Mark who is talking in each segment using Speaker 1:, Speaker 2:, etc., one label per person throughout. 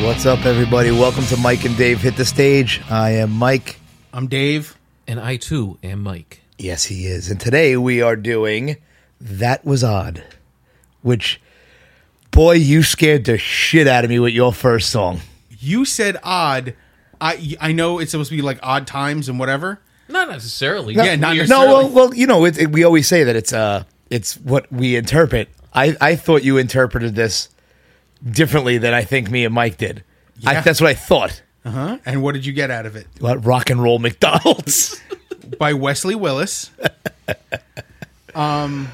Speaker 1: What's up, everybody? Welcome to Mike and Dave Hit the Stage. I am Mike.
Speaker 2: I'm Dave.
Speaker 3: And I too am Mike.
Speaker 1: Yes, he is. And today we are doing That Was Odd, which, boy, you scared the shit out of me with your first song.
Speaker 2: You said odd. I I know it's supposed to be like odd times and whatever.
Speaker 3: Not necessarily.
Speaker 2: Yeah, not
Speaker 3: We're-
Speaker 1: No,
Speaker 2: Certainly.
Speaker 1: well, well, you know, it, it- we always say that it's uh, it's what we interpret. I, I thought you interpreted this differently than I think me and Mike did. I,
Speaker 2: Yeah.
Speaker 1: that's what I thought.
Speaker 2: Uh huh. And what did you get out of it?
Speaker 1: What rock and roll McDonald's?
Speaker 2: By Wesley Willis. um.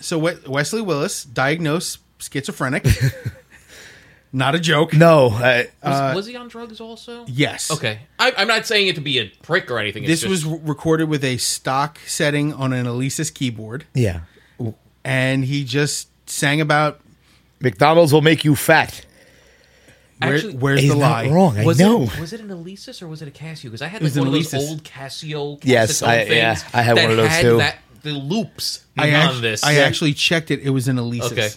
Speaker 2: So we- Wesley Willis diagnosed schizophrenic. not a joke.
Speaker 1: no, I,
Speaker 3: was, was he on drugs also?
Speaker 2: Yes.
Speaker 3: Okay. I, I'm not saying it to be a prick or anything.
Speaker 2: This
Speaker 3: it's
Speaker 2: was
Speaker 3: just,
Speaker 2: re- recorded with a stock setting on an Alesis keyboard,
Speaker 1: yeah,
Speaker 2: and he just sang about
Speaker 1: McDonald's will make you fat.
Speaker 2: where,
Speaker 3: Actually,
Speaker 2: where's
Speaker 1: He's
Speaker 2: the
Speaker 1: not
Speaker 2: lie.
Speaker 1: wrong. I
Speaker 3: was
Speaker 1: know.
Speaker 3: It, was it an Alesis or was it a Casio? Because I had
Speaker 2: was
Speaker 3: like one
Speaker 2: an
Speaker 3: of those
Speaker 2: Alesis.
Speaker 3: old Casio.
Speaker 1: Yes,
Speaker 3: cassette
Speaker 1: I-
Speaker 3: things
Speaker 1: yeah, I had
Speaker 3: that
Speaker 1: one of those
Speaker 3: had
Speaker 1: too.
Speaker 3: That, the loops
Speaker 2: I,
Speaker 3: on
Speaker 2: act-
Speaker 3: this.
Speaker 2: I actually checked it. It was an Alesis.
Speaker 3: Okay.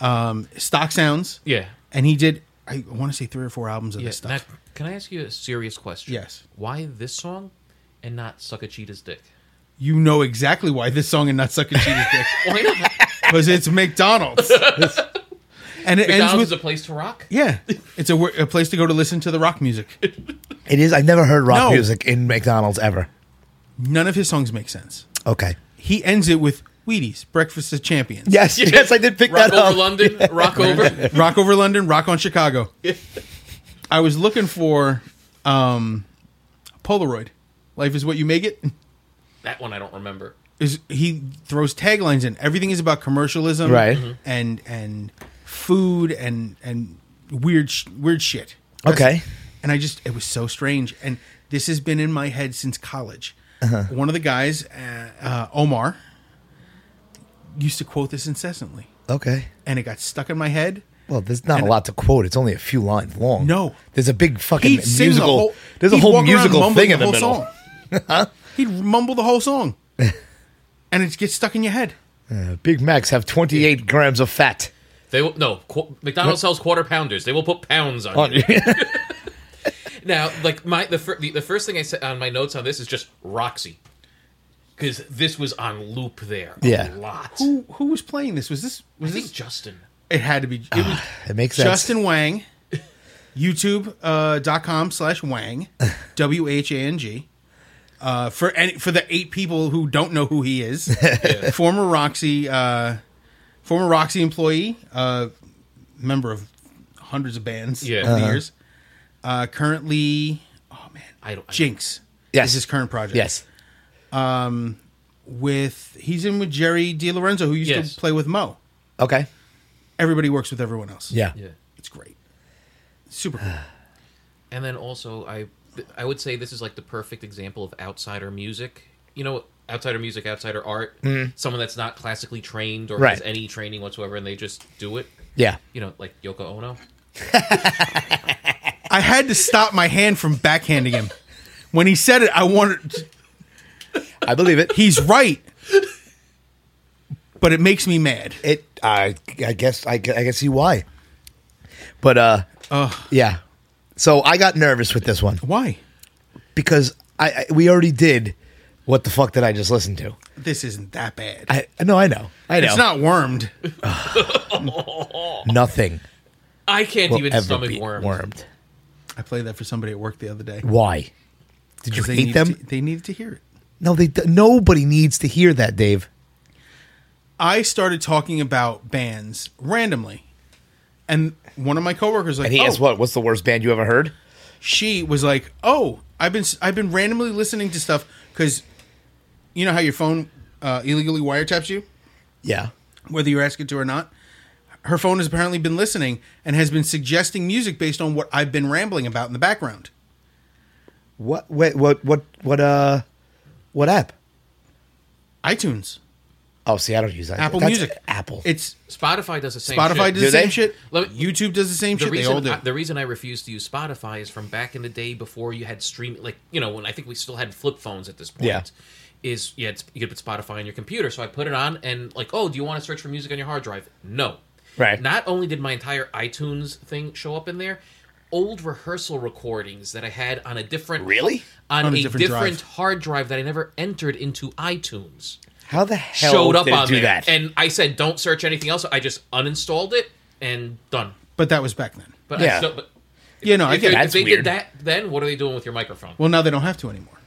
Speaker 2: Um, stock sounds.
Speaker 3: Yeah.
Speaker 2: And he did. I want to say three or four albums of
Speaker 3: Yeah,
Speaker 2: this stuff.
Speaker 3: now, can I ask you a serious question?
Speaker 2: Yes.
Speaker 3: Why this song and not Suck a Cheetah's Dick?
Speaker 2: you know exactly why this song and not suck a cheetah's dick
Speaker 3: Why not?
Speaker 2: because it's McDonald's. and it ends
Speaker 3: McDonald's
Speaker 2: with
Speaker 3: is a place to rock?
Speaker 2: yeah. It's a, wor- a place to go to listen to the rock music.
Speaker 1: It is. I've never heard rock
Speaker 2: No.
Speaker 1: music in McDonald's ever.
Speaker 2: None of his songs make sense.
Speaker 1: Okay.
Speaker 2: He ends it with Wheaties, Breakfast of Champions.
Speaker 1: Yes, yes, I did pick
Speaker 3: Rock
Speaker 1: that
Speaker 3: over
Speaker 1: up.
Speaker 3: London, rock over.
Speaker 2: Rock over London, Rock on Chicago. I was looking for um, Polaroid. Life is what you make it.
Speaker 3: That one I don't remember.
Speaker 2: is he throws taglines in. Everything is about commercialism,
Speaker 1: Right. Mhm.
Speaker 2: And and food and and weird sh- weird shit.
Speaker 1: Okay.
Speaker 2: And I just it was so strange. And this has been in my head since college.
Speaker 1: Uh-huh.
Speaker 2: One of the guys, uh, uh, Omar, used to quote this incessantly,
Speaker 1: Okay.
Speaker 2: and it got stuck in my head.
Speaker 1: Well, there's not a lot to quote. It's only a few lines long.
Speaker 2: No.
Speaker 1: there's a big fucking
Speaker 2: He'd sing the
Speaker 1: musical.
Speaker 2: whole.
Speaker 1: there's a
Speaker 2: he'd
Speaker 1: whole
Speaker 2: walk around
Speaker 1: musical
Speaker 2: mumbling
Speaker 1: thing in the, middle.
Speaker 2: whole Song. he'd mumble the whole song, and it gets stuck in your head.
Speaker 1: Uh, Big Macs have 28 grams of fat.
Speaker 3: They will no. Qu- McDonald's sells quarter pounders. They will put pounds on,
Speaker 1: On-
Speaker 3: you. Now, like my the, fir- the the first thing I said on my notes on this is just Roxy, because this was on loop there a
Speaker 1: Yeah.
Speaker 3: lot.
Speaker 2: Who who was playing this? Was this
Speaker 3: I
Speaker 2: was
Speaker 3: think
Speaker 2: this
Speaker 3: Justin.
Speaker 2: It had to be. It was
Speaker 1: Ah, it makes sense.
Speaker 2: Justin Wang, YouTube uh, dot com slash Wang, W H A N G. Uh, for any, for the eight people who don't know who he is, former Roxy, uh, former Roxy employee, uh, member of hundreds of bands
Speaker 3: Yeah.
Speaker 1: Uh-huh.
Speaker 2: over the years. Uh, currently, oh man,
Speaker 3: I don't. I,
Speaker 2: Jinx.
Speaker 1: Yes.
Speaker 2: is his current project.
Speaker 1: Yes.
Speaker 2: with he's in with Jerry DiLorenzo, who used
Speaker 3: Yes.
Speaker 2: to play with Mo.
Speaker 1: Okay.
Speaker 2: Everybody works with everyone else.
Speaker 1: Yeah.
Speaker 3: Yeah.
Speaker 2: It's great. Super cool.
Speaker 3: And then also, I th- I would say this is like the perfect example of outsider music. You know, outsider music, outsider art. Someone that's not classically trained or has
Speaker 1: Right.
Speaker 3: any training whatsoever, and they just do it.
Speaker 1: Yeah.
Speaker 3: You know, like Yoko Ono.
Speaker 2: I had to stop my hand from backhanding him. When he said it, I wanted.
Speaker 1: I believe it.
Speaker 2: He's right, but it makes me mad.
Speaker 1: It. I. I guess. I. gu- I can see why. But uh. Yeah. So I got nervous with this one
Speaker 2: Why?
Speaker 1: because I, I we already did. What the fuck did I just listen to?
Speaker 2: This isn't that bad.
Speaker 1: I no. I know. I know.
Speaker 2: It's not wormed.
Speaker 1: nothing.
Speaker 3: I can't
Speaker 1: will
Speaker 3: even
Speaker 1: ever
Speaker 3: stomach
Speaker 1: be
Speaker 3: worms.
Speaker 1: wormed.
Speaker 2: I played that for somebody at work the other day.
Speaker 1: Why? Did you
Speaker 2: 'Cause they
Speaker 1: hate
Speaker 2: needed
Speaker 1: them?
Speaker 2: to- they needed to hear it.
Speaker 1: No, they. d- Nobody needs to hear that, Dave.
Speaker 2: I started talking about bands randomly, and one of my coworkers like, oh,
Speaker 1: "What? What's the worst band you ever heard?"
Speaker 2: she was like, "Oh, I've been I've been randomly listening to stuff because, you know how your phone uh, illegally wiretaps you."
Speaker 1: Yeah.
Speaker 2: whether you're asking to or not. Her phone has apparently been listening and has been suggesting music based on what I've been rambling about in the background.
Speaker 1: What? Wait. What? What? What? Uh. What app?
Speaker 2: iTunes,
Speaker 1: Oh, see, I don't use that.
Speaker 2: Apple
Speaker 1: That's
Speaker 2: Music,
Speaker 1: Apple.
Speaker 2: It's
Speaker 3: Spotify does the same.
Speaker 2: Spotify does
Speaker 3: shit.
Speaker 1: Do
Speaker 2: the same
Speaker 1: they?
Speaker 2: shit.
Speaker 3: Let me-
Speaker 2: YouTube does the same
Speaker 3: the
Speaker 2: shit.
Speaker 3: reason
Speaker 2: they all do.
Speaker 3: I, the reason I refuse to use Spotify is from back in the day before you had stream like you know when I think we still had flip phones at this point.
Speaker 1: Yeah.
Speaker 3: Is you had you could put Spotify on your computer, so I put it on and like oh do you want to search for music on your hard drive? No.
Speaker 1: Right.
Speaker 3: Not only did my entire iTunes thing show up in there, old rehearsal recordings that I had on a different
Speaker 1: Really?
Speaker 3: on,
Speaker 2: On
Speaker 3: a,
Speaker 2: a
Speaker 3: different,
Speaker 2: different drive.
Speaker 3: hard drive that I never entered into iTunes.
Speaker 1: How the hell
Speaker 3: showed up
Speaker 1: did it
Speaker 3: on
Speaker 1: do
Speaker 3: there,
Speaker 1: that?
Speaker 3: and I said, "Don't search anything else." I just uninstalled it and done.
Speaker 2: But that was back then.
Speaker 3: But I
Speaker 1: Yeah.
Speaker 3: still, but
Speaker 2: You know, I
Speaker 3: if,
Speaker 2: get it.
Speaker 3: they-
Speaker 1: that-
Speaker 3: if
Speaker 1: That's
Speaker 3: they did
Speaker 1: weird.
Speaker 3: that, then what are they doing with your microphone?
Speaker 2: Well, now they don't have to anymore.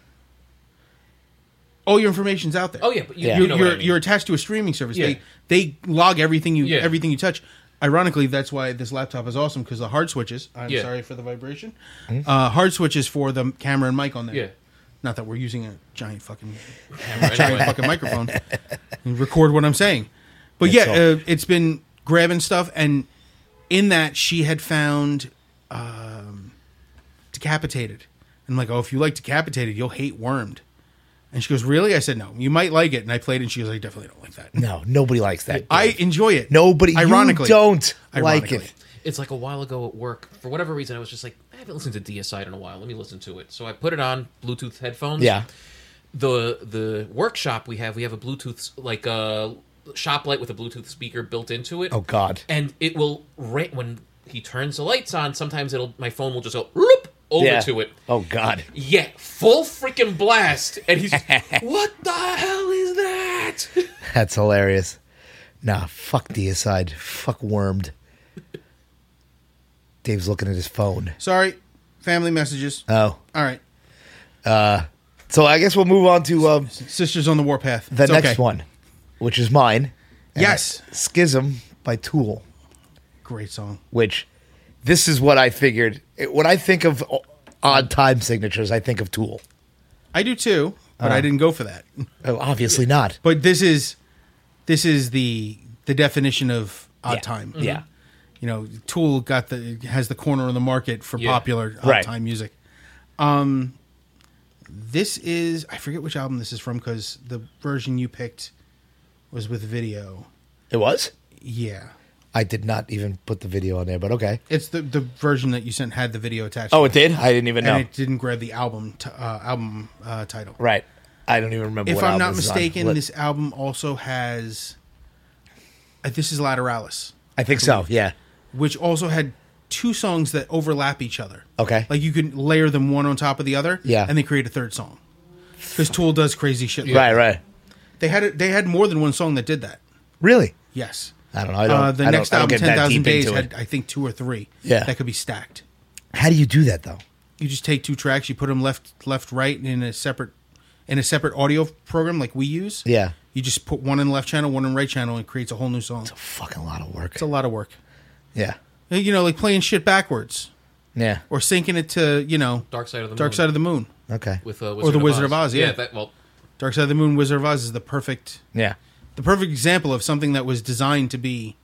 Speaker 2: All your information's out there.
Speaker 3: oh yeah, but you,
Speaker 1: Yeah.
Speaker 3: you
Speaker 2: you're
Speaker 3: know
Speaker 2: you're,
Speaker 3: what I mean.
Speaker 2: you're attached to a streaming service.
Speaker 3: Yeah.
Speaker 2: They they log everything you
Speaker 3: Yeah.
Speaker 2: everything you touch. Ironically, that's why this laptop is awesome because the hard switches. I'm
Speaker 3: Yeah.
Speaker 2: sorry for the vibration. Uh, hard switches for the camera and mic on there.
Speaker 3: Yeah.
Speaker 2: Not that we're using a giant fucking
Speaker 3: Camera
Speaker 2: giant
Speaker 3: anyway.
Speaker 2: fucking microphone and record what I'm saying. But
Speaker 1: It's
Speaker 2: yeah,
Speaker 1: all-
Speaker 2: uh, it's been grabbing stuff, and in that she had found um, decapitated. And I'm like, oh, if you like decapitated, you'll hate wormed. And she goes, really? I said, no, you might like it. And I played it, and she goes, I definitely don't like that.
Speaker 1: no, nobody likes that.
Speaker 2: I enjoy it.
Speaker 1: nobody.
Speaker 2: ironically,
Speaker 1: you don't like
Speaker 2: Ironically.
Speaker 1: it.
Speaker 3: it's like a while ago at work. For whatever reason, I was just like, I haven't listened to DSI in a while. Let me listen to it. So I put it on Bluetooth headphones.
Speaker 1: Yeah.
Speaker 3: The the workshop we have, we have a Bluetooth s- like a shop light with a Bluetooth speaker built into it.
Speaker 1: Oh God.
Speaker 3: And it will ra- when he turns the lights on. Sometimes it'll my phone will just go roop over
Speaker 1: yeah.
Speaker 3: to it.
Speaker 1: Oh God.
Speaker 3: Yeah, full freaking blast, and he's what the hell is that?
Speaker 1: That's hilarious. Nah, fuck the aside. Fuck wormed. Dave's looking at his phone.
Speaker 2: Sorry, family messages.
Speaker 1: Oh.
Speaker 2: All right,
Speaker 1: So I guess we'll move on to um,
Speaker 2: sisters on the warpath.
Speaker 1: the
Speaker 2: It's
Speaker 1: next
Speaker 2: okay.
Speaker 1: one, which is mine. And
Speaker 2: Yes.
Speaker 1: it's Schism by Tool,
Speaker 2: Great song.
Speaker 1: which this is what I figured. it- When I think of o- odd time signatures, I think of Tool.
Speaker 2: I do too, but
Speaker 1: Uh-huh.
Speaker 2: I didn't go for that.
Speaker 1: Oh, obviously not.
Speaker 2: But this is this is the the definition of odd
Speaker 1: Yeah. Mm-hmm.
Speaker 2: time. Mm-hmm.
Speaker 1: Yeah.
Speaker 2: You know, Tool got the has the corner of the market for
Speaker 3: Yeah.
Speaker 2: popular odd
Speaker 1: Right.
Speaker 2: time music. Um this is I forget which album this is from cuz the version you picked was with video.
Speaker 1: It was?
Speaker 2: Yeah.
Speaker 1: I did not even put the video on there, but okay.
Speaker 2: It's the the version that you sent had the video attached.
Speaker 1: Oh,
Speaker 2: to
Speaker 1: it did? I didn't even
Speaker 2: and
Speaker 1: know.
Speaker 2: it didn't grab the album t- uh, album uh, title.
Speaker 1: right. I don't even remember
Speaker 2: if
Speaker 1: what
Speaker 2: I'm
Speaker 1: album
Speaker 2: not
Speaker 1: this is on.
Speaker 2: mistaken,
Speaker 1: Let-
Speaker 2: this album also has. uh, This is Lateralis,
Speaker 1: I think so, yeah.
Speaker 2: which also had two songs that overlap each other.
Speaker 1: Okay.
Speaker 2: like you can layer them one on top of the other.
Speaker 1: Yeah.
Speaker 2: and they create a third song because Tool does crazy shit. like
Speaker 1: Right,
Speaker 2: that.
Speaker 1: right.
Speaker 2: They had a, they had more than one song that did that.
Speaker 1: Really?
Speaker 2: Yes.
Speaker 1: I don't know. I don't,
Speaker 2: Uh, the
Speaker 1: I don't-
Speaker 2: next
Speaker 1: I don't
Speaker 2: album,
Speaker 1: get that
Speaker 2: Ten Thousand
Speaker 1: deep
Speaker 2: Days,
Speaker 1: into it.
Speaker 2: had I think two or three.
Speaker 1: Yeah.
Speaker 2: that could be stacked.
Speaker 1: How do you do that though?
Speaker 2: You just take two tracks, you put them left, left, right, in a separate, in a separate audio program like we use.
Speaker 1: Yeah.
Speaker 2: You just put one in left channel, one in right channel, and it creates a whole new song.
Speaker 1: Fucking lot of work.
Speaker 2: It's a lot of work.
Speaker 1: Yeah.
Speaker 2: You know, like playing shit backwards
Speaker 1: Yeah.
Speaker 2: or syncing it to, you know,
Speaker 3: Dark Side of the
Speaker 2: Dark
Speaker 3: Moon.
Speaker 2: Side of the Moon.
Speaker 1: Okay.
Speaker 3: with uh, Wizard
Speaker 2: the Wizard of Oz, yeah.
Speaker 3: that, well,
Speaker 2: Dark Side of the Moon Wizard of Oz is the perfect
Speaker 1: Yeah.
Speaker 2: the perfect example of something that was designed to be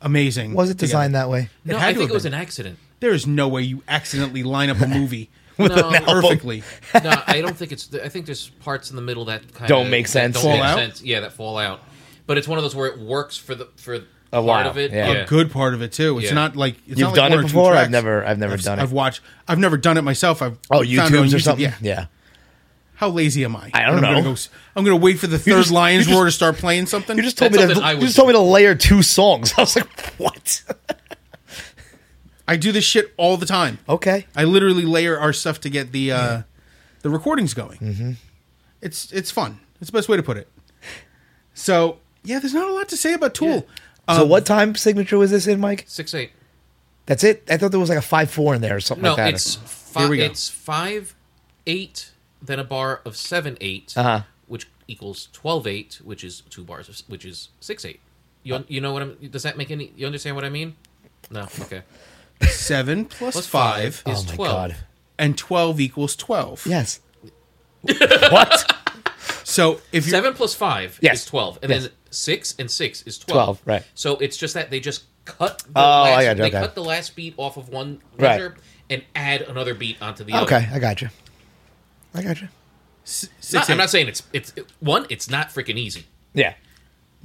Speaker 2: amazing.
Speaker 1: Was it designed that way?
Speaker 3: no,
Speaker 2: had
Speaker 3: I
Speaker 2: to
Speaker 3: think
Speaker 2: have
Speaker 3: it was
Speaker 2: been.
Speaker 3: an accident.
Speaker 2: There is no way you accidentally line up a movie
Speaker 3: No,
Speaker 2: perfectly.
Speaker 3: no, I don't think it's. I think there's parts in the middle that kind
Speaker 1: Don't make sense.
Speaker 3: Don't
Speaker 1: Fall
Speaker 3: make
Speaker 2: out?
Speaker 3: sense. Yeah, that fall out. But it's one of those where it works for the for a part
Speaker 1: while,
Speaker 3: of it.
Speaker 1: yeah.
Speaker 2: A good part of it too. It's
Speaker 3: Yeah.
Speaker 2: not like it's
Speaker 1: You've
Speaker 2: not like
Speaker 1: done
Speaker 2: one
Speaker 1: it
Speaker 2: or two
Speaker 1: before? I've
Speaker 2: tracks.
Speaker 1: never- I've never
Speaker 2: I've,
Speaker 1: done it.
Speaker 2: I've watched. I've never done it myself. I've
Speaker 1: Oh,
Speaker 2: found it on
Speaker 1: YouTube's or
Speaker 2: YouTube.
Speaker 1: something?
Speaker 2: Yeah.
Speaker 1: Yeah.
Speaker 2: How lazy am I?
Speaker 1: I don't
Speaker 2: And I'm
Speaker 1: know.
Speaker 2: Gonna go, s- I'm going to wait for the third
Speaker 1: just-
Speaker 2: lion's
Speaker 1: you
Speaker 2: roar to start playing something.
Speaker 1: You just told
Speaker 3: That's
Speaker 1: me
Speaker 3: something I
Speaker 1: to, you
Speaker 3: would
Speaker 1: just told me to layer two songs. I was like, what?
Speaker 2: I do this shit all the time.
Speaker 1: okay.
Speaker 2: I literally layer our stuff to get the uh, the recordings going. Mm-hmm. It's it's fun. It's the best way to put it. So yeah, there's not a lot to say about Tool. Um,
Speaker 1: so what time signature was this in, Mike?
Speaker 3: Six eight.
Speaker 1: That's it. I thought there was like a five four in there or something
Speaker 3: No,
Speaker 1: like that.
Speaker 3: it's
Speaker 2: Here
Speaker 3: five.
Speaker 2: we go.
Speaker 3: It's five eight. Then a bar of seven eight,
Speaker 1: Uh-huh.
Speaker 3: which equals twelve eight, which is two bars, of, which is six eight. You you know what I'm? Does that make any? You understand what I mean? No. Okay.
Speaker 2: seven plus,
Speaker 3: Plus
Speaker 2: plus
Speaker 3: five
Speaker 2: five,
Speaker 1: oh
Speaker 3: is
Speaker 1: my
Speaker 3: 12.
Speaker 1: god.
Speaker 2: and twelve equals twelve.
Speaker 1: Yes. what?
Speaker 2: So if you
Speaker 3: Seven plus five
Speaker 1: Yes.
Speaker 3: is twelve, and
Speaker 1: Yes.
Speaker 3: then six and six is 12.
Speaker 1: 12, right. Oh,
Speaker 3: So it's just that they just cut.
Speaker 1: I
Speaker 3: The last,
Speaker 1: got you,
Speaker 3: They
Speaker 1: okay.
Speaker 3: cut the last beat off of one
Speaker 1: Right.
Speaker 3: measure and add another beat onto the other.
Speaker 1: Okay, I got you. I got you.
Speaker 2: s-
Speaker 3: Not-
Speaker 2: six,
Speaker 3: I'm
Speaker 2: eight,
Speaker 3: not saying it's it's one. It's not freaking easy,
Speaker 1: Yeah.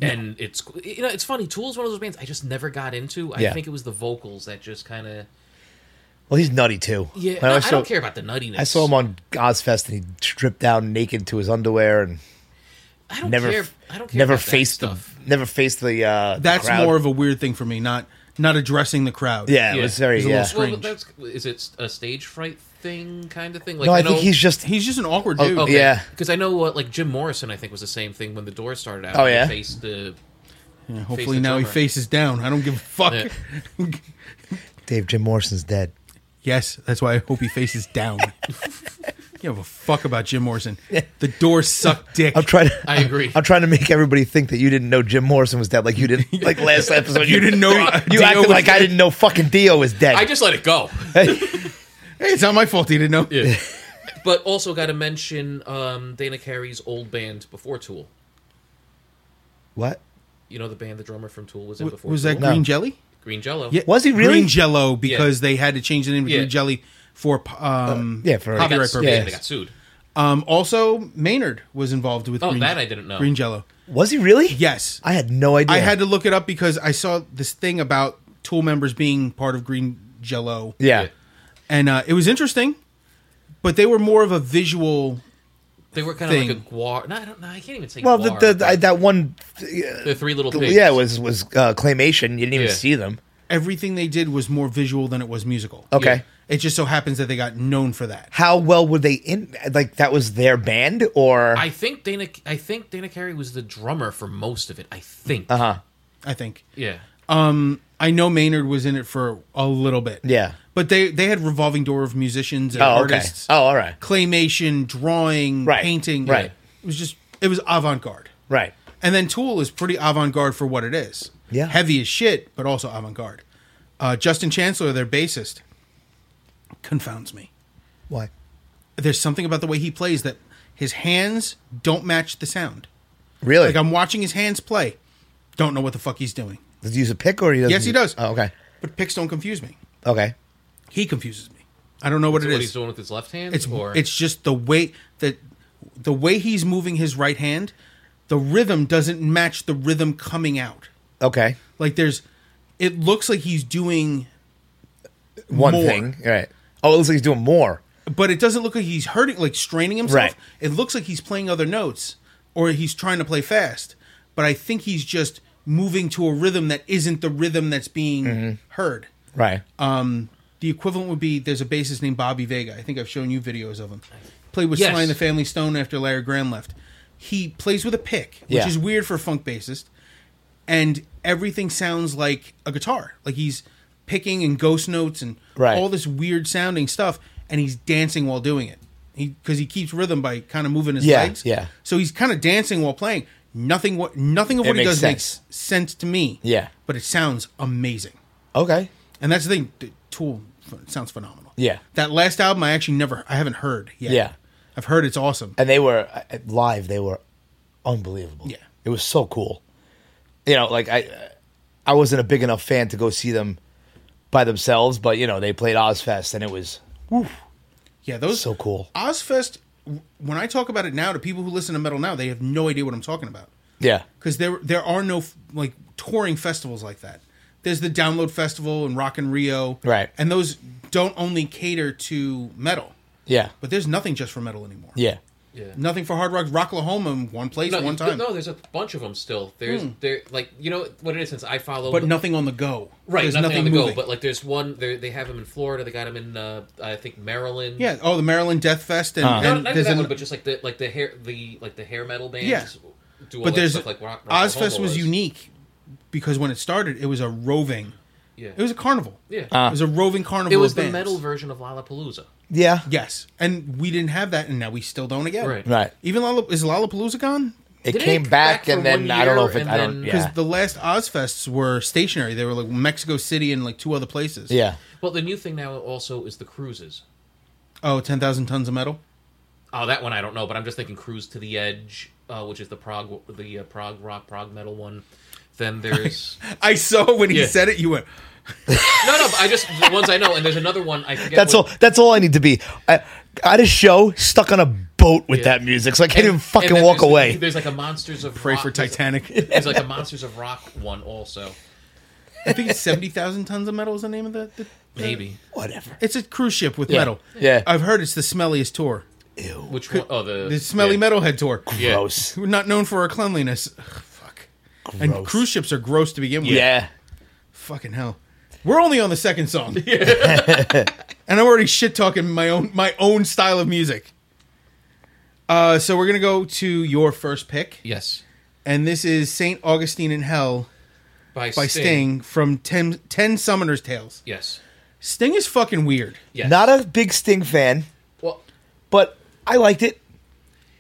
Speaker 3: and it's you know it's funny. Tool's one of those bands I just never got into. I
Speaker 1: Yeah.
Speaker 3: think it was the vocals that just kind of
Speaker 1: Well, he's nutty too.
Speaker 3: yeah.
Speaker 1: I
Speaker 3: no, I
Speaker 1: always
Speaker 3: don't
Speaker 1: saw-
Speaker 3: care about the nuttiness.
Speaker 1: I saw him on Ozfest and he stripped down naked to his underwear and
Speaker 3: I don't
Speaker 1: never
Speaker 3: care. I don't care.
Speaker 1: never
Speaker 3: about that
Speaker 1: faced the
Speaker 3: stuff.
Speaker 1: never faced the uh the
Speaker 2: that's
Speaker 1: crowd.
Speaker 2: more of a weird thing for me. Not not addressing the crowd.
Speaker 1: Yeah, it
Speaker 3: Yeah.
Speaker 1: was very
Speaker 2: It was a
Speaker 1: yeah.
Speaker 2: little
Speaker 3: Well,
Speaker 2: Strange.
Speaker 3: but that's is it a stage fright thing kind of thing? Like
Speaker 1: no, I
Speaker 3: know,
Speaker 1: think he's just
Speaker 2: He's just an awkward
Speaker 1: Oh,
Speaker 2: dude.
Speaker 3: okay.
Speaker 1: Yeah.
Speaker 3: Because I know uh, like Jim Morrison, I think was the same thing when the door started out.
Speaker 1: Oh,
Speaker 3: He
Speaker 1: yeah?
Speaker 3: faced the
Speaker 2: Yeah, hopefully
Speaker 3: the
Speaker 2: now he
Speaker 3: drummer.
Speaker 2: faces down. I don't give a fuck.
Speaker 3: Yeah.
Speaker 1: Dave Jim Morrison's dead.
Speaker 2: Yes, that's why I hope he faces down. you have a fuck about Jim Morrison. The door sucked dick.
Speaker 1: I'm trying to.
Speaker 3: I agree.
Speaker 1: I'm trying to make everybody think that you didn't know Jim Morrison was dead, like you didn't. Like last episode,
Speaker 2: You didn't know
Speaker 1: You
Speaker 2: Dio
Speaker 1: acted
Speaker 2: was
Speaker 1: like I
Speaker 2: dead.
Speaker 1: didn't know fucking Dio was dead.
Speaker 3: I just let it go.
Speaker 2: Hey, it's not my fault he didn't know.
Speaker 3: Yeah. but also got to mention um, Dana Carey's old band before Tool.
Speaker 1: what?
Speaker 3: You know the band the drummer from Tool was in
Speaker 2: W-
Speaker 3: before
Speaker 2: Was
Speaker 3: Tool?
Speaker 2: that
Speaker 1: No.
Speaker 2: Green Jelly?
Speaker 3: Green Jello?
Speaker 2: Yeah,
Speaker 1: Was he really?
Speaker 2: Green Jello? Because they had to change the name to
Speaker 3: Yeah.
Speaker 2: Green Jelly for um
Speaker 1: Uh, yeah, for-
Speaker 3: They got,
Speaker 2: copyright
Speaker 3: sued.
Speaker 2: purposes.
Speaker 3: they got sued.
Speaker 2: Um, also Maynard was involved with
Speaker 3: Oh,
Speaker 2: Green,
Speaker 3: that I didn't know.
Speaker 2: Green Jello.
Speaker 1: Was he really?
Speaker 2: Yes,
Speaker 1: I had no idea.
Speaker 2: I had to look it up because I saw this thing about Tool members being part of Green Jello.
Speaker 1: Yeah.
Speaker 3: Yeah.
Speaker 2: and uh, it was interesting, but they were more of a visual.
Speaker 3: They were kind of like a
Speaker 2: Thing.
Speaker 3: guar. No, I don't. No, I can't even say.
Speaker 1: Well, the,
Speaker 3: guar,
Speaker 1: the, I,
Speaker 3: but
Speaker 1: that one.
Speaker 3: the three little pigs.
Speaker 1: Yeah, was was uh, claymation. You didn't even
Speaker 3: Yeah.
Speaker 1: see them.
Speaker 2: Everything they did was more visual than it was musical.
Speaker 1: Okay.
Speaker 3: Yeah.
Speaker 2: It just so happens that they got known for that.
Speaker 1: How well were they in? Like that was their band, or
Speaker 3: I think Dana. I think Dana Carey was the drummer for most of it. I think.
Speaker 1: uh huh.
Speaker 2: I think.
Speaker 3: Yeah.
Speaker 2: I know Maynard was in it for a little bit.
Speaker 1: Yeah.
Speaker 2: But they they had revolving door of musicians and
Speaker 1: Oh, okay.
Speaker 2: artists.
Speaker 1: Oh, all right.
Speaker 2: Claymation, drawing,
Speaker 1: Right.
Speaker 2: painting.
Speaker 1: Right.
Speaker 2: It was just it was avant garde.
Speaker 1: Right.
Speaker 2: And then Tool is pretty avant garde for what it is.
Speaker 1: Yeah.
Speaker 2: Heavy as shit, but also avant garde. Uh, Justin Chancellor, their bassist, confounds me.
Speaker 1: Why?
Speaker 2: There's something about the way he plays that his hands don't match the sound.
Speaker 1: Really?
Speaker 2: Like um, I'm watching his hands play. Don't know what the fuck he's doing.
Speaker 1: does he use a pick or he does?
Speaker 2: Yes, he does.
Speaker 1: Oh, okay.
Speaker 2: But picks don't confuse me.
Speaker 1: Okay.
Speaker 2: He confuses me. I don't know what
Speaker 3: So
Speaker 2: it
Speaker 3: what
Speaker 2: is.
Speaker 3: he's doing with his left hand?
Speaker 2: It's
Speaker 3: or
Speaker 2: it's just the way that the way he's moving his right hand, the rhythm doesn't match the rhythm coming out.
Speaker 1: Okay.
Speaker 2: Like there's, it looks like he's doing,
Speaker 1: One
Speaker 2: More.
Speaker 1: thing. Right. Oh, it looks like he's doing more.
Speaker 2: but it doesn't look like he's hurting, like straining himself.
Speaker 1: Right.
Speaker 2: It looks like he's playing other notes, or he's trying to play fast. But I think he's just moving to a rhythm that isn't the rhythm that's being heard.
Speaker 1: Right.
Speaker 2: Uh, The equivalent would be there's a bassist named Bobby Vega. I think I've shown you videos of him. Played with
Speaker 3: Yes.
Speaker 2: Sly and the Family Stone after Larry Graham left. He plays with a pick, which
Speaker 1: Yeah.
Speaker 2: is weird for a funk bassist, and everything sounds like a guitar. Like he's picking and ghost notes and
Speaker 1: Right.
Speaker 2: all this weird sounding stuff, and he's dancing while doing it. He because he keeps rhythm by kind of moving his
Speaker 1: Yeah,
Speaker 2: legs.
Speaker 1: yeah.
Speaker 2: So he's kind of dancing while playing. Nothing what nothing of
Speaker 1: It
Speaker 2: what he
Speaker 1: makes
Speaker 2: does
Speaker 1: sense.
Speaker 2: makes sense to me.
Speaker 1: Yeah.
Speaker 2: But it sounds amazing.
Speaker 1: okay.
Speaker 2: And that's the thing. The Tool ph- sounds phenomenal.
Speaker 1: Yeah.
Speaker 2: That last album, I actually never, I haven't heard yet.
Speaker 1: Yeah.
Speaker 2: I've heard it's awesome.
Speaker 1: and they were uh, live. They were unbelievable.
Speaker 2: Yeah.
Speaker 1: it was so cool. You know, like I, uh, I wasn't a big enough fan to go see them by themselves, but you know they played Ozfest and it was
Speaker 2: Yeah, those
Speaker 1: So cool.
Speaker 2: Ozfest. w- When I talk about it now to people who listen to metal now, they have no idea what I'm talking about
Speaker 1: yeah,
Speaker 2: because there there are no f- like touring festivals like that. There's the Download Festival and Rock and Rio,
Speaker 1: Right.
Speaker 2: And those don't only cater to metal,
Speaker 1: yeah,
Speaker 2: but there's nothing just for metal anymore.
Speaker 1: yeah,
Speaker 3: Yeah.
Speaker 2: nothing for hard rock. Rocklahoma, in one place,
Speaker 3: no,
Speaker 2: one
Speaker 3: you-
Speaker 2: time, Hmm.
Speaker 3: No, there's a bunch of them still. There's there like you know what it is since I follow
Speaker 2: but nothing on the go.
Speaker 3: right
Speaker 2: There's
Speaker 3: nothing, on the
Speaker 2: moving.
Speaker 3: go. But like there's one there, they have them in Florida. They got them in uh, I think Maryland.
Speaker 2: Yeah. Oh, the Maryland Death Fest, and,
Speaker 1: Uh-huh.
Speaker 3: no,
Speaker 2: and
Speaker 3: not
Speaker 2: there's
Speaker 3: that
Speaker 2: an-
Speaker 3: one, but just like the like the hair the like the hair metal bands.
Speaker 2: Yeah.
Speaker 3: Do all
Speaker 2: but
Speaker 3: that
Speaker 2: there's
Speaker 3: stuff like rock, rock and
Speaker 2: Ozfest
Speaker 3: roll
Speaker 2: was
Speaker 3: was.
Speaker 2: unique because when it started, it was a roving.
Speaker 3: Yeah.
Speaker 2: It was a carnival.
Speaker 3: Yeah.
Speaker 1: Uh-huh.
Speaker 2: it was a roving carnival.
Speaker 3: It was
Speaker 2: of
Speaker 3: the
Speaker 2: bands.
Speaker 3: metal version of Lollapalooza.
Speaker 1: yeah.
Speaker 2: Yes, and we didn't have that, and now we still don't again.
Speaker 3: Right.
Speaker 1: Right.
Speaker 2: Even Lollap- is Lollapalooza gone?
Speaker 1: It
Speaker 3: Did it
Speaker 1: came
Speaker 3: come
Speaker 1: back,
Speaker 3: back
Speaker 1: and
Speaker 3: for
Speaker 1: then
Speaker 3: one
Speaker 1: I don't know if
Speaker 3: year
Speaker 1: it.
Speaker 3: and
Speaker 1: I don't.
Speaker 3: then-
Speaker 2: Because
Speaker 1: Yeah.
Speaker 2: the last Ozfests were stationary. They were like Mexico City and like two other places.
Speaker 1: yeah.
Speaker 3: Well, the new thing now also is the cruises.
Speaker 2: Oh, 10,000 tons of metal.
Speaker 3: Oh, that one I don't know, but I'm just thinking Cruise to the Edge, uh, which is the prog the uh, prog rock prog metal one. Then there's
Speaker 2: I saw when he
Speaker 3: Yeah.
Speaker 2: said it. You went.
Speaker 3: no, no. but I just the ones I know, and there's another one I forget.
Speaker 1: That's
Speaker 3: what-
Speaker 1: all. That's all I need to be. I, I had a show stuck on a boat with that music, so I can't even
Speaker 3: and
Speaker 1: fucking
Speaker 3: then
Speaker 1: walk
Speaker 3: there's-
Speaker 1: away.
Speaker 3: There's like a Monsters of
Speaker 2: Pray
Speaker 3: Rock,
Speaker 2: for
Speaker 3: there's-
Speaker 2: Titanic.
Speaker 3: There's like a Monsters of Rock one also,
Speaker 2: I think it's seventy thousand tons of metal is the name of the. the the-
Speaker 3: maybe.
Speaker 1: Whatever.
Speaker 2: It's a cruise ship with metal.
Speaker 1: Yeah.
Speaker 2: I've heard it's the smelliest tour,
Speaker 1: Ew.
Speaker 3: Which one? Oh, the
Speaker 2: the smelly
Speaker 3: yeah.
Speaker 2: metalhead tour.
Speaker 3: Yeah.
Speaker 1: Gross.
Speaker 2: We're not known for our cleanliness. Ugh, fuck.
Speaker 1: Gross.
Speaker 2: And cruise ships are gross to begin with.
Speaker 1: Yeah.
Speaker 2: Fucking hell. We're only on the second song, and I'm already shit talking my own my own style of music. Uh, so we're gonna go to your first pick,
Speaker 3: Yes.
Speaker 2: and this is Saint Augustine in Hell
Speaker 3: By,
Speaker 2: by
Speaker 3: Sting.
Speaker 2: Sting, from 10, 10 Summoner's Tales.
Speaker 3: Yes.
Speaker 2: Sting is fucking weird.
Speaker 3: Yes.
Speaker 1: Not a big Sting fan,
Speaker 3: well,
Speaker 1: but I liked it.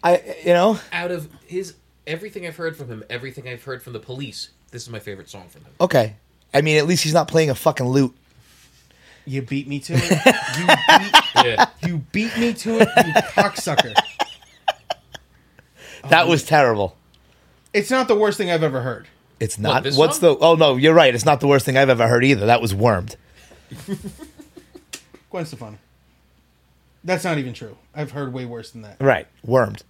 Speaker 1: I you know
Speaker 3: out of his everything I've heard from him, everything I've heard from the police, this is my favorite song from him.
Speaker 1: okay. I mean, at least he's not playing a fucking lute.
Speaker 2: You beat me to it. You beat,
Speaker 3: Yeah.
Speaker 2: you beat me to it, you cocksucker.
Speaker 1: That was terrible.
Speaker 2: It's not the worst thing I've ever heard.
Speaker 1: It's not.
Speaker 3: this
Speaker 1: what's
Speaker 3: song?
Speaker 1: the? Oh no, you're right. It's not the worst thing I've ever heard either. That was wormed.
Speaker 2: Gwen Stefani. That's not even true. I've heard way worse than that.
Speaker 1: Right, wormed.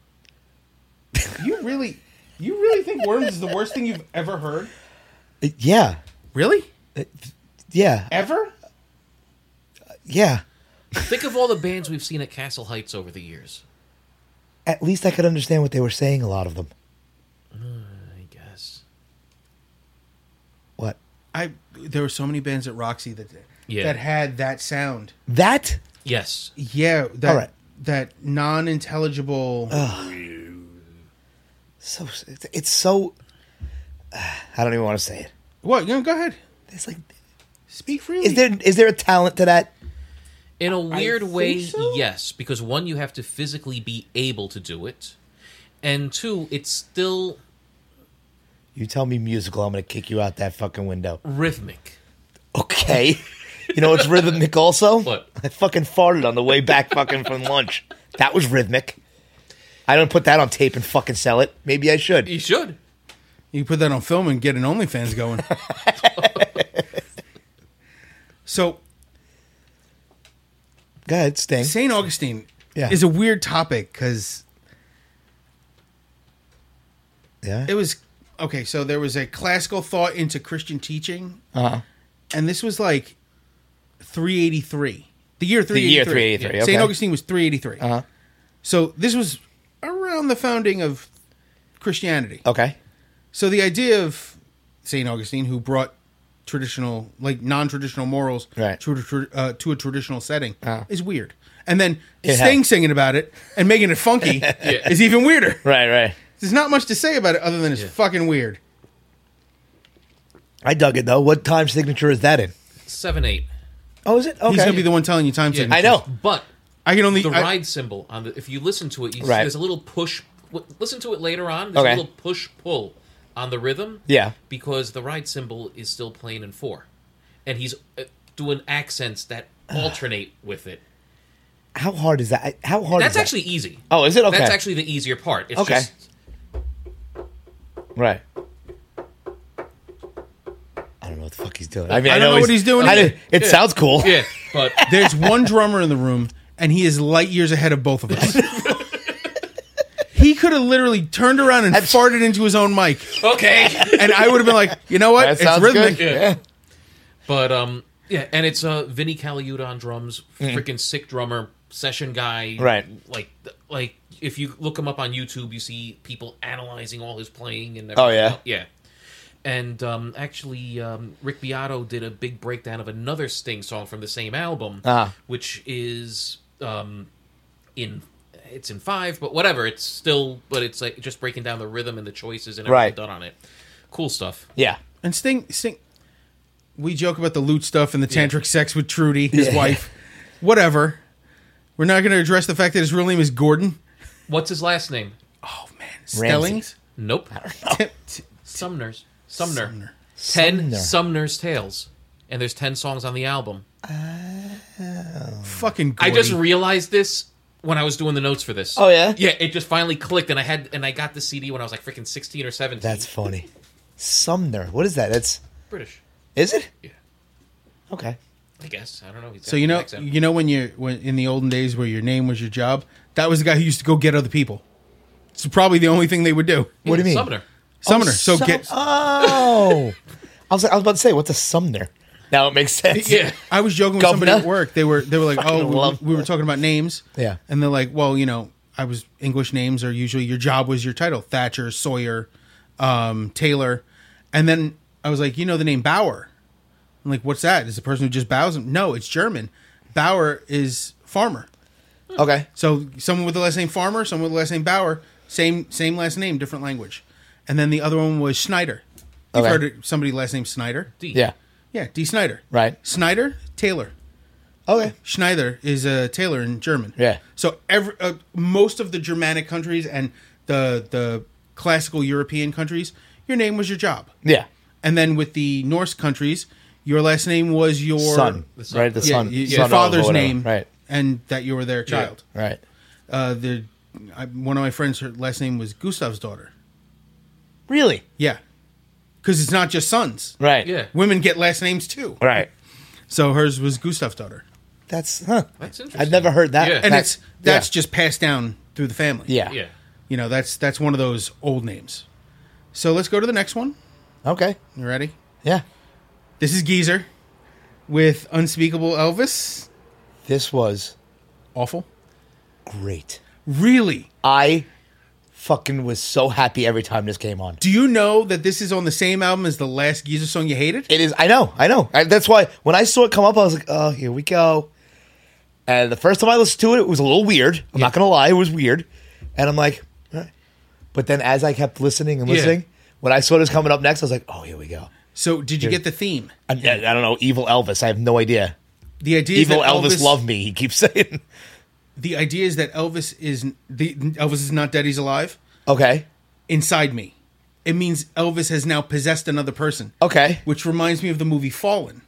Speaker 2: You really, you really think Worms is the worst thing you've ever heard?
Speaker 1: Uh, Yeah,
Speaker 2: Really?
Speaker 1: yeah,
Speaker 2: Ever?
Speaker 1: yeah.
Speaker 3: Think of all the bands we've seen at Castle Heights over the years.
Speaker 1: At least I could understand what they were saying. A lot of them.
Speaker 3: I guess.
Speaker 1: What?
Speaker 2: I there were so many bands at Roxy that
Speaker 3: Yeah.
Speaker 2: that had that sound.
Speaker 1: That?
Speaker 3: Yes.
Speaker 2: Yeah, that
Speaker 1: All right.
Speaker 2: that non-intelligible.
Speaker 1: So it's, it's so. I don't even want to say it.
Speaker 2: what? You know, go ahead.
Speaker 1: It's like,
Speaker 2: Speak freely.
Speaker 1: is there is there a talent to that?
Speaker 3: In a weird way,
Speaker 2: think so.
Speaker 3: yes, because one, you have to physically be able to do it, and two, it's still
Speaker 1: You tell me musical, I'm gonna kick you out that fucking window.
Speaker 3: rhythmic.
Speaker 1: Okay. You know it's rhythmic also?
Speaker 3: What?
Speaker 1: I fucking farted on the way back fucking from lunch. That was rhythmic. I don't put that on tape and fucking sell it. Maybe I should.
Speaker 3: You should.
Speaker 2: You put that on film and get an OnlyFans going. so
Speaker 1: Go ahead, Sting.
Speaker 2: Saint Augustine
Speaker 1: Yeah.
Speaker 2: is a weird topic because
Speaker 1: Yeah.
Speaker 2: it was okay. So there was a classical thought into Christian teaching,
Speaker 1: Uh-huh.
Speaker 2: and this was like 383, the year 383.
Speaker 1: year 383, okay.
Speaker 2: Saint Augustine was 383.
Speaker 1: Uh-huh.
Speaker 2: So this was around the founding of Christianity.
Speaker 1: Okay.
Speaker 2: So the idea of Saint Augustine, who brought traditional, like non-traditional morals,
Speaker 1: Right.
Speaker 2: to, a, tr- uh, to a traditional setting,
Speaker 1: Ah.
Speaker 2: is weird. And then
Speaker 1: It
Speaker 2: Sting
Speaker 1: helps.
Speaker 2: singing about it and making it funky is even weirder.
Speaker 1: Right, right.
Speaker 2: There's not much to say about it other than it's fucking weird.
Speaker 1: I dug it though. What time signature is that in?
Speaker 3: Seven eight.
Speaker 1: Oh, is it? Okay.
Speaker 2: He's gonna be the one telling you time signatures.
Speaker 1: I know.
Speaker 3: But
Speaker 2: I can only.
Speaker 3: the
Speaker 2: I-
Speaker 3: ride symbol on the if you listen to it, you
Speaker 1: Right.
Speaker 3: see there's a little push. w- Listen to it later on. There's
Speaker 1: Okay.
Speaker 3: a little push pull on the rhythm.
Speaker 1: Yeah.
Speaker 3: because the ride symbol is still playing in four, and he's uh, doing accents that alternate with it.
Speaker 1: How hard is that? I- How hard
Speaker 3: That's
Speaker 1: is that?
Speaker 3: actually easy.
Speaker 1: Oh, is it? Okay.
Speaker 3: That's actually the easier part. It's
Speaker 1: Okay.
Speaker 3: just
Speaker 1: Right. I don't know what the fuck he's doing. I mean, I,
Speaker 2: don't know what he's doing
Speaker 1: I
Speaker 2: either.
Speaker 1: did- it sounds cool.
Speaker 3: yeah, but
Speaker 2: there's one drummer in the room, and he is light years ahead of both of us. he could have literally turned around and farted into his own mic,
Speaker 3: okay.
Speaker 2: and I would have been like, you know what?
Speaker 1: That sounds
Speaker 2: rhythmic.
Speaker 1: good. Yeah.
Speaker 3: but um, yeah, and it's uh Vinny Caliuta on drums, freaking sick drummer, session guy,
Speaker 1: Mm-hmm. Right.
Speaker 3: Like like if you look him up on YouTube, you see people analyzing all his playing and
Speaker 1: Oh, yeah?
Speaker 3: everything. yeah. And um, actually, um, Rick Beato did a big breakdown of another Sting song from the same album,
Speaker 1: Ah.
Speaker 3: which is um, in it's in five, but whatever. It's still, but it's like just breaking down the rhythm and the choices and everything
Speaker 1: Right.
Speaker 3: done on it. Cool stuff.
Speaker 1: Yeah.
Speaker 2: And Sting, Sting, we joke about the loot stuff and the tantric sex with Trudy, his
Speaker 1: Yeah.
Speaker 2: wife, whatever. We're not going to address the fact that his real name is Gordon.
Speaker 3: What's his last name?
Speaker 2: Oh man,
Speaker 1: Ramsey.
Speaker 2: Stellings.
Speaker 3: Nope.
Speaker 2: Tim- t-
Speaker 3: Sumner's. Sumner.
Speaker 2: Sumner.
Speaker 3: Ten
Speaker 1: Sumner.
Speaker 3: Sumner's Tales. And there's ten songs on the album.
Speaker 2: Fucking.
Speaker 3: I
Speaker 2: Gordy.
Speaker 3: just realized this when I was doing the notes for this.
Speaker 1: Oh, yeah?
Speaker 3: Yeah, it just finally clicked and I had and I got the CD when I was like freaking 16 or 17.
Speaker 1: That's funny. Sumner. What is that? That's
Speaker 3: British.
Speaker 1: is it?
Speaker 3: Yeah.
Speaker 1: Okay.
Speaker 3: I guess. I don't know. He's
Speaker 2: so you know,
Speaker 3: accent.
Speaker 2: you know when you when in the olden days where your name was your job, that was the guy who used to go get other people. It's probably the only thing they would do.
Speaker 1: What do you mean?
Speaker 3: Sumner.
Speaker 2: Summoner.
Speaker 1: Oh,
Speaker 2: so
Speaker 1: Sum-
Speaker 2: get.
Speaker 1: Oh. I was I was about to say what's a Sumner? Now it makes sense.
Speaker 3: Yeah.
Speaker 2: I was joking with somebody
Speaker 1: Governor.
Speaker 2: at work. They were they were like,
Speaker 1: Fucking
Speaker 2: "Oh,
Speaker 1: love
Speaker 2: we, we were talking about names."
Speaker 1: Yeah.
Speaker 2: and they're like, "Well, you know, I was English names are usually your job was your title: Thatcher, Sawyer, um, Taylor." And then I was like, "You know the name Bauer?" I'm like, what's that? Is the person who just bows him? No, it's German. Bauer is farmer.
Speaker 1: Okay.
Speaker 2: So someone with the last name Farmer, someone with the last name Bauer, same same last name, different language. And then the other one was Schneider. You've
Speaker 1: Okay.
Speaker 2: heard of somebody last name Snyder?
Speaker 3: D.
Speaker 1: Yeah.
Speaker 2: Yeah, D. Snyder.
Speaker 1: Right.
Speaker 2: Snyder Taylor.
Speaker 1: Okay.
Speaker 2: Schneider is a tailor in German.
Speaker 1: Yeah.
Speaker 2: So every uh, most of the Germanic countries and the the classical European countries, your name was your job.
Speaker 1: Yeah.
Speaker 2: And then with the Norse countries, your last name was your
Speaker 1: son.
Speaker 3: the son.
Speaker 1: Right. The
Speaker 2: yeah,
Speaker 1: son.
Speaker 2: y- your
Speaker 1: son of or
Speaker 2: father's
Speaker 1: whatever.
Speaker 2: name,
Speaker 1: Right.
Speaker 2: And that you were their child.
Speaker 1: Right.
Speaker 2: Uh, the I, one of my friends, her last name was Gustav's daughter.
Speaker 1: Really.
Speaker 2: Yeah, because it's not just sons.
Speaker 1: Right.
Speaker 3: Yeah.
Speaker 2: Women get last names too.
Speaker 1: Right.
Speaker 2: So hers was Gustav's daughter,
Speaker 1: That's huh.
Speaker 3: That's interesting.
Speaker 1: I've never heard that.
Speaker 3: Yeah.
Speaker 2: and
Speaker 1: That's-
Speaker 2: it's that's
Speaker 1: yeah.
Speaker 2: just passed down through the family.
Speaker 1: yeah.
Speaker 3: Yeah.
Speaker 2: You know, that's that's one of those old names. So let's go to the next one.
Speaker 1: Okay.
Speaker 2: You ready?
Speaker 1: Yeah.
Speaker 2: This is Geezer with Unspeakable Elvis.
Speaker 1: This was
Speaker 2: Awful.
Speaker 1: great.
Speaker 2: Really?
Speaker 1: I fucking was so happy every time this came on.
Speaker 2: Do you know that this is on the same album as the last Geezer song you hated?
Speaker 1: It is. I know. I know. I, that's why when I saw it come up, I was like, "Oh, here we go." And the first time I listened to it, it was a little weird. I'm not gonna lie, it was weird. And I'm like, eh. but then as I kept listening and
Speaker 3: Yeah.
Speaker 1: listening, when I saw this coming up next, I was like, "Oh, here we go."
Speaker 2: So did you get the theme?
Speaker 1: I, I, I don't know, evil Elvis. I have no idea.
Speaker 2: The idea
Speaker 1: Evil
Speaker 2: is that
Speaker 1: Elvis, love me. He keeps saying,
Speaker 2: The idea is that Elvis is the Elvis is not dead, he's alive
Speaker 1: "Okay,
Speaker 2: inside me. It means Elvis has now possessed another person.
Speaker 1: okay."
Speaker 2: Which reminds me of the movie Fallen.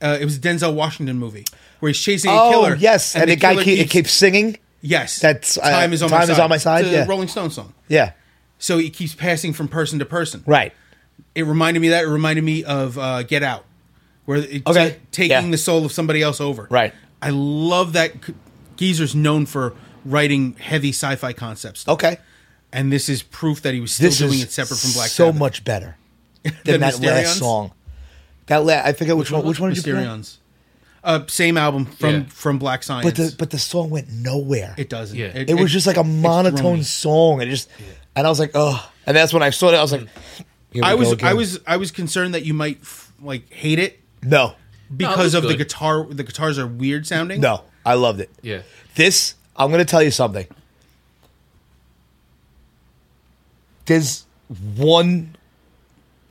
Speaker 2: Uh, it was a Denzel Washington movie where he's chasing a
Speaker 1: Oh
Speaker 2: killer.
Speaker 1: yes, and,
Speaker 2: the
Speaker 1: the, guy
Speaker 2: killer
Speaker 1: keep, it
Speaker 2: keeps-
Speaker 1: keeps singing.
Speaker 2: Yes,
Speaker 1: That's, uh,
Speaker 2: time is on
Speaker 1: Time
Speaker 2: my
Speaker 1: Is
Speaker 2: side.
Speaker 1: On My Side,
Speaker 2: It's a
Speaker 1: yeah.
Speaker 2: Rolling Stone song.
Speaker 1: Yeah,
Speaker 2: So he keeps passing from person to person.
Speaker 1: right.
Speaker 2: It reminded me of that. It reminded me of uh, Get Out, where it's
Speaker 1: Okay.
Speaker 2: taking
Speaker 1: Yeah.
Speaker 2: the soul of somebody else over.
Speaker 1: Right.
Speaker 2: I love that. G- Geezer's known for writing heavy sci-fi concepts.
Speaker 1: Okay,
Speaker 2: And this is proof that he was still
Speaker 1: this
Speaker 2: doing
Speaker 1: is
Speaker 2: it separate from Black
Speaker 1: so
Speaker 2: Sabbath.
Speaker 1: much better than that
Speaker 2: Mysterion's?
Speaker 1: last song. That la- I forget which, one. Which one did you play?
Speaker 2: Mysterions. Uh, same album from
Speaker 3: Yeah.
Speaker 2: from Black Science.
Speaker 1: but the but the song went nowhere.
Speaker 2: it doesn't.
Speaker 3: Yeah.
Speaker 1: It was just like a
Speaker 2: it's
Speaker 1: monotone
Speaker 2: drony.
Speaker 1: song, and it just and I was like, oh. And that's when I saw it. I was like, here we
Speaker 2: I
Speaker 1: go
Speaker 2: was
Speaker 1: again.
Speaker 2: I was I was concerned that you might f- like hate it
Speaker 1: no,
Speaker 2: because
Speaker 3: was
Speaker 2: of the
Speaker 3: good.
Speaker 2: guitar. The guitars are weird sounding.
Speaker 1: no. I loved it.
Speaker 3: Yeah.
Speaker 1: This I'm gonna tell you something. There's one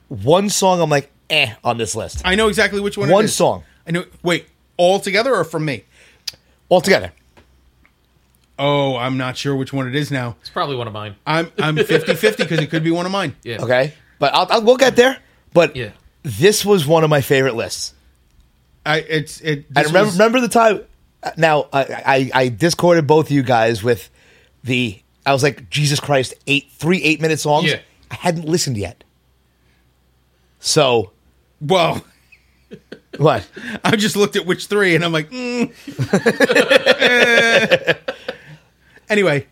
Speaker 1: one song I'm like eh on this list
Speaker 2: I know exactly which one.
Speaker 1: One
Speaker 2: it is.
Speaker 1: song.
Speaker 2: I know. Wait, all together or from me?
Speaker 1: altogether.
Speaker 2: Oh, I'm not sure which one it is now.
Speaker 3: It's probably one of mine.
Speaker 2: I'm I'm 50 50 because it could be one of mine.
Speaker 3: Yeah.
Speaker 1: Okay, but I'll, I'll we'll get there. But
Speaker 3: Yeah.
Speaker 1: this was one of my favorite lists.
Speaker 2: I it's it.
Speaker 1: And
Speaker 2: this
Speaker 1: remember,
Speaker 2: was-
Speaker 1: remember the time. Now I, I I discorded both of you guys with the. I was like Jesus Christ, eight three eight minute songs.
Speaker 3: Yeah.
Speaker 1: I hadn't listened yet. So
Speaker 2: Well,
Speaker 1: what?
Speaker 2: I just looked at which three, and I'm like. Mm. anyway,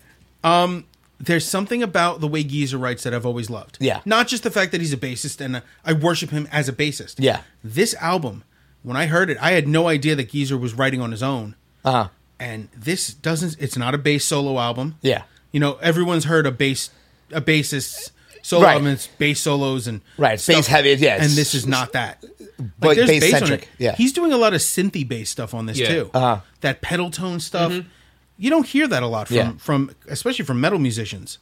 Speaker 2: um, there's something about the way Geezer writes that I've always loved.
Speaker 1: Yeah.
Speaker 2: Not just the fact that he's a bassist, and uh, I worship him as a bassist.
Speaker 1: Yeah.
Speaker 2: This album, when I heard it, I had no idea that Geezer was writing on his own.
Speaker 1: Uh huh.
Speaker 2: and this doesn't it's not a bass solo album
Speaker 1: Yeah.
Speaker 2: you know everyone's heard a bass a bassist solo
Speaker 1: Right.
Speaker 2: album it's bass solos and
Speaker 1: Right, it's bass heavy, yeah, it's-
Speaker 2: and this is not that
Speaker 1: But
Speaker 2: there's
Speaker 1: bass
Speaker 2: on
Speaker 1: centric,
Speaker 2: it.
Speaker 1: yeah.
Speaker 2: he's doing a lot of synthy bass stuff on this
Speaker 3: Yeah.
Speaker 2: too
Speaker 3: Mm-hmm.
Speaker 1: Uh-huh.
Speaker 2: that pedal tone stuff you don't hear that a lot from
Speaker 1: Yeah.
Speaker 2: from especially from metal musicians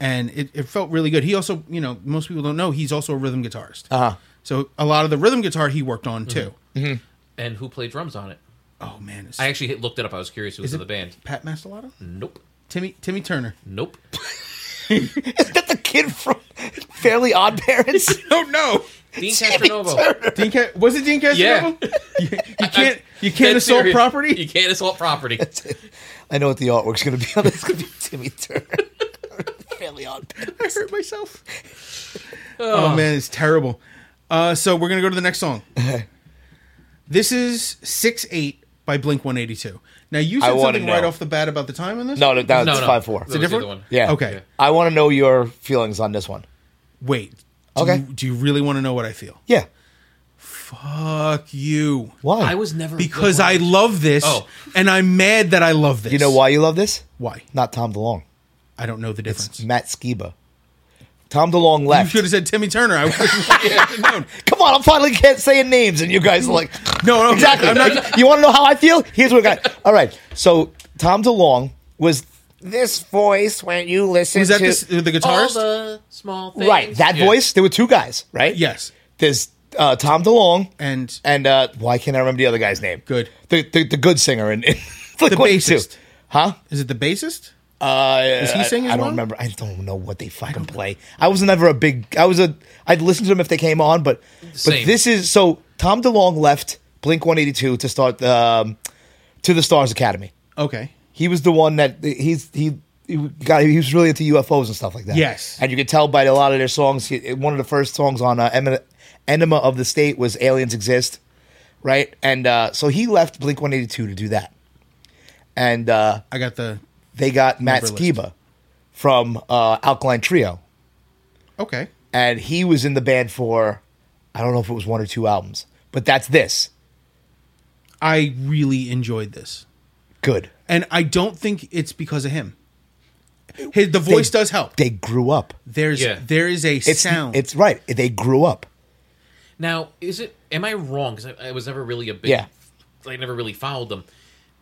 Speaker 2: and it, it felt really good he also you know most people don't know he's also a rhythm guitarist
Speaker 1: Uh-huh.
Speaker 2: so a lot of the rhythm guitar he worked on
Speaker 3: Mm-hmm.
Speaker 2: too
Speaker 3: And who played drums on it?
Speaker 2: oh man it's
Speaker 3: I actually hit, looked it up. I was curious who was
Speaker 2: Is
Speaker 3: in
Speaker 2: it-
Speaker 3: the band.
Speaker 2: pat mastelotto
Speaker 3: Nope.
Speaker 2: timmy timmy turner
Speaker 3: Nope.
Speaker 1: Is that the kid from Fairly Odd Parents?
Speaker 2: oh no
Speaker 3: Dean Castronovo.
Speaker 2: Dean Ca- was it Dean Casanova?
Speaker 3: Yeah.
Speaker 2: You, you can't you
Speaker 3: Dead
Speaker 2: can't assault
Speaker 3: serious.
Speaker 2: property.
Speaker 3: You can't assault property.
Speaker 1: I know what the artwork's going to be on. It's going to be Timmy Turner. Fairly Odd Parents.
Speaker 2: I hurt myself. Oh. man, it's terrible. Uh, so we're gonna go to the next song. this is six eight by Blink One Eighty Two. Now you
Speaker 1: I
Speaker 2: said
Speaker 1: wanna
Speaker 2: something right
Speaker 1: know.
Speaker 2: off the bat about the time on this.
Speaker 1: No, no, that's
Speaker 3: No, no.
Speaker 1: Oh, five four.
Speaker 3: It's a
Speaker 2: It's different
Speaker 3: That was the other one.
Speaker 1: Yeah.
Speaker 2: Okay.
Speaker 3: Yeah.
Speaker 1: I want to know your feelings on this one.
Speaker 2: Wait. Do
Speaker 1: Okay.
Speaker 2: You, do you really want to know what I feel?
Speaker 1: Yeah.
Speaker 2: Fuck you.
Speaker 1: Why?
Speaker 3: I was never
Speaker 2: Because I love this,
Speaker 3: Oh.
Speaker 2: and I'm mad that I love this.
Speaker 1: You know why you love this?
Speaker 2: Why?
Speaker 1: Not Tom DeLonge.
Speaker 2: I don't know the difference.
Speaker 1: Matt Skiba. Tom DeLong
Speaker 2: You
Speaker 1: left.
Speaker 2: should have said Timmy Turner. I would have known.
Speaker 1: Come on, I'm finally can't saying names, and you guys are like,
Speaker 2: No, no,
Speaker 1: exactly.
Speaker 2: I'm not-
Speaker 1: you want to know how I feel? Here's what I got. All right, so Tom DeLong was this voice when you listen
Speaker 2: Was that this, uh, the
Speaker 3: All
Speaker 2: guitarist?
Speaker 3: the small things.
Speaker 1: right that
Speaker 3: Yeah.
Speaker 1: voice. There were two guys, right?
Speaker 2: yes.
Speaker 1: There's uh, Tom DeLong
Speaker 2: And
Speaker 1: and uh, why can't I remember the other guy's name?
Speaker 2: Good.
Speaker 1: the the, the good singer and the
Speaker 2: bassist.
Speaker 1: huh?
Speaker 2: is it the bassist?
Speaker 1: Uh, Is
Speaker 2: he singing
Speaker 1: I, I don't
Speaker 2: one?
Speaker 1: remember. I don't know what they fucking play. I was never a big. I was a. I'd listen to them if they came on, but but
Speaker 3: Same.
Speaker 1: this is so. Tom DeLong left Blink One Eighty Two to start um, to the Stars Academy.
Speaker 2: Okay.
Speaker 1: He was the one that he's he. He got. He was really into UFOs and stuff like that.
Speaker 2: Yes.
Speaker 1: and you could tell by a lot of their songs. he- One of the first songs on uh, Emin- Enema of the State was "Aliens Exist," right? And uh, so he left Blink One Eighty Two to do that, and uh,
Speaker 2: I got the.
Speaker 1: they got Matt
Speaker 2: list.
Speaker 1: Skiba from uh, Alkaline Trio,
Speaker 2: Okay.
Speaker 1: and he was in the band for I don't know if it was one or two albums, but that's this
Speaker 2: I really enjoyed this.
Speaker 1: good.
Speaker 2: And I don't think it's because of him. His, the voice does help.
Speaker 1: They grew up.
Speaker 2: There's
Speaker 3: Yeah.
Speaker 2: there is a
Speaker 1: It's
Speaker 2: sound.
Speaker 1: It's right. They grew up.
Speaker 3: Now, is it? Am I wrong? Because I, I was never really a big.
Speaker 1: Yeah.
Speaker 3: I never really followed them.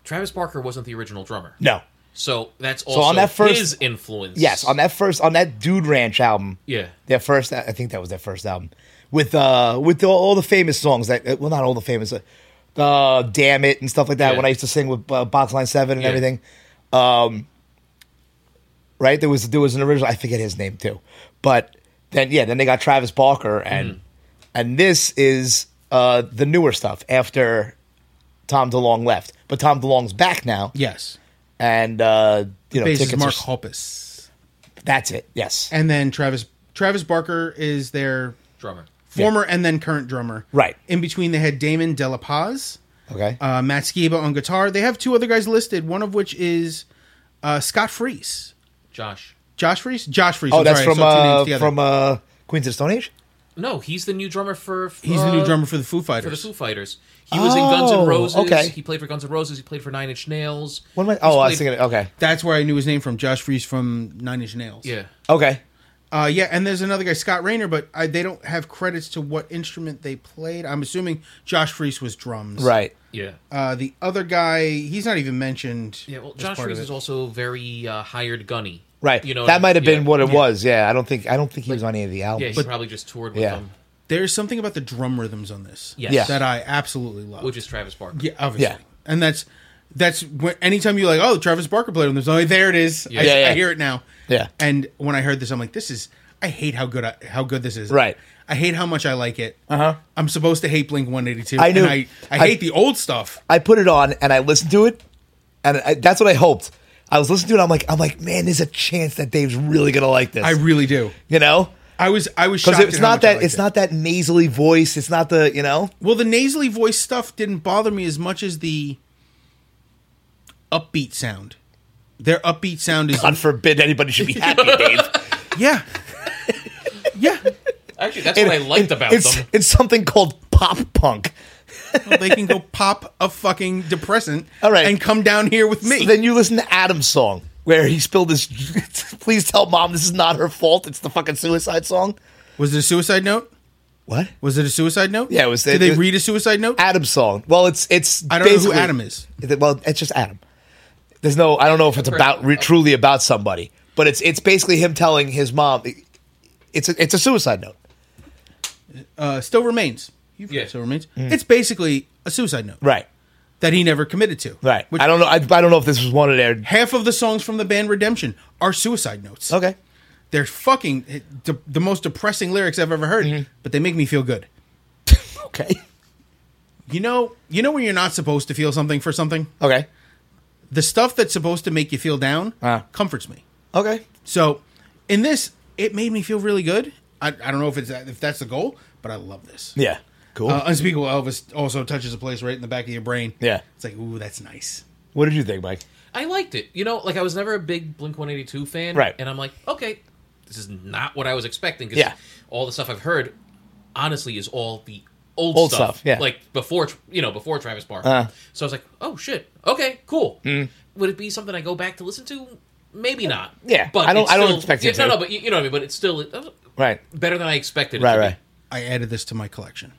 Speaker 3: Travis Barker wasn't the original drummer.
Speaker 1: No.
Speaker 3: So that's also
Speaker 1: on that first-
Speaker 3: his influence.
Speaker 1: Yes, on that first on that Dude Ranch album.
Speaker 3: Yeah.
Speaker 1: Their first, I think that was their first album with uh with all, all the famous songs that uh, well not all the famous, uh, uh, damn it and stuff like that.
Speaker 3: Yeah.
Speaker 1: When I used to sing with uh, Boxline Seven and
Speaker 3: Yeah.
Speaker 1: everything, um, right there was there was an original I forget his name too, but then yeah then they got Travis Barker and
Speaker 2: Mm.
Speaker 1: and this is uh the newer stuff after Tom DeLong left, but Tom DeLong's back now
Speaker 2: yes.
Speaker 1: and uh you know
Speaker 2: Bass is
Speaker 1: tickets
Speaker 2: Mark
Speaker 1: are,
Speaker 2: Hoppus.
Speaker 1: that's it yes
Speaker 2: And then Travis Travis Barker is their
Speaker 3: Drummer.
Speaker 2: former and then current drummer.
Speaker 1: Right.
Speaker 2: In between they had Damon De La Paz,
Speaker 1: okay
Speaker 2: uh, Matt Skiba on guitar. They have two other guys listed, one of which is uh, Scott Freese.
Speaker 3: Josh.
Speaker 2: Josh Freese? Josh Freese.
Speaker 1: Oh,
Speaker 2: I'm
Speaker 1: that's
Speaker 2: sorry, I
Speaker 1: from
Speaker 2: saw two names
Speaker 1: uh,
Speaker 2: together.
Speaker 1: from uh, Queens of the Stone Age.
Speaker 3: No, he's the new drummer for.
Speaker 2: He's the
Speaker 3: uh,
Speaker 2: new drummer for the Foo
Speaker 3: for the
Speaker 2: Fighters.
Speaker 3: Foo Fighters. He was in Guns
Speaker 1: Oh,
Speaker 3: N' Roses.
Speaker 1: okay.
Speaker 3: He played for Guns N' Roses. He played for Nine Inch Nails.
Speaker 1: What am I?
Speaker 3: He's
Speaker 1: Oh, I was
Speaker 3: played-
Speaker 1: thinking. Okay,
Speaker 2: That's where I knew his name from. Josh Freese from Nine Inch Nails.
Speaker 3: Yeah.
Speaker 1: okay.
Speaker 2: Uh, yeah, and there's another guy, Scott Rayner, but I, they don't have credits to what instrument they played. I'm assuming Josh Freese was drums.
Speaker 1: Right.
Speaker 3: Yeah.
Speaker 2: Uh, the other guy, he's not even mentioned.
Speaker 3: Yeah, well,
Speaker 2: as
Speaker 3: Josh
Speaker 2: part of
Speaker 3: Freese
Speaker 2: it.
Speaker 3: is also very uh, hired gunny.
Speaker 1: Right.
Speaker 3: You know
Speaker 1: that might have been
Speaker 3: yeah.
Speaker 1: what it was. Yeah, I don't think I don't think he was on any of the
Speaker 3: Yeah,
Speaker 1: albums.
Speaker 3: he probably just toured with
Speaker 1: Yeah.
Speaker 3: them,
Speaker 2: There's something about the drum rhythms on this.
Speaker 3: Yes. Yeah.
Speaker 2: That I absolutely love.
Speaker 3: which is Travis Barker.
Speaker 2: yeah, obviously.
Speaker 1: Yeah.
Speaker 2: And that's that's when, anytime you're like, oh, Travis Barker played on this. Oh, there it is. I,
Speaker 1: Yeah, yeah.
Speaker 2: I hear it now.
Speaker 1: Yeah.
Speaker 2: And when I heard this, I'm like, this is. I hate how good I, how good this is.
Speaker 1: Right. Uh-huh.
Speaker 2: I hate how much I like it. Uh huh. I'm supposed to hate Blink 182.
Speaker 1: I knew-
Speaker 2: And I, I
Speaker 1: I-
Speaker 2: hate the old stuff.
Speaker 1: I put it on and I listened to it, and I, that's what I hoped. I was listening to it. I'm like, I'm like, man, there's a chance that Dave's really gonna like this.
Speaker 2: I really do.
Speaker 1: you know,
Speaker 2: I was I was
Speaker 1: because
Speaker 2: shocked.
Speaker 1: it's
Speaker 2: at how
Speaker 1: not
Speaker 2: much I
Speaker 1: that
Speaker 2: liked
Speaker 1: it's
Speaker 2: it.
Speaker 1: not that nasally voice. It's not the you know.
Speaker 2: Well, the nasally voice stuff didn't bother me as much as the upbeat sound. Their upbeat sound is
Speaker 1: God forbid anybody should be happy, Dave.
Speaker 2: yeah, yeah.
Speaker 3: Actually, that's what I liked about
Speaker 1: it's,
Speaker 3: them.
Speaker 1: It's something called pop punk.
Speaker 2: Well, they can go pop a fucking depressant,
Speaker 1: All right.
Speaker 2: and come down here with me.
Speaker 1: So then you listen to Adam's song where he spilled his. Please tell mom this is not her fault. It's the fucking suicide song.
Speaker 2: was it a suicide note?
Speaker 1: What?
Speaker 2: Was it a suicide note?
Speaker 1: Yeah, it was-
Speaker 2: Did
Speaker 1: it-
Speaker 2: they
Speaker 1: it-
Speaker 2: read a suicide note?
Speaker 1: Adam's song. Well, it's it's.
Speaker 2: I don't know who
Speaker 1: basically-
Speaker 2: Adam is.
Speaker 1: It- Well, it's just Adam. There's no. I don't know if it's about re- truly about somebody, but it's it's basically him telling his mom. It's a, it's a suicide note.
Speaker 2: Uh, still remains. You've heard
Speaker 3: Yeah.
Speaker 2: still remains. It's basically a suicide note
Speaker 1: Mm. Right.
Speaker 2: that he never committed to.
Speaker 1: Right.
Speaker 2: Which
Speaker 1: I don't know. I, I don't know if this was one of their.
Speaker 2: half of the songs from the band Redemption are suicide notes.
Speaker 1: Okay.
Speaker 2: They're fucking the, the most depressing lyrics I've ever heard,
Speaker 1: Mm-hmm.
Speaker 2: but they make me feel good.
Speaker 1: Okay.
Speaker 2: You know, you know when you're not supposed to feel something for something?
Speaker 1: Okay.
Speaker 2: The stuff that's supposed to make you feel down
Speaker 1: Ah.
Speaker 2: comforts me.
Speaker 1: Okay.
Speaker 2: So, in this, it made me feel really good. I, I don't know if it's if that's the goal, but I love this.
Speaker 1: Yeah. Cool.
Speaker 2: Uh, Unspeakable Elvis also touches a place right in the back of your brain.
Speaker 1: Yeah.
Speaker 2: It's like, ooh, that's nice.
Speaker 1: what did you think, Mike?
Speaker 3: I liked it. You know, like I was never a big Blink 182 fan.
Speaker 1: Right.
Speaker 3: And I'm like, okay, this is not what I was expecting because
Speaker 1: Yeah.
Speaker 3: all the stuff I've heard, honestly, is all the old,
Speaker 1: Old
Speaker 3: stuff.
Speaker 1: stuff, yeah.
Speaker 3: Like before, you know, before Travis Barker.
Speaker 1: Uh.
Speaker 3: so I was like, oh shit, okay, cool. Would it be something I go back to listen to? Maybe not.
Speaker 1: Mm-hmm. Yeah, I don't-
Speaker 3: it's
Speaker 1: I don't expect it
Speaker 3: yeah, No,
Speaker 1: to.
Speaker 3: no, but you, you know what I mean. But it's still uh,
Speaker 1: Right.
Speaker 3: better than I expected. it
Speaker 1: Right,
Speaker 3: to be.
Speaker 1: right.
Speaker 2: I added this to my collection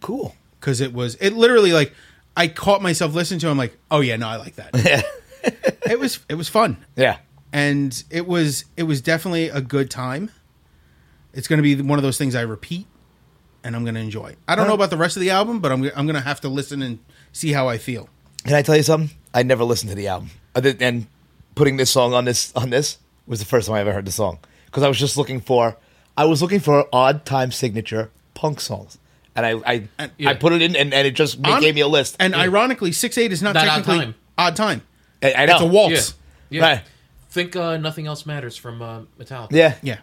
Speaker 1: Cool.
Speaker 2: because it was it literally like I caught myself listening to. It, I'm like, oh yeah, no, I like that. it was it was fun.
Speaker 1: Yeah.
Speaker 2: and it was it was definitely a good time. It's going to be one of those things I repeat, and I'm going to enjoy. I don't know about the rest of the album, but I'm I'm going to have to listen and see how I feel.
Speaker 1: Can I tell you something? I never listened to the album, Other than- and putting this song on this on this was the first time I ever heard the song because I was just looking for I was looking for odd time signature punk songs, and I I,
Speaker 3: yeah.
Speaker 1: I put it in and, and it just ma-
Speaker 2: Hon-
Speaker 1: gave me a list.
Speaker 2: And ironically, six eight is not,
Speaker 3: Not odd
Speaker 2: technically odd time.
Speaker 3: time.
Speaker 1: I, I know
Speaker 2: It's a waltz.
Speaker 3: Yeah. yeah.
Speaker 1: Right.
Speaker 3: Think uh, nothing else matters from uh, Metallica.
Speaker 1: Yeah.
Speaker 2: Yeah.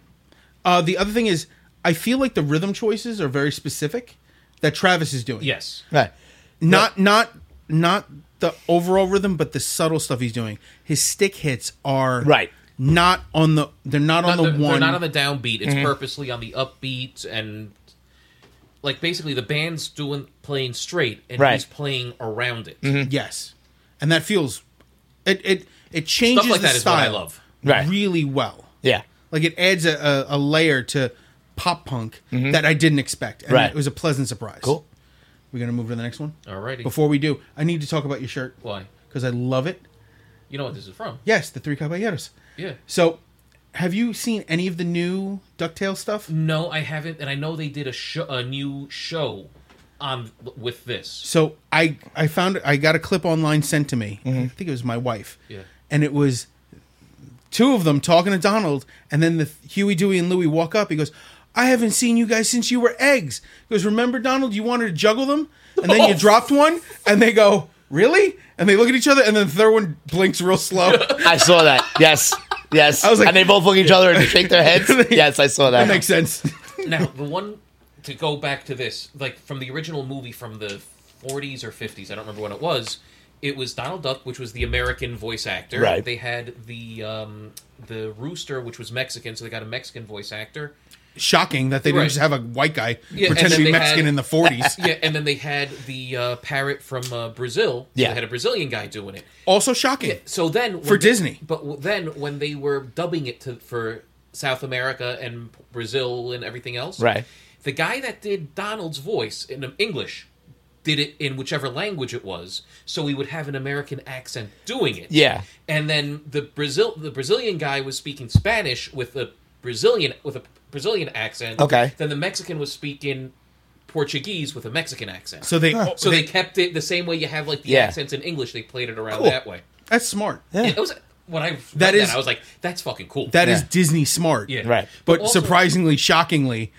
Speaker 2: Uh, the other thing is, I feel like the rhythm choices are very specific that Travis is doing.
Speaker 3: Yes.
Speaker 1: Right.
Speaker 2: not not not the overall rhythm, but the subtle stuff he's doing. His stick hits are
Speaker 1: Right.
Speaker 2: Not on the. They're not,
Speaker 3: Not
Speaker 2: on the
Speaker 3: they're,
Speaker 2: one. Mm-hmm.
Speaker 3: They're not on the downbeat. It's purposely on the upbeat and like basically the band's doing playing straight and
Speaker 1: Right.
Speaker 3: he's playing around it.
Speaker 2: Mm-hmm. Yes, and that feels it. It it changes
Speaker 3: like
Speaker 2: the
Speaker 3: that is what I
Speaker 2: style
Speaker 3: love.
Speaker 1: Right.
Speaker 2: really well.
Speaker 1: Yeah.
Speaker 2: Like it adds a, a, a layer to pop punk that I didn't expect, and
Speaker 1: Mm-hmm. Right.
Speaker 2: it was a pleasant surprise.
Speaker 1: Cool.
Speaker 2: We're gonna move to the next one.
Speaker 3: Alrighty.
Speaker 2: Before we do, I need to talk about your shirt
Speaker 3: Why?
Speaker 2: because I love it.
Speaker 3: You know what this is from?
Speaker 2: Yes, the Three Caballeros.
Speaker 3: Yeah.
Speaker 2: So, have you seen any of the new Ducktales stuff?
Speaker 3: No, I haven't, and I know they did a show, a new show on with this.
Speaker 2: So I I found I got a clip online sent to me. I think it was my wife.
Speaker 3: Mm-hmm. Yeah.
Speaker 2: And it was two of them talking to Donald, and then the Huey, Dewey, and Louie walk up. He goes, "I haven't seen you guys since you were eggs." He goes, "Remember, Donald, you wanted to juggle them, and then you dropped one." And they go, "Really?" And they look at each other, and then the third one blinks real slow,
Speaker 1: I saw that. Yes. Yes. I
Speaker 2: was like-
Speaker 1: and they both look at each other and shake their heads. yes, I saw that.
Speaker 2: makes sense.
Speaker 3: Now the one to go back to this, like from the original movie from the 40s or 50s, I don't remember when it was. It was Donald Duck, which was the American voice actor.
Speaker 1: Right.
Speaker 3: They had the um, the rooster, which was Mexican, so they got a Mexican voice actor.
Speaker 2: Shocking that they didn't
Speaker 3: Right.
Speaker 2: just have a white guy
Speaker 3: Yeah, and
Speaker 2: pretend to
Speaker 3: then
Speaker 2: be
Speaker 3: they
Speaker 2: Mexican
Speaker 3: had-
Speaker 2: in the forties.
Speaker 3: Yeah, and then they had the uh, parrot from uh, Brazil. So
Speaker 1: Yeah.
Speaker 3: they had a Brazilian guy doing it.
Speaker 2: also shocking.
Speaker 3: So then when
Speaker 2: For
Speaker 3: they-
Speaker 2: Disney.
Speaker 3: but w- then when they were dubbing it to for South America and Brazil and everything else,
Speaker 1: Right.
Speaker 3: The guy that did Donald's voice in um, English did it in whichever language it was, so we would have an American accent doing it.
Speaker 1: Yeah.
Speaker 3: And then the Brazil the Brazilian guy was speaking Spanish with a Brazilian with a Brazilian accent.
Speaker 1: Okay.
Speaker 3: Then the Mexican was speaking Portuguese with a Mexican accent.
Speaker 2: So they
Speaker 3: so they, kept it the same way you have like the
Speaker 1: Yeah.
Speaker 3: accents in English. They played it around
Speaker 1: Cool.
Speaker 3: that way.
Speaker 2: that's smart.
Speaker 3: It was when I read
Speaker 2: That
Speaker 3: that,
Speaker 2: is-
Speaker 3: I was like, that's fucking cool.
Speaker 2: That is
Speaker 1: Yeah.
Speaker 2: Disney smart.
Speaker 3: Yeah.
Speaker 1: Right.
Speaker 2: But
Speaker 3: also-
Speaker 2: surprisingly, shockingly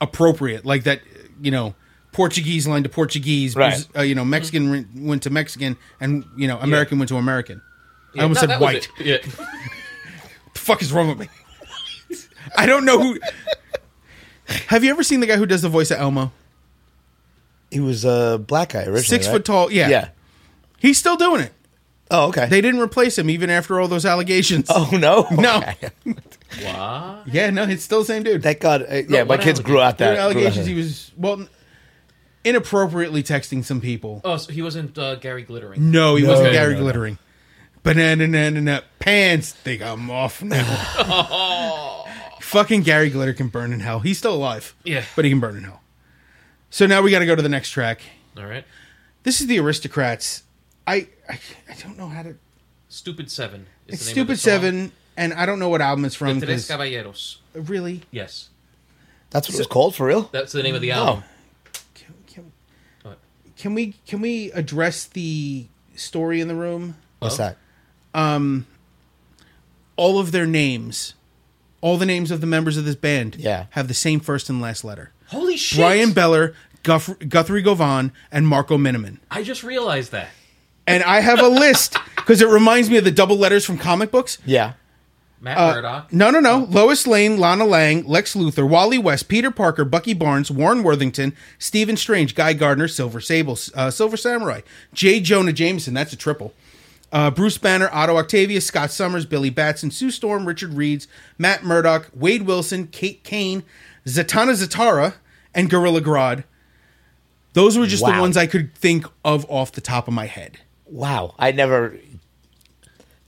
Speaker 2: appropriate. Like that, you know, Portuguese line to Portuguese,
Speaker 1: Right.
Speaker 2: Braz- uh, you know, Mexican went-
Speaker 3: Mm-hmm.
Speaker 2: went to Mexican, and, you know, American went to American. I
Speaker 3: No,
Speaker 2: almost said
Speaker 3: that was
Speaker 2: white.
Speaker 3: it. Yeah.
Speaker 2: The fuck is wrong with me? I don't know who. Have you ever seen the guy who does the voice of Elmo?
Speaker 1: He was a black guy originally.
Speaker 2: Six
Speaker 1: right?
Speaker 2: foot tall. Yeah.
Speaker 1: Yeah.
Speaker 2: He's still doing it.
Speaker 1: Oh, okay.
Speaker 2: They didn't replace him even after all those allegations.
Speaker 1: oh no.
Speaker 2: No.
Speaker 1: Okay.
Speaker 3: Wow.
Speaker 2: Yeah, no, it's still the same dude.
Speaker 1: Thank God. Uh, yeah, my
Speaker 3: what
Speaker 1: kids grew out
Speaker 2: There
Speaker 1: that.
Speaker 2: were
Speaker 1: grew out
Speaker 2: allegations
Speaker 1: that.
Speaker 2: he was, well, inappropriately texting some people.
Speaker 3: Oh, so he wasn't uh, Gary Glittering.
Speaker 2: No, he wasn't
Speaker 1: No,
Speaker 2: Gary
Speaker 1: no, no.
Speaker 2: Glittering. Banana na, na, pants. They got him off now. Fucking Gary Glitter can burn in hell. He's still alive.
Speaker 3: Yeah.
Speaker 2: But he can burn in hell. So now we got to go to the next track.
Speaker 3: All right.
Speaker 2: This is the Aristocrats. I I, I don't know how to.
Speaker 3: Stupid Seven. Is
Speaker 2: It's
Speaker 3: the name of the
Speaker 2: Stupid
Speaker 3: song.
Speaker 2: Seven, and I don't know what album it's from.
Speaker 3: Tres
Speaker 2: 'cause-
Speaker 3: Caballeros.
Speaker 2: Really?
Speaker 3: Yes,
Speaker 1: That's what it was called for real.
Speaker 3: that's the name of the album. Oh.
Speaker 2: Can, can,
Speaker 3: What?
Speaker 2: can we can we address the story in the room?
Speaker 1: What's that?
Speaker 2: all of their names, all the names of the members of this band,
Speaker 1: Yeah.
Speaker 2: have the same first and last letter.
Speaker 3: Holy shit!
Speaker 2: Brian Beller, Guff- Guthrie Govan, and Marco Miniman.
Speaker 3: I just realized that.
Speaker 2: And I have a list because it reminds me of the double letters from comic books.
Speaker 1: Yeah.
Speaker 3: Matt
Speaker 2: Uh,
Speaker 3: Murdock.
Speaker 2: No, no, no. Lois Lane, Lana Lang, Lex Luthor, Wally West, Peter Parker, Bucky Barnes, Warren Worthington, Stephen Strange, Guy Gardner, Silver Sable, uh, Silver Samurai, J. Jonah Jameson. That's a triple. Uh, Bruce Banner, Otto Octavius, Scott Summers, Billy Batson, Sue Storm, Richard Reeds, Matt Murdock, Wade Wilson, Kate Kane, Zatanna Zatara, and Gorilla Grodd. Those were just the
Speaker 1: Wow.
Speaker 2: ones I could think of off the top of my head.
Speaker 1: Wow. I never.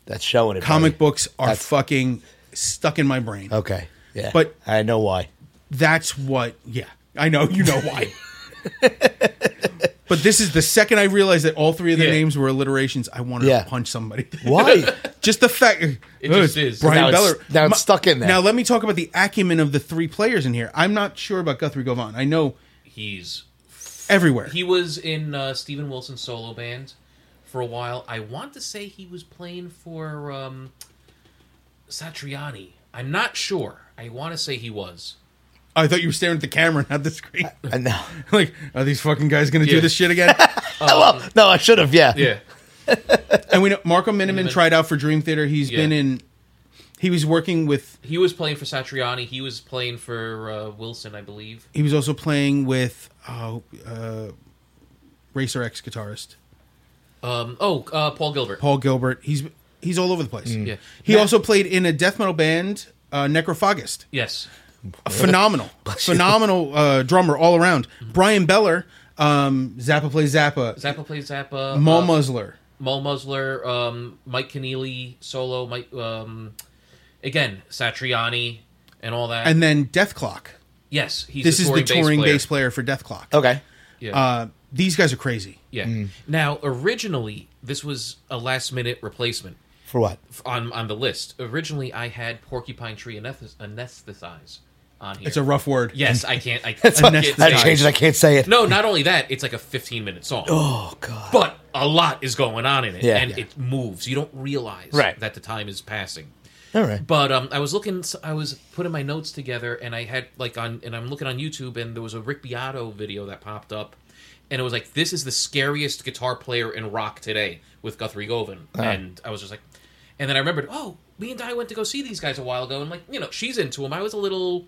Speaker 1: That's showing it.
Speaker 2: Comic
Speaker 1: buddy.
Speaker 2: books are fucking stuck in my brain.
Speaker 1: Okay. Yeah.
Speaker 2: But-
Speaker 1: I know why.
Speaker 2: That's what. Yeah, I know. You know why. but this is the second I realized that all three of their
Speaker 3: Yeah.
Speaker 2: names were alliterations. I wanted
Speaker 1: Yeah.
Speaker 2: to punch somebody.
Speaker 1: Why?
Speaker 2: Just the fact it
Speaker 3: just is.
Speaker 2: Brian
Speaker 1: Now it's-
Speaker 2: Beller.
Speaker 1: now it's stuck in there.
Speaker 2: Now let me talk about the acumen of the three players in here. I'm not sure about Guthrie Govan. I know
Speaker 3: He's
Speaker 2: everywhere.
Speaker 3: he was in uh, Steven Wilson's solo band for a while. I want to say he was playing for um, Satriani. I'm not sure. I want to say he was.
Speaker 2: I thought you were staring at the camera, not the screen.
Speaker 1: I know.
Speaker 2: like, are these fucking guys going to do
Speaker 3: Yeah.
Speaker 2: this shit again?
Speaker 1: well, Oh, no, I should have. Yeah.
Speaker 3: Yeah,
Speaker 2: and we know Marco Miniman
Speaker 3: Miniman.
Speaker 2: tried out for Dream Theater. He's
Speaker 3: Yeah.
Speaker 2: been in. He was working with.
Speaker 3: he was playing for Satriani. He was playing for uh, Wilson, I believe.
Speaker 2: He was also playing with. Oh, uh, Racer X guitarist
Speaker 3: Um, oh, uh, Paul Gilbert.
Speaker 2: Paul Gilbert. He's he's all over the place.
Speaker 3: Yeah.
Speaker 2: He
Speaker 3: Yeah.
Speaker 2: also played in a death metal band, uh, Necrophagist.
Speaker 3: Yes.
Speaker 2: A phenomenal, phenomenal uh, drummer all around. Brian Beller, um, Zappa plays Zappa.
Speaker 3: Mm-hmm. Zappa played Zappa.
Speaker 2: Mo
Speaker 3: uh,
Speaker 2: Muzzler.
Speaker 3: Mo Muzzler, um, Mike Keneally solo, Mike, um, again Satriani and all that.
Speaker 2: and then Death Clock.
Speaker 3: yes, he's
Speaker 2: This
Speaker 3: a
Speaker 2: is the
Speaker 3: touring
Speaker 2: touring
Speaker 3: bass player.
Speaker 2: bass player, for Death Clock.
Speaker 1: Okay.
Speaker 3: Yeah.
Speaker 2: Uh, mm. these guys are crazy.
Speaker 3: yeah. Now, originally, this was a last minute replacement
Speaker 1: For what?
Speaker 3: f- on on the list. Originally, I had Porcupine Tree anesthes- anesthetize on here.
Speaker 2: It's a rough word.
Speaker 3: yes, I can't.
Speaker 1: I
Speaker 3: I, I can't
Speaker 2: Anesthetize.
Speaker 3: say it.
Speaker 1: changed it. I can't say it.
Speaker 3: No, not only that, it's like a 15 minute song.
Speaker 1: Oh God.
Speaker 3: but a lot is going on in it
Speaker 1: Yeah.
Speaker 3: and
Speaker 1: Yeah.
Speaker 3: it moves you don't realize
Speaker 1: Right.
Speaker 3: that the time is passing
Speaker 1: All right.
Speaker 3: but um, i was looking i was putting my notes together and i had like on and i'm looking on youtube and there was a rick beato video that popped up and it was like this is the scariest guitar player in rock today with guthrie govan
Speaker 1: Ah.
Speaker 3: and i was just like and then i remembered oh me and di went to go see these guys a while ago and like you know she's into them i was a little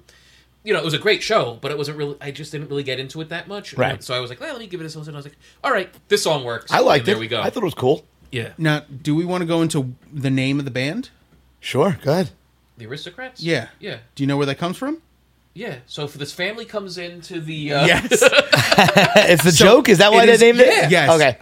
Speaker 3: you know, it was a great show, but it wasn't really. I just didn't really get into it that much.
Speaker 1: Right.
Speaker 3: So I was like, well, let me give it a listen. I was like, all right, this song works.
Speaker 1: I liked
Speaker 3: and there
Speaker 1: it.
Speaker 3: There we go.
Speaker 1: I thought it was cool.
Speaker 3: Yeah.
Speaker 2: Now, do we want to go into the name of the band?
Speaker 1: Sure. Go ahead.
Speaker 3: The aristocrats?
Speaker 2: Yeah.
Speaker 3: Yeah.
Speaker 2: Do you know where that comes from?
Speaker 3: Yeah. So if this family comes into the uh,
Speaker 1: it's the joke. Is that why
Speaker 2: it
Speaker 1: they
Speaker 2: is-
Speaker 1: named
Speaker 2: yeah.
Speaker 1: it?
Speaker 2: Yes.
Speaker 1: Okay.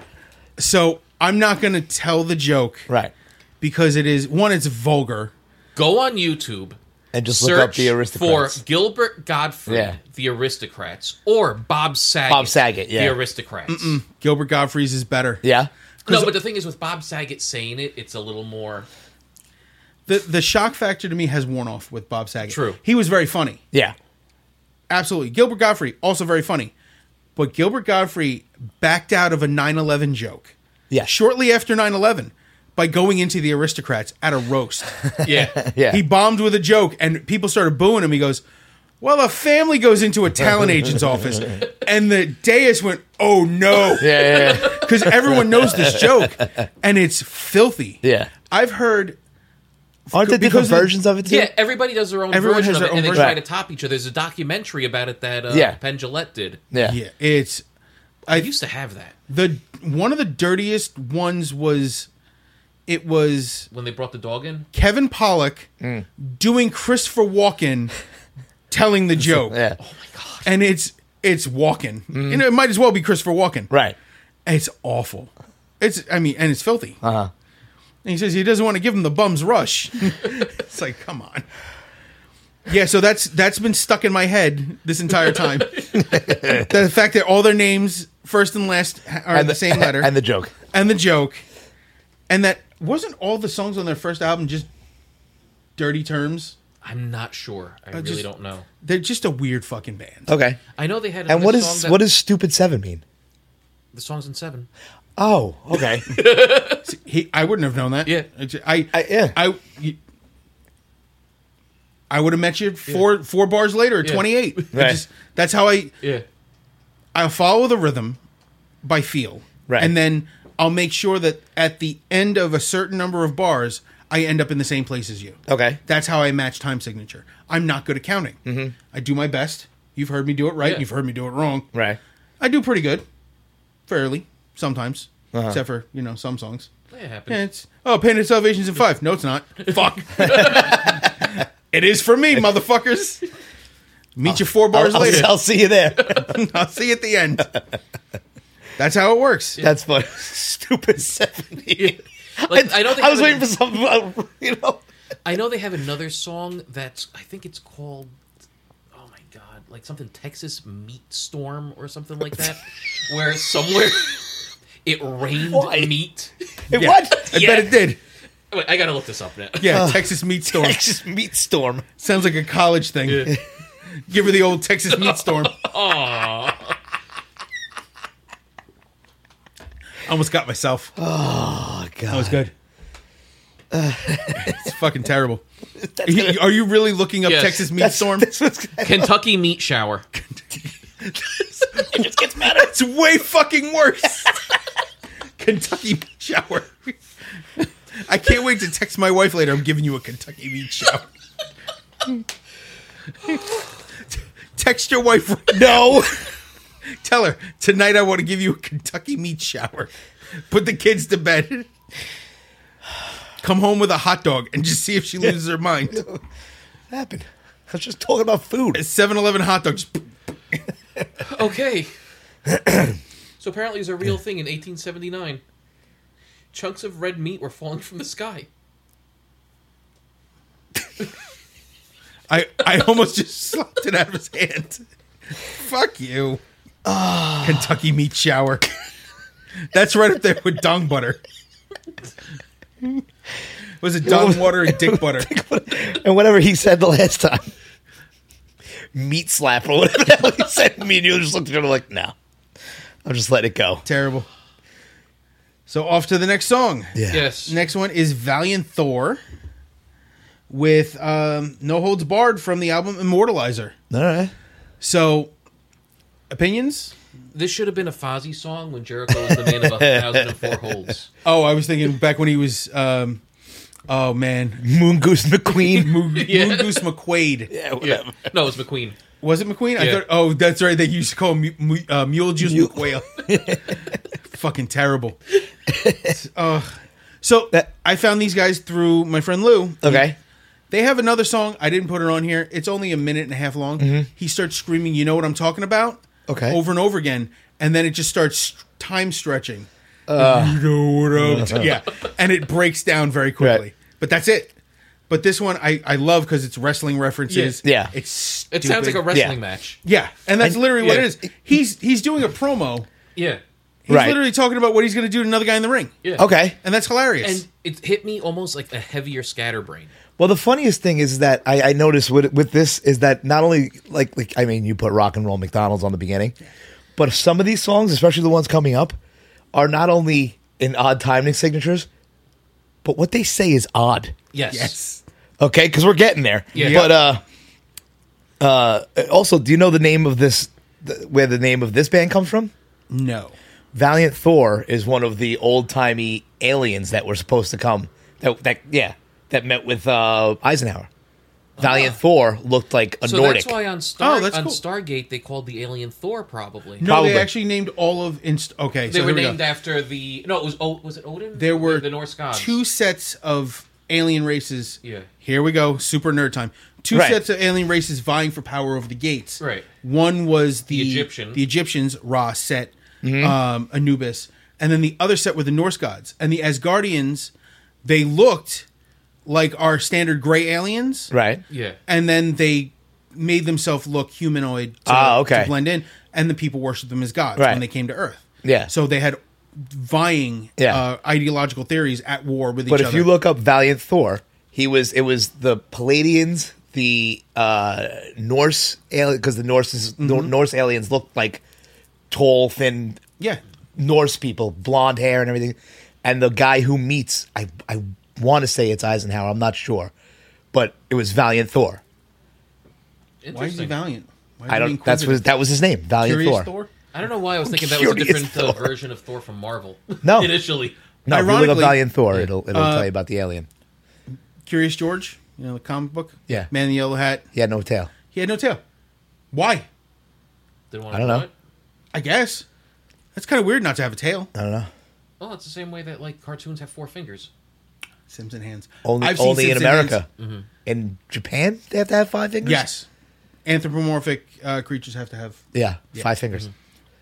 Speaker 2: so I'm not going to tell the joke
Speaker 1: Right.
Speaker 2: because it is one. It's vulgar.
Speaker 3: go on YouTube,
Speaker 1: And just
Speaker 3: search
Speaker 1: look up the aristocrats.
Speaker 3: for Gilbert Godfrey,
Speaker 1: Yeah.
Speaker 3: the aristocrats, or Bob Saget.
Speaker 1: Bob Saget, yeah.
Speaker 3: The aristocrats.
Speaker 2: Gilbert Godfrey's is better.
Speaker 1: yeah.
Speaker 3: No, but the thing is with Bob Saget saying it, it's a little more
Speaker 2: The the shock factor to me has worn off with Bob Saget.
Speaker 3: True.
Speaker 2: He was very funny.
Speaker 1: Yeah.
Speaker 2: Absolutely. Gilbert Godfrey also very funny. But Gilbert Godfrey backed out of a 9/11 joke.
Speaker 1: Yeah.
Speaker 2: Shortly after 9/11 by going into the aristocrats at a roast.
Speaker 3: Yeah.
Speaker 1: Yeah.
Speaker 2: He bombed with a joke and people started booing him. He goes, "Well, a family goes into a talent agent's office." And the dais went, "Oh no."
Speaker 1: yeah. Yeah. yeah.
Speaker 2: because everyone knows this joke and it's filthy.
Speaker 1: Yeah.
Speaker 2: I've heard
Speaker 1: Aren't there different
Speaker 2: Because of-
Speaker 1: versions of it too?
Speaker 3: yeah, everybody does their own
Speaker 2: Everyone
Speaker 3: version
Speaker 2: has
Speaker 3: of
Speaker 2: their
Speaker 3: it,
Speaker 2: own
Speaker 3: and they
Speaker 2: version.
Speaker 3: try to top each other. There's a documentary about it that uh,
Speaker 1: Yeah.
Speaker 3: Penn Jillette did.
Speaker 1: Yeah.
Speaker 2: yeah, it's
Speaker 3: I used to have that
Speaker 2: the one of the dirtiest ones was it was
Speaker 3: when they brought the dog in.
Speaker 2: Kevin Pollock
Speaker 1: Mm.
Speaker 2: doing Christopher Walken telling the joke,
Speaker 1: Yeah.
Speaker 2: and it's it's Walken.
Speaker 1: Mm.
Speaker 2: You know, it might as well be Christopher Walken.
Speaker 1: Right.
Speaker 2: It's awful. It's I mean, and it's filthy. Uh huh. And he says he doesn't want to give him the bums rush. it's like, come on. Yeah, so that's that's been stuck in my head this entire time. the fact that all their names, first and last, ha- are the, same letter,
Speaker 1: And the joke.
Speaker 2: and the joke, and that wasn't all the songs on their first album just dirty terms.
Speaker 3: I'm not sure. I, really
Speaker 2: just-
Speaker 3: don't know.
Speaker 2: They're just a weird fucking band.
Speaker 1: Okay.
Speaker 3: I know they had
Speaker 1: And
Speaker 3: another
Speaker 1: what
Speaker 3: song
Speaker 1: is
Speaker 3: that,
Speaker 1: what does stupid seven mean?
Speaker 3: the songs in seven.
Speaker 1: Oh, okay.
Speaker 2: He, I wouldn't have known that.
Speaker 3: Yeah.
Speaker 2: I, ju- I,
Speaker 1: I- yeah.
Speaker 2: I, you- I would have met you four four bars later, at
Speaker 3: Yeah.
Speaker 2: twenty eight.
Speaker 1: Right.
Speaker 2: that's how I
Speaker 3: Yeah.
Speaker 2: I follow the rhythm by feel,
Speaker 1: Right.
Speaker 2: and then I'll make sure that at the end of a certain number of bars, I end up in the same place as you.
Speaker 1: Okay.
Speaker 2: That's how I match time signature. I'm not good at counting.
Speaker 1: Mm-hmm.
Speaker 2: I do my best. You've heard me do it right.
Speaker 3: Yeah.
Speaker 2: You've heard me do it wrong.
Speaker 1: Right.
Speaker 2: I do pretty good, fairly sometimes,
Speaker 1: Uh-huh.
Speaker 2: except for you know some songs.
Speaker 3: Yeah, it happened.
Speaker 2: Yeah, it's oh, Pain of Salvation's in five. No, it's not. Fuck. it is for me, motherfuckers. Meet you four bars
Speaker 1: I'll,
Speaker 2: later.
Speaker 1: I'll see you there.
Speaker 2: I'll see you at the end. That's how it works.
Speaker 1: That's funny. Stupid seven.
Speaker 3: Yeah. Like I, know they
Speaker 1: I was
Speaker 3: have
Speaker 1: waiting
Speaker 3: an-
Speaker 1: for something, uh, you know.
Speaker 3: I know they have another song that's I think it's called oh my god, like something Texas Meat Storm or something like that, where somewhere it rained
Speaker 1: Why?
Speaker 3: meat.
Speaker 1: Hey,
Speaker 2: Yeah.
Speaker 1: What?
Speaker 2: I
Speaker 3: Yeah.
Speaker 2: bet it did.
Speaker 3: Wait, I gotta look this up now.
Speaker 2: Yeah, Texas meat storm
Speaker 1: Uh, Texas meat storm.
Speaker 2: sounds like a college thing. Give her the old Texas meat storm. Almost got myself. That
Speaker 1: Oh god.
Speaker 2: was good. it's fucking terrible.
Speaker 1: That's
Speaker 2: You- you- Are you really looking up
Speaker 3: Yes.
Speaker 2: Texas meat
Speaker 1: that's-
Speaker 2: storm?
Speaker 1: that's what's-
Speaker 3: Kentucky Meat Shower.
Speaker 1: it just gets better.
Speaker 2: It's way fucking worse. Kentucky meat shower. I can't wait to text my wife later. I'm giving you a Kentucky meat shower. text your wife.
Speaker 1: No.
Speaker 2: Tell her tonight I want to give you a Kentucky meat shower. Put the kids to bed. Come home with a hot dog and just see if she loses her mind.
Speaker 1: What happened? I was just talking about food.
Speaker 2: 7 Eleven hot dog. Just
Speaker 3: Okay. so apparently it's a real thing in 1879. Chunks of red meat were falling from the sky.
Speaker 2: I I almost just slapped it out of his hand. Fuck you. Kentucky meat shower. That's right up there with dong butter. Was it dong water and dick butter?
Speaker 1: And whatever he said the last time. Meat slap or whatever the hell he said. Me and you just looked at each other like, no. I'll just let it go.
Speaker 2: Terrible. So off to the next song.
Speaker 1: Yeah.
Speaker 3: Yes.
Speaker 2: Next one is Valiant Thor with um, No Holds Barred from the album Immortalizer.
Speaker 1: All right.
Speaker 2: So opinions?
Speaker 3: This should have been a Fozzy song when Jericho was the man of a thousand and four holds.
Speaker 2: Oh, I was thinking back when he was um, oh man,
Speaker 1: Moon Goose McQueen.
Speaker 2: Moon, Moon Goose McQuaid.
Speaker 1: yeah, whatever.
Speaker 3: Yeah. No, it's McQueen.
Speaker 2: Was it McQueen? I
Speaker 3: Yeah.
Speaker 2: thought. Oh, that's right. They used to call him Mu- Mu- uh, Mule Juice
Speaker 1: Mule.
Speaker 2: McQuail. Fucking terrible. Ugh. so
Speaker 1: That-
Speaker 2: I found these guys through my friend Lou.
Speaker 1: Okay.
Speaker 2: They have another song. I didn't put it on here. It's only a minute and a half long. He starts screaming, "You know what I'm talking about?"
Speaker 1: Mm-hmm. Okay.
Speaker 2: Over and over again, and then it just starts st- time stretching. you know what I'm ta- yeah, and it breaks down very quickly.
Speaker 1: Uh. Right.
Speaker 2: But that's it. But this one I I love because it's wrestling references.
Speaker 1: Yeah. Yeah.
Speaker 2: it's
Speaker 3: It sounds like
Speaker 2: stupid.
Speaker 3: a wrestling
Speaker 1: Yeah.
Speaker 3: match.
Speaker 2: Yeah, and that's
Speaker 1: And-
Speaker 2: literally what
Speaker 3: yeah.
Speaker 2: it is. He's he's doing a promo.
Speaker 3: Yeah.
Speaker 2: He's
Speaker 1: Right.
Speaker 2: literally talking about what he's going to do to another guy in the ring,
Speaker 3: Yeah.
Speaker 1: Okay.
Speaker 2: and that's hilarious.
Speaker 3: And it hit me almost like a heavier scatterbrain.
Speaker 1: Well, the funniest thing is that I, I noticed with with this is that not only like like I mean you put rock and roll McDonald's on the beginning, but some of these songs, especially the ones coming up, are not only in odd timing signatures, but what they say is odd.
Speaker 3: Yes.
Speaker 2: yes,
Speaker 1: Okay, because we're getting there.
Speaker 3: Yeah.
Speaker 1: But uh, uh, also, do you know the name of this? The, where the name of this band comes from?
Speaker 2: no,
Speaker 1: Valiant Thor is one of the old timey aliens that were supposed to come. That that yeah, that met with uh, Eisenhower. Valiant Thor looked like a
Speaker 3: Uh-huh. So
Speaker 1: Nordic.
Speaker 3: that's why on Star
Speaker 2: Oh, that's
Speaker 3: on
Speaker 2: cool.
Speaker 3: Stargate they called the alien Thor probably.
Speaker 2: no.
Speaker 1: Probably.
Speaker 2: They actually named all of inst- okay.
Speaker 3: They
Speaker 2: so
Speaker 3: were
Speaker 2: here we go.
Speaker 3: named after the no, it was o- was it Odin?
Speaker 2: There were
Speaker 3: the Norse gods.
Speaker 2: Two sets of alien races.
Speaker 3: Yeah.
Speaker 2: Here we go. Super nerd time. Two
Speaker 1: Right.
Speaker 2: sets of alien races vying for power over the gates.
Speaker 3: Right.
Speaker 2: One was the,
Speaker 3: Egyptian.
Speaker 2: the Egyptians, Ra set,
Speaker 1: Mm-hmm.
Speaker 2: um, Anubis, and then the other set were the Norse gods. And the Asgardians, they looked like our standard gray aliens.
Speaker 1: right.
Speaker 3: Yeah.
Speaker 2: And then they made themselves look humanoid to,
Speaker 1: Ah, okay.
Speaker 2: to blend in. And the people worshipped them as gods
Speaker 1: Right.
Speaker 2: when they came to Earth.
Speaker 1: Yeah.
Speaker 2: So they had vying
Speaker 1: Yeah.
Speaker 2: uh, ideological theories at war with each
Speaker 1: But
Speaker 2: other.
Speaker 1: if you look up Valiant Thor, he was it was the Palladians, the uh, Norse alien because the Norse
Speaker 3: Mm-hmm.
Speaker 1: Norse aliens looked like tall, thin
Speaker 2: yeah,
Speaker 1: Norse people, blonde hair and everything. And the guy who meets, I, I want to say it's Eisenhower, I'm not sure, but it was Valiant Thor.
Speaker 2: why is he
Speaker 3: Interesting.
Speaker 2: valiant? Why is
Speaker 1: I
Speaker 2: he
Speaker 1: don't.
Speaker 2: being
Speaker 1: That's
Speaker 2: curious?
Speaker 1: what that was his name, Valiant
Speaker 2: Curious
Speaker 1: Thor.
Speaker 2: Thor.
Speaker 3: I don't know why I was thinking that was a
Speaker 1: Curious
Speaker 3: different uh,
Speaker 1: Thor.
Speaker 3: version of Thor from Marvel.
Speaker 1: No.
Speaker 3: initially.
Speaker 1: No, if you look up
Speaker 2: Ironically- uh,
Speaker 1: Valiant Thor, it'll it'll tell you about the alien.
Speaker 2: Curious George, you know the comic book.
Speaker 1: Yeah.
Speaker 2: man in the yellow hat.
Speaker 1: He had no tail.
Speaker 2: He had no tail. Why?
Speaker 3: Didn't want to
Speaker 1: I don't know.
Speaker 3: It.
Speaker 2: I guess that's kind of weird not to have a tail.
Speaker 1: I don't know.
Speaker 3: Well, it's Oh, the same way that like cartoons have four fingers.
Speaker 2: Simpson hands.
Speaker 1: Only
Speaker 2: I've seen
Speaker 1: only in
Speaker 2: Simpson hands.
Speaker 1: America. In Japan, they have to have five fingers.
Speaker 2: Yes, anthropomorphic uh, creatures have to have. Mm-hmm.
Speaker 1: Yeah, five fingers.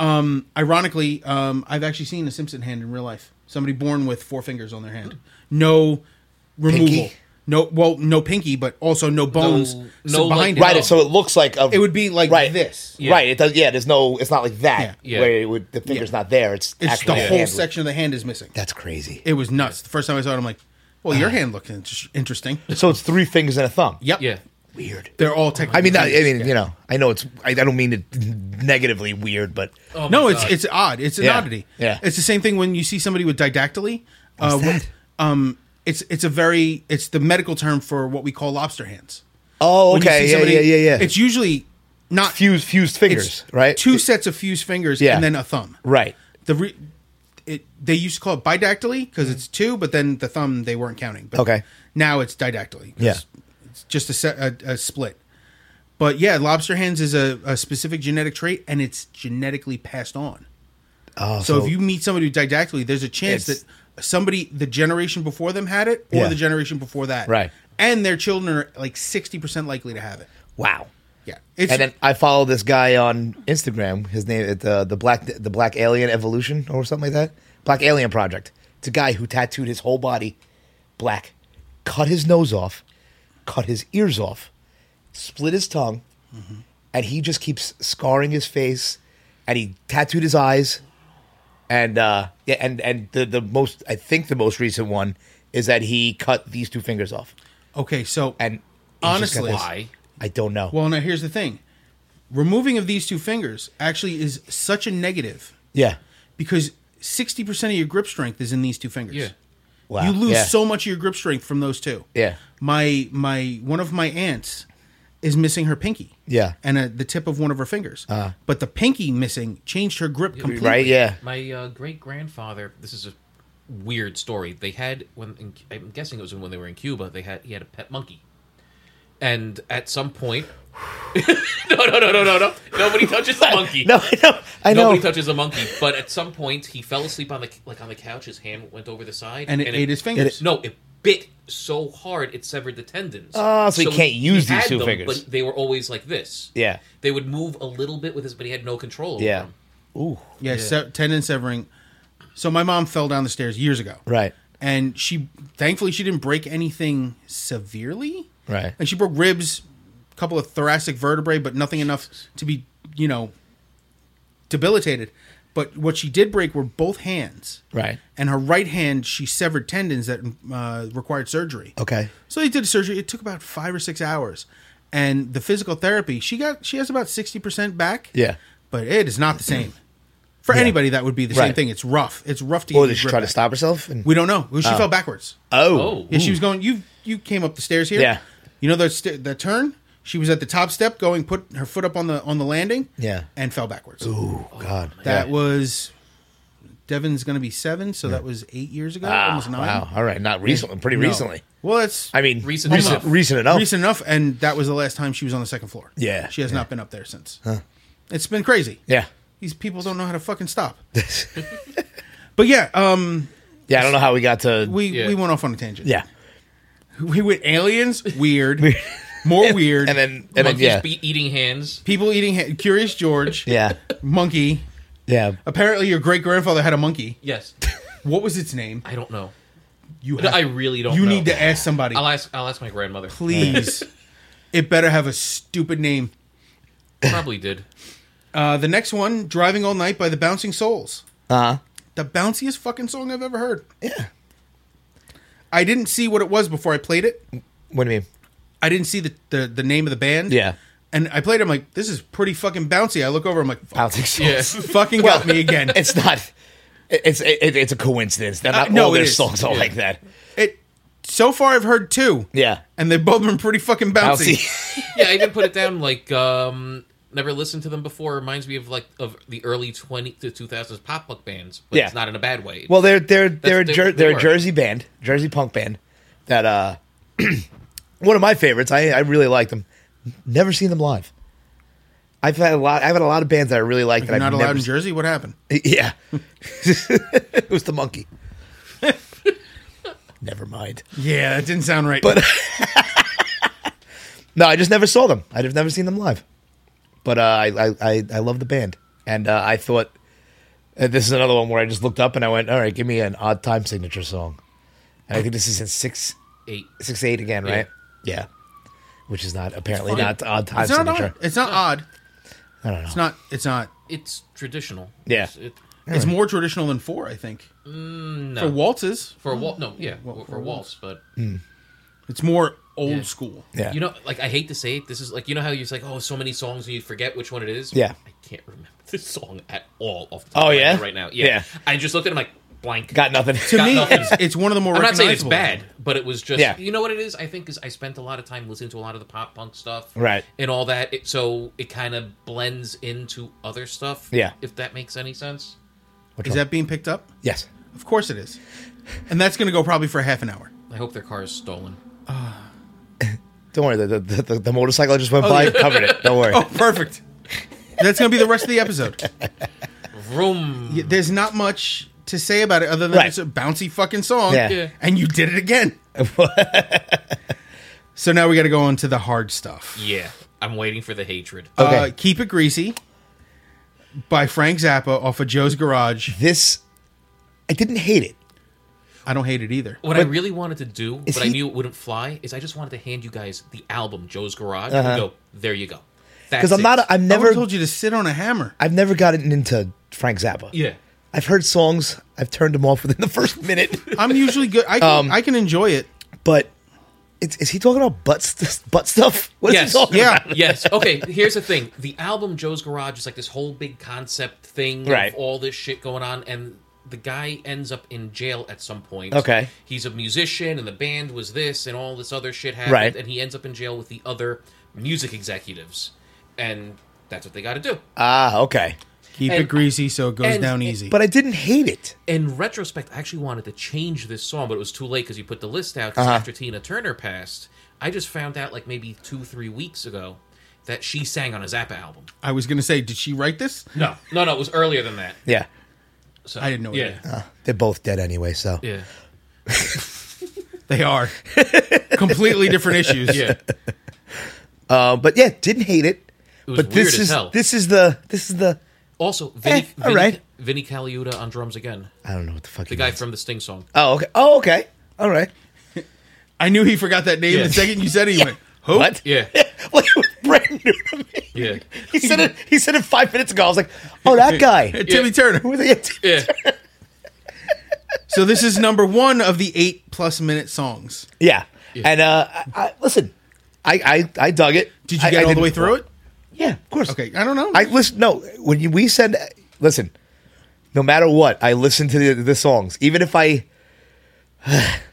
Speaker 2: Ironically, um, I've actually seen a Simpson hand in real life. Somebody born with four fingers on their hand. No removal.
Speaker 1: Pinky?
Speaker 2: No, well, no pinky, but also no bones
Speaker 3: No-
Speaker 2: s-
Speaker 3: no,
Speaker 2: behind
Speaker 3: like,
Speaker 2: it.
Speaker 3: Right,
Speaker 1: Right, so it looks like a,
Speaker 2: It would be like
Speaker 1: right.
Speaker 2: this.
Speaker 3: Yeah.
Speaker 1: Right, it does. Yeah, there's no. It's not like that.
Speaker 3: Yeah. Yeah.
Speaker 1: Where it would the finger's not there. It's
Speaker 2: It's
Speaker 1: actually
Speaker 2: the
Speaker 1: a
Speaker 2: whole
Speaker 1: hand.
Speaker 2: section of the hand is missing.
Speaker 1: That's crazy.
Speaker 2: It was nuts. The first time I saw it, I'm like, well, your hand looks in- interesting.
Speaker 1: so it's three fingers and a thumb.
Speaker 2: Yep.
Speaker 3: Yeah.
Speaker 1: Weird.
Speaker 2: They're all technically.
Speaker 1: I mean, not, I
Speaker 2: fingers.
Speaker 1: mean, you know, I know it's. I, I don't mean it negatively weird, but
Speaker 3: Oh my
Speaker 2: no, it's
Speaker 3: God.
Speaker 2: it's odd. It's an
Speaker 1: Yeah.
Speaker 2: oddity.
Speaker 1: Yeah.
Speaker 2: It's the same thing when you see somebody with didactyly. uh,
Speaker 1: What's
Speaker 2: when-
Speaker 1: that?
Speaker 2: um, it's it's a very it's the medical term for what we call lobster hands.
Speaker 1: oh,
Speaker 2: When you
Speaker 1: okay,
Speaker 2: see
Speaker 1: yeah,
Speaker 2: somebody-
Speaker 1: yeah, yeah, yeah.
Speaker 2: It's usually not
Speaker 1: fused, fused fingers,
Speaker 2: it's
Speaker 1: right?
Speaker 2: Two sets of fused fingers
Speaker 1: Yeah.
Speaker 2: and then a thumb.
Speaker 1: right.
Speaker 2: The re- it they used to call it bidactyly because it's two, but then the thumb they weren't counting. But
Speaker 1: Okay.
Speaker 2: Now it's didactyly. 'cause
Speaker 1: Yeah.
Speaker 2: It's just a set a, a split. But yeah, lobster hands is a, a specific genetic trait, and it's genetically passed on.
Speaker 1: Oh,
Speaker 2: So if you meet somebody with didactyly, there's a chance
Speaker 1: It's-
Speaker 2: that somebody the generation before them had it, or
Speaker 1: Yeah.
Speaker 2: the generation before that,
Speaker 1: Right.
Speaker 2: And their children are like sixty percent likely to have it.
Speaker 1: wow.
Speaker 2: Yeah, it's
Speaker 1: And then I follow this guy on Instagram. His name uh, the the black the Black Alien Evolution or something like that. Black Alien Project. It's a guy who tattooed his whole body black, cut his nose off, cut his ears off, split his tongue,
Speaker 2: Mm-hmm.
Speaker 1: and he just keeps scarring his face. And he tattooed his eyes, and uh, yeah, and and the the most I think the most recent one is that he cut these two fingers off.
Speaker 2: okay. So
Speaker 1: And he's just got
Speaker 2: honestly,
Speaker 1: this-
Speaker 3: Why?
Speaker 1: I don't know.
Speaker 2: well, now here's the thing: removing of these two fingers actually is such a negative
Speaker 1: yeah,
Speaker 2: because sixty percent of your grip strength is in these two fingers.
Speaker 3: Yeah.
Speaker 1: Wow.
Speaker 2: You lose
Speaker 1: Yeah.
Speaker 2: so much of your grip strength from those two.
Speaker 1: Yeah.
Speaker 2: My my one of my aunts is missing her pinky.
Speaker 1: Yeah.
Speaker 2: And uh the tip of one of her fingers. Uh, but the pinky missing changed her grip completely.
Speaker 1: right, yeah.
Speaker 3: My uh, great grandfather. This is a weird story. They had when in, I'm guessing it was when they were in Cuba. They had he had a pet monkey, and at some point, no, no, no, no, no, no. Nobody touches the monkey.
Speaker 1: No, I know. I know.
Speaker 3: Nobody touches a monkey, but at some point he fell asleep on the like on the couch. His hand went over the side,
Speaker 2: And it ate his fingers.
Speaker 3: No, it bit so hard it severed the tendons.
Speaker 1: Ah, so he can't use these
Speaker 3: had
Speaker 1: two fingers.
Speaker 3: But they were always like this.
Speaker 1: Yeah.
Speaker 3: they would move a little bit with his, but he had no control. Over
Speaker 1: Yeah.
Speaker 3: them.
Speaker 1: Ooh.
Speaker 2: yeah, Se- tendon severing. So my mom fell down the stairs years ago.
Speaker 1: Right.
Speaker 2: And she thankfully she didn't break anything severely.
Speaker 1: Right.
Speaker 2: And she broke ribs, a couple of thoracic vertebrae, but nothing enough to be, you know, debilitated. But what she did break were both hands.
Speaker 1: Right.
Speaker 2: and her right hand she severed tendons that uh, required surgery.
Speaker 1: Okay.
Speaker 2: So they did surgery. It took about five or six hours, and the physical therapy she got she has about sixty percent back.
Speaker 1: Yeah.
Speaker 2: but it is not the same for anybody. That would be the same
Speaker 1: Right.
Speaker 2: thing. It's rough. It's rough to.
Speaker 1: Or did
Speaker 2: get your
Speaker 1: she
Speaker 2: grip
Speaker 1: try to
Speaker 2: back.
Speaker 1: stop herself? And,
Speaker 2: We don't know. She fell backwards.
Speaker 1: oh.
Speaker 3: Oh.
Speaker 2: Yeah, she was going. You you came up the stairs here.
Speaker 1: Yeah.
Speaker 2: you know the sta the turn. She was at the top step, going put her foot up on the on the landing.
Speaker 1: Yeah.
Speaker 2: and fell backwards.
Speaker 1: Ooh, God.
Speaker 2: That
Speaker 1: Yeah.
Speaker 2: was Devin's going to be seven, so that was eight years ago,
Speaker 1: Ah,
Speaker 2: almost nine.
Speaker 1: Wow. All right. Not recently. Pretty
Speaker 2: No.
Speaker 1: recently.
Speaker 2: Well, that's
Speaker 1: I mean,
Speaker 3: Recent
Speaker 1: recent,
Speaker 3: enough.
Speaker 1: recent enough.
Speaker 2: recent enough, and that was the last time she was on the second floor.
Speaker 1: Yeah,
Speaker 2: she has not been up there since. It's been crazy.
Speaker 1: Yeah.
Speaker 2: these people don't know how to fucking stop. but yeah, um,
Speaker 1: Yeah. I don't know how we got to.
Speaker 2: we
Speaker 3: Yeah.
Speaker 2: we went off on a tangent.
Speaker 1: yeah.
Speaker 2: we went aliens, weird, more weird,
Speaker 1: And then, and then,
Speaker 3: Monkeys
Speaker 1: yeah.
Speaker 3: be eating hands.
Speaker 2: people eating ha- Curious George,
Speaker 1: Yeah.
Speaker 2: monkey.
Speaker 1: Yeah.
Speaker 2: Apparently, your great grandfather had a monkey.
Speaker 3: Yes,
Speaker 2: What was its name?
Speaker 3: I don't know.
Speaker 2: You,
Speaker 3: No,
Speaker 2: have-
Speaker 3: I really don't.
Speaker 2: you
Speaker 3: know.
Speaker 2: need to ask somebody.
Speaker 3: I'll ask. I'll ask my grandmother.
Speaker 2: please. it better have a stupid name.
Speaker 3: Probably did.
Speaker 2: Uh, the next one, "Driving All Night" by the Bouncing Souls.
Speaker 1: Uh huh.
Speaker 2: The bounciest fucking song I've ever heard. Yeah. I didn't see what it was before I played it.
Speaker 1: What do you mean?
Speaker 2: I didn't see the, the, the name of the band.
Speaker 1: Yeah.
Speaker 2: And I played. it, I'm like, this is pretty fucking bouncy. I look over. I'm like, fuck,
Speaker 1: Bouncing souls.
Speaker 3: Yeah.
Speaker 2: fucking got me again.
Speaker 1: It's not. It's it, it's a coincidence. Not
Speaker 2: Uh,
Speaker 1: all
Speaker 2: no, it
Speaker 1: their
Speaker 2: is.
Speaker 1: songs are like that.
Speaker 2: It. So far, I've heard two.
Speaker 1: Yeah.
Speaker 2: And they've both been pretty fucking
Speaker 1: I'll
Speaker 2: bouncy.
Speaker 1: see.
Speaker 3: Yeah, I didn't put it down. Like, um, never listened to them before. Reminds me of like of the early twenty to two thousands pop punk bands, but
Speaker 1: Yeah.
Speaker 3: it's not in a bad way.
Speaker 1: Well, they're they're they're a
Speaker 3: they-
Speaker 1: Jer-
Speaker 3: they
Speaker 1: they're a
Speaker 3: were.
Speaker 1: Jersey band, Jersey punk band. That uh, one of my favorites. I I really like them. Never seen them live. I've had a lot. I've had a lot of bands that I really like that
Speaker 2: Not
Speaker 1: I've
Speaker 2: allowed
Speaker 1: never.
Speaker 2: in Jersey. What happened?
Speaker 1: seen- yeah, it was the monkey. never mind.
Speaker 2: Yeah, that didn't sound right.
Speaker 1: But No, I just never saw them. I've never seen them live. But uh, I, I I I love the band, and uh, I thought And this is another one where I just looked up and I went, all right, give me an odd time signature song. And I think this is in six
Speaker 3: Eight.
Speaker 1: six eight again, right? Yeah. Which is not apparently not odd time
Speaker 2: It's not
Speaker 1: signature.
Speaker 2: odd. It's not odd.
Speaker 1: I don't know.
Speaker 2: It's not. It's not.
Speaker 3: It's traditional.
Speaker 1: Yeah.
Speaker 3: It's- it-
Speaker 2: It's more traditional than four, I think.
Speaker 3: Mm,
Speaker 2: For waltzes,
Speaker 3: for a waltz, no, yeah, for, for a waltz, but
Speaker 2: it's more old
Speaker 3: Yeah.
Speaker 2: school.
Speaker 1: yeah.
Speaker 3: you know, like I hate to say it, this is like you know how you're like, oh, so many songs and you forget which one it is.
Speaker 1: Yeah.
Speaker 3: I can't remember this song at all. Off the top
Speaker 1: Oh,
Speaker 3: of my head
Speaker 1: yeah?
Speaker 3: right now, yeah.
Speaker 1: Yeah.
Speaker 3: I just looked at him like blank.
Speaker 1: got nothing.
Speaker 2: To
Speaker 3: Got
Speaker 2: me,
Speaker 3: nothing.
Speaker 2: it's, it's one of the more.
Speaker 3: I'm not saying it's
Speaker 2: recognizable.
Speaker 3: bad, but it was just
Speaker 1: Yeah.
Speaker 3: you know what it is. I think is I spent a lot of time listening to a lot of the pop punk stuff,
Speaker 1: Right.
Speaker 3: and all that. It, so it kind of blends into other stuff.
Speaker 1: Yeah.
Speaker 3: if that makes any sense.
Speaker 1: Which
Speaker 2: Is
Speaker 1: one?
Speaker 2: that being picked up?
Speaker 1: yes.
Speaker 2: Of course it is, and that's going to go probably for half an hour.
Speaker 3: I hope their car is stolen.
Speaker 1: Don't worry, the, the, the, the motorcycle I just went by covered it. Don't worry.
Speaker 2: Oh, perfect. that's going to be the rest of the episode.
Speaker 3: Vroom.
Speaker 2: Y- There's not much to say about it other than
Speaker 1: Right.
Speaker 2: it's a bouncy fucking song.
Speaker 1: Yeah.
Speaker 3: Yeah.
Speaker 2: And you did it again. so now we got to go on to the hard stuff.
Speaker 3: Yeah, I'm waiting for the hatred.
Speaker 2: Uh,
Speaker 1: Okay.
Speaker 2: Keep It Greasy by Frank Zappa off of Joe's Garage.
Speaker 1: This I didn't hate it.
Speaker 2: I don't hate it either.
Speaker 3: What I really wanted to do, but I
Speaker 1: he-
Speaker 3: knew it wouldn't fly, is I just wanted to hand you guys the album Joe's Garage and go, there you go.
Speaker 1: Uh-huh. Because I'm not a, I've
Speaker 2: Never
Speaker 1: never
Speaker 2: told you to sit on a hammer.
Speaker 1: I've never gotten into Frank Zappa.
Speaker 3: yeah.
Speaker 1: I've heard songs, I've turned them off within the first minute.
Speaker 2: I'm usually good. I
Speaker 1: Um,
Speaker 2: can, I can enjoy it.
Speaker 1: But it's, is he talking about butt st- butt stuff? What is
Speaker 3: Yes.
Speaker 1: he talking
Speaker 2: Yeah.
Speaker 1: about?
Speaker 3: yes. Okay. Here's the thing: the album Joe's Garage is like this whole big concept thing
Speaker 1: Right.
Speaker 3: of all this shit going on, and the guy ends up in jail at some point.
Speaker 1: Okay.
Speaker 3: He's a musician, and the band was this, and all this other shit happened,
Speaker 1: Right.
Speaker 3: and he ends up in jail with the other music executives, and that's what they got to do.
Speaker 1: Ah, okay.
Speaker 2: Keep
Speaker 3: And-
Speaker 2: it greasy so it goes
Speaker 3: and-
Speaker 2: down easy.
Speaker 1: But I didn't hate it.
Speaker 3: in retrospect, I actually wanted to change this song, but it was too late because you put the list out
Speaker 1: Uh-huh.
Speaker 3: 'cause after Tina Turner passed. I just found out like maybe two, three weeks ago that she sang on a Zappa album.
Speaker 2: I was going to say, did she write this?
Speaker 3: No, no, no, it was earlier than that.
Speaker 1: Yeah.
Speaker 3: So
Speaker 2: I had no
Speaker 3: yeah,
Speaker 2: idea.
Speaker 1: They're both dead anyway, so.
Speaker 3: yeah,
Speaker 2: They are completely different issues.
Speaker 3: yeah.
Speaker 1: Uh, but yeah, didn't hate it.
Speaker 3: was
Speaker 1: but
Speaker 3: weird
Speaker 1: this
Speaker 3: as
Speaker 1: is
Speaker 3: hell.
Speaker 1: this is the this is the
Speaker 3: Also, Vinny,
Speaker 1: Eh, all
Speaker 3: Vinny,
Speaker 1: right.
Speaker 3: Vinny Caliuta on drums again.
Speaker 1: I don't know what the fuck
Speaker 3: The guy from the Sting song.
Speaker 1: Oh, okay. Oh, okay. All right.
Speaker 2: I knew he forgot that name
Speaker 3: Yeah.
Speaker 2: the second you said it. You went, who?
Speaker 1: What?
Speaker 3: Yeah,
Speaker 1: like it was brand new to me.
Speaker 3: yeah,
Speaker 1: He said it. He said it five minutes ago. I was like, "Oh, that guy."
Speaker 2: Timmy
Speaker 3: Yeah.
Speaker 2: Turner.
Speaker 1: Who was it?
Speaker 3: yeah.
Speaker 2: So this is number one of the eight plus minute songs.
Speaker 1: Yeah. And uh, I, I, listen, I, I I dug it.
Speaker 2: Did you
Speaker 1: I-
Speaker 2: get
Speaker 1: I
Speaker 2: all the
Speaker 1: didn't-
Speaker 2: way through it?
Speaker 1: Yeah, of course.
Speaker 2: Okay, I don't know.
Speaker 1: I listen. No, when you, we send, listen. No matter what, I listen to the, the songs, even if I.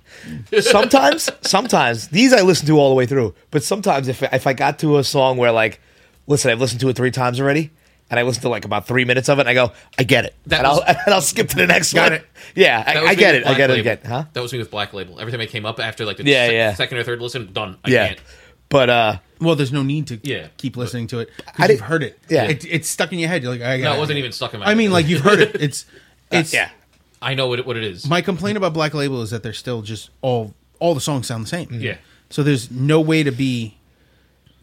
Speaker 1: sometimes, sometimes these I listen to all the way through. But sometimes, if if I got to a song where like, listen, I've listened to it three times already, and I listen to like about three minutes of it, and I go, I get it,
Speaker 3: That
Speaker 1: and
Speaker 3: was-
Speaker 1: I'll and I'll skip to the next
Speaker 2: Got
Speaker 1: one.
Speaker 2: it.
Speaker 1: Yeah,
Speaker 3: That
Speaker 1: I,
Speaker 3: was
Speaker 1: I
Speaker 3: me
Speaker 1: get
Speaker 3: with
Speaker 1: it. I
Speaker 3: Black
Speaker 1: get it. I
Speaker 3: Label.
Speaker 1: get it. Huh?
Speaker 3: That was me with Black Label. Every time I came up after like the
Speaker 1: Yeah,
Speaker 3: sec-
Speaker 1: yeah.
Speaker 3: second or third listen, done. I
Speaker 1: Yeah,
Speaker 3: can't.
Speaker 1: but uh,
Speaker 2: well, there's no need to
Speaker 3: Yeah.
Speaker 2: keep listening to it
Speaker 1: I
Speaker 2: because you've
Speaker 1: didn't-
Speaker 2: heard it.
Speaker 1: yeah.
Speaker 2: it, it's stuck in your head. You're like, I
Speaker 3: No,
Speaker 2: got
Speaker 3: it wasn't even stuck in my.
Speaker 2: I mean,
Speaker 3: head.
Speaker 2: like you've heard it. It's it's
Speaker 1: Ah, yeah,
Speaker 3: I know what it, what it is.
Speaker 2: My complaint about Black Label is that they're still just all all the songs sound the same.
Speaker 3: Yeah.
Speaker 2: So there's no way to be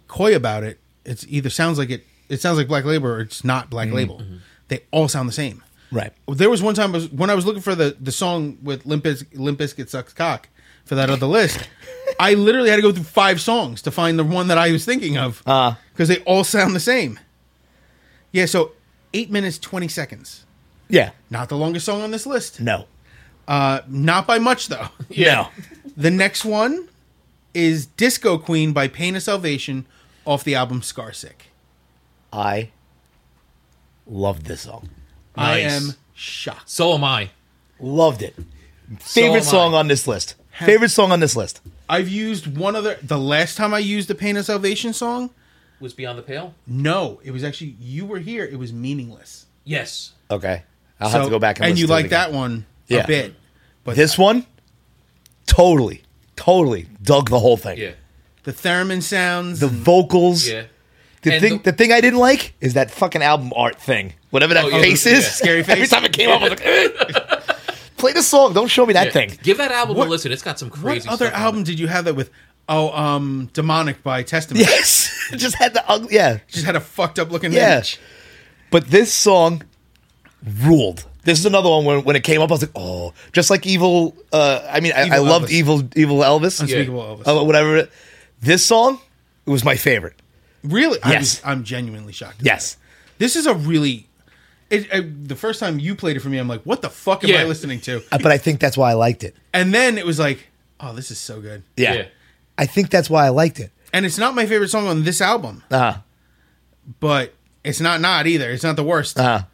Speaker 2: coy about it. It's either sounds like it it sounds like Black Label or it's not
Speaker 3: Mm-hmm.
Speaker 2: Black Label. They all sound the same.
Speaker 1: right.
Speaker 2: There was one time I was, when I was looking for the, the song with Limp, Biz- Limp Bizkit Sucks Cock for that other list. I literally had to go through five songs to find the one that I was thinking of because they all sound the same. Yeah, so eight minutes, 20 seconds.
Speaker 1: Yeah,
Speaker 2: Not the longest song on this list.
Speaker 1: no,
Speaker 2: Uh, not by much, though.
Speaker 1: yeah,
Speaker 2: the next one is Disco Queen by Pain of Salvation off the album Scarsick.
Speaker 1: I loved this song.
Speaker 2: I
Speaker 3: Nice.
Speaker 2: am shocked.
Speaker 3: So am I.
Speaker 1: Loved it. Favorite
Speaker 3: am I.
Speaker 1: song on this list. Favorite song on this list.
Speaker 2: I've used one other. The last time I used the Pain of Salvation song,
Speaker 3: Was Beyond the Pale?
Speaker 2: No, it was actually you were here. It was meaningless.
Speaker 3: Yes.
Speaker 1: Okay. I'll have to
Speaker 2: So-
Speaker 1: go back and listen
Speaker 2: you
Speaker 1: to it
Speaker 2: like
Speaker 1: again.
Speaker 2: that one
Speaker 1: Yeah.
Speaker 2: a bit, but
Speaker 1: This one, totally, totally dug the whole thing.
Speaker 3: Yeah.
Speaker 2: the theremin sounds.
Speaker 1: The vocals.
Speaker 3: Yeah.
Speaker 1: The
Speaker 3: And
Speaker 1: thing,
Speaker 3: the-
Speaker 1: the, thing I didn't like is that fucking album art thing. Whatever that
Speaker 3: Oh, yeah.
Speaker 1: face
Speaker 3: Yeah.
Speaker 1: is,
Speaker 2: Scary
Speaker 1: Every
Speaker 2: face.
Speaker 1: time it came up, I was like, "Eh." play the song. Don't show me that
Speaker 3: Yeah.
Speaker 1: thing.
Speaker 3: Give that album
Speaker 2: What-
Speaker 3: a listen. It's got some
Speaker 2: what
Speaker 3: crazy.
Speaker 2: other
Speaker 3: stuff on
Speaker 2: album
Speaker 3: it.
Speaker 2: did you have that with? Oh, um, demonic by Testament.
Speaker 1: Yes, It just had the ugly. Yeah,
Speaker 2: Just had a fucked up looking
Speaker 1: yeah.
Speaker 2: image.
Speaker 1: But this song ruled. This is another one when, when it came up, I was like, oh, just like evil. Uh, I mean, I, I
Speaker 2: Evil
Speaker 1: loved
Speaker 2: Elvis.
Speaker 1: evil, evil Elvis,
Speaker 2: Unspeakable Yeah. Elvis.
Speaker 1: Uh, whatever. it- This song it was my favorite.
Speaker 2: Really?
Speaker 1: Yes.
Speaker 2: I'm, I'm genuinely shocked. at
Speaker 1: Yes,
Speaker 2: that. This is a really. It, I, the first time you played it for me, I'm like, what the fuck am
Speaker 3: Yeah.
Speaker 2: I listening to?
Speaker 1: Uh, but I think that's why I liked it.
Speaker 2: And then it was like, oh, this is so good.
Speaker 1: Yeah,
Speaker 3: Yeah.
Speaker 1: I think that's why I liked it.
Speaker 2: And it's not my favorite song on this album,
Speaker 1: Uh-huh.
Speaker 2: but it's not not either. It's not the worst.
Speaker 1: Uh-huh.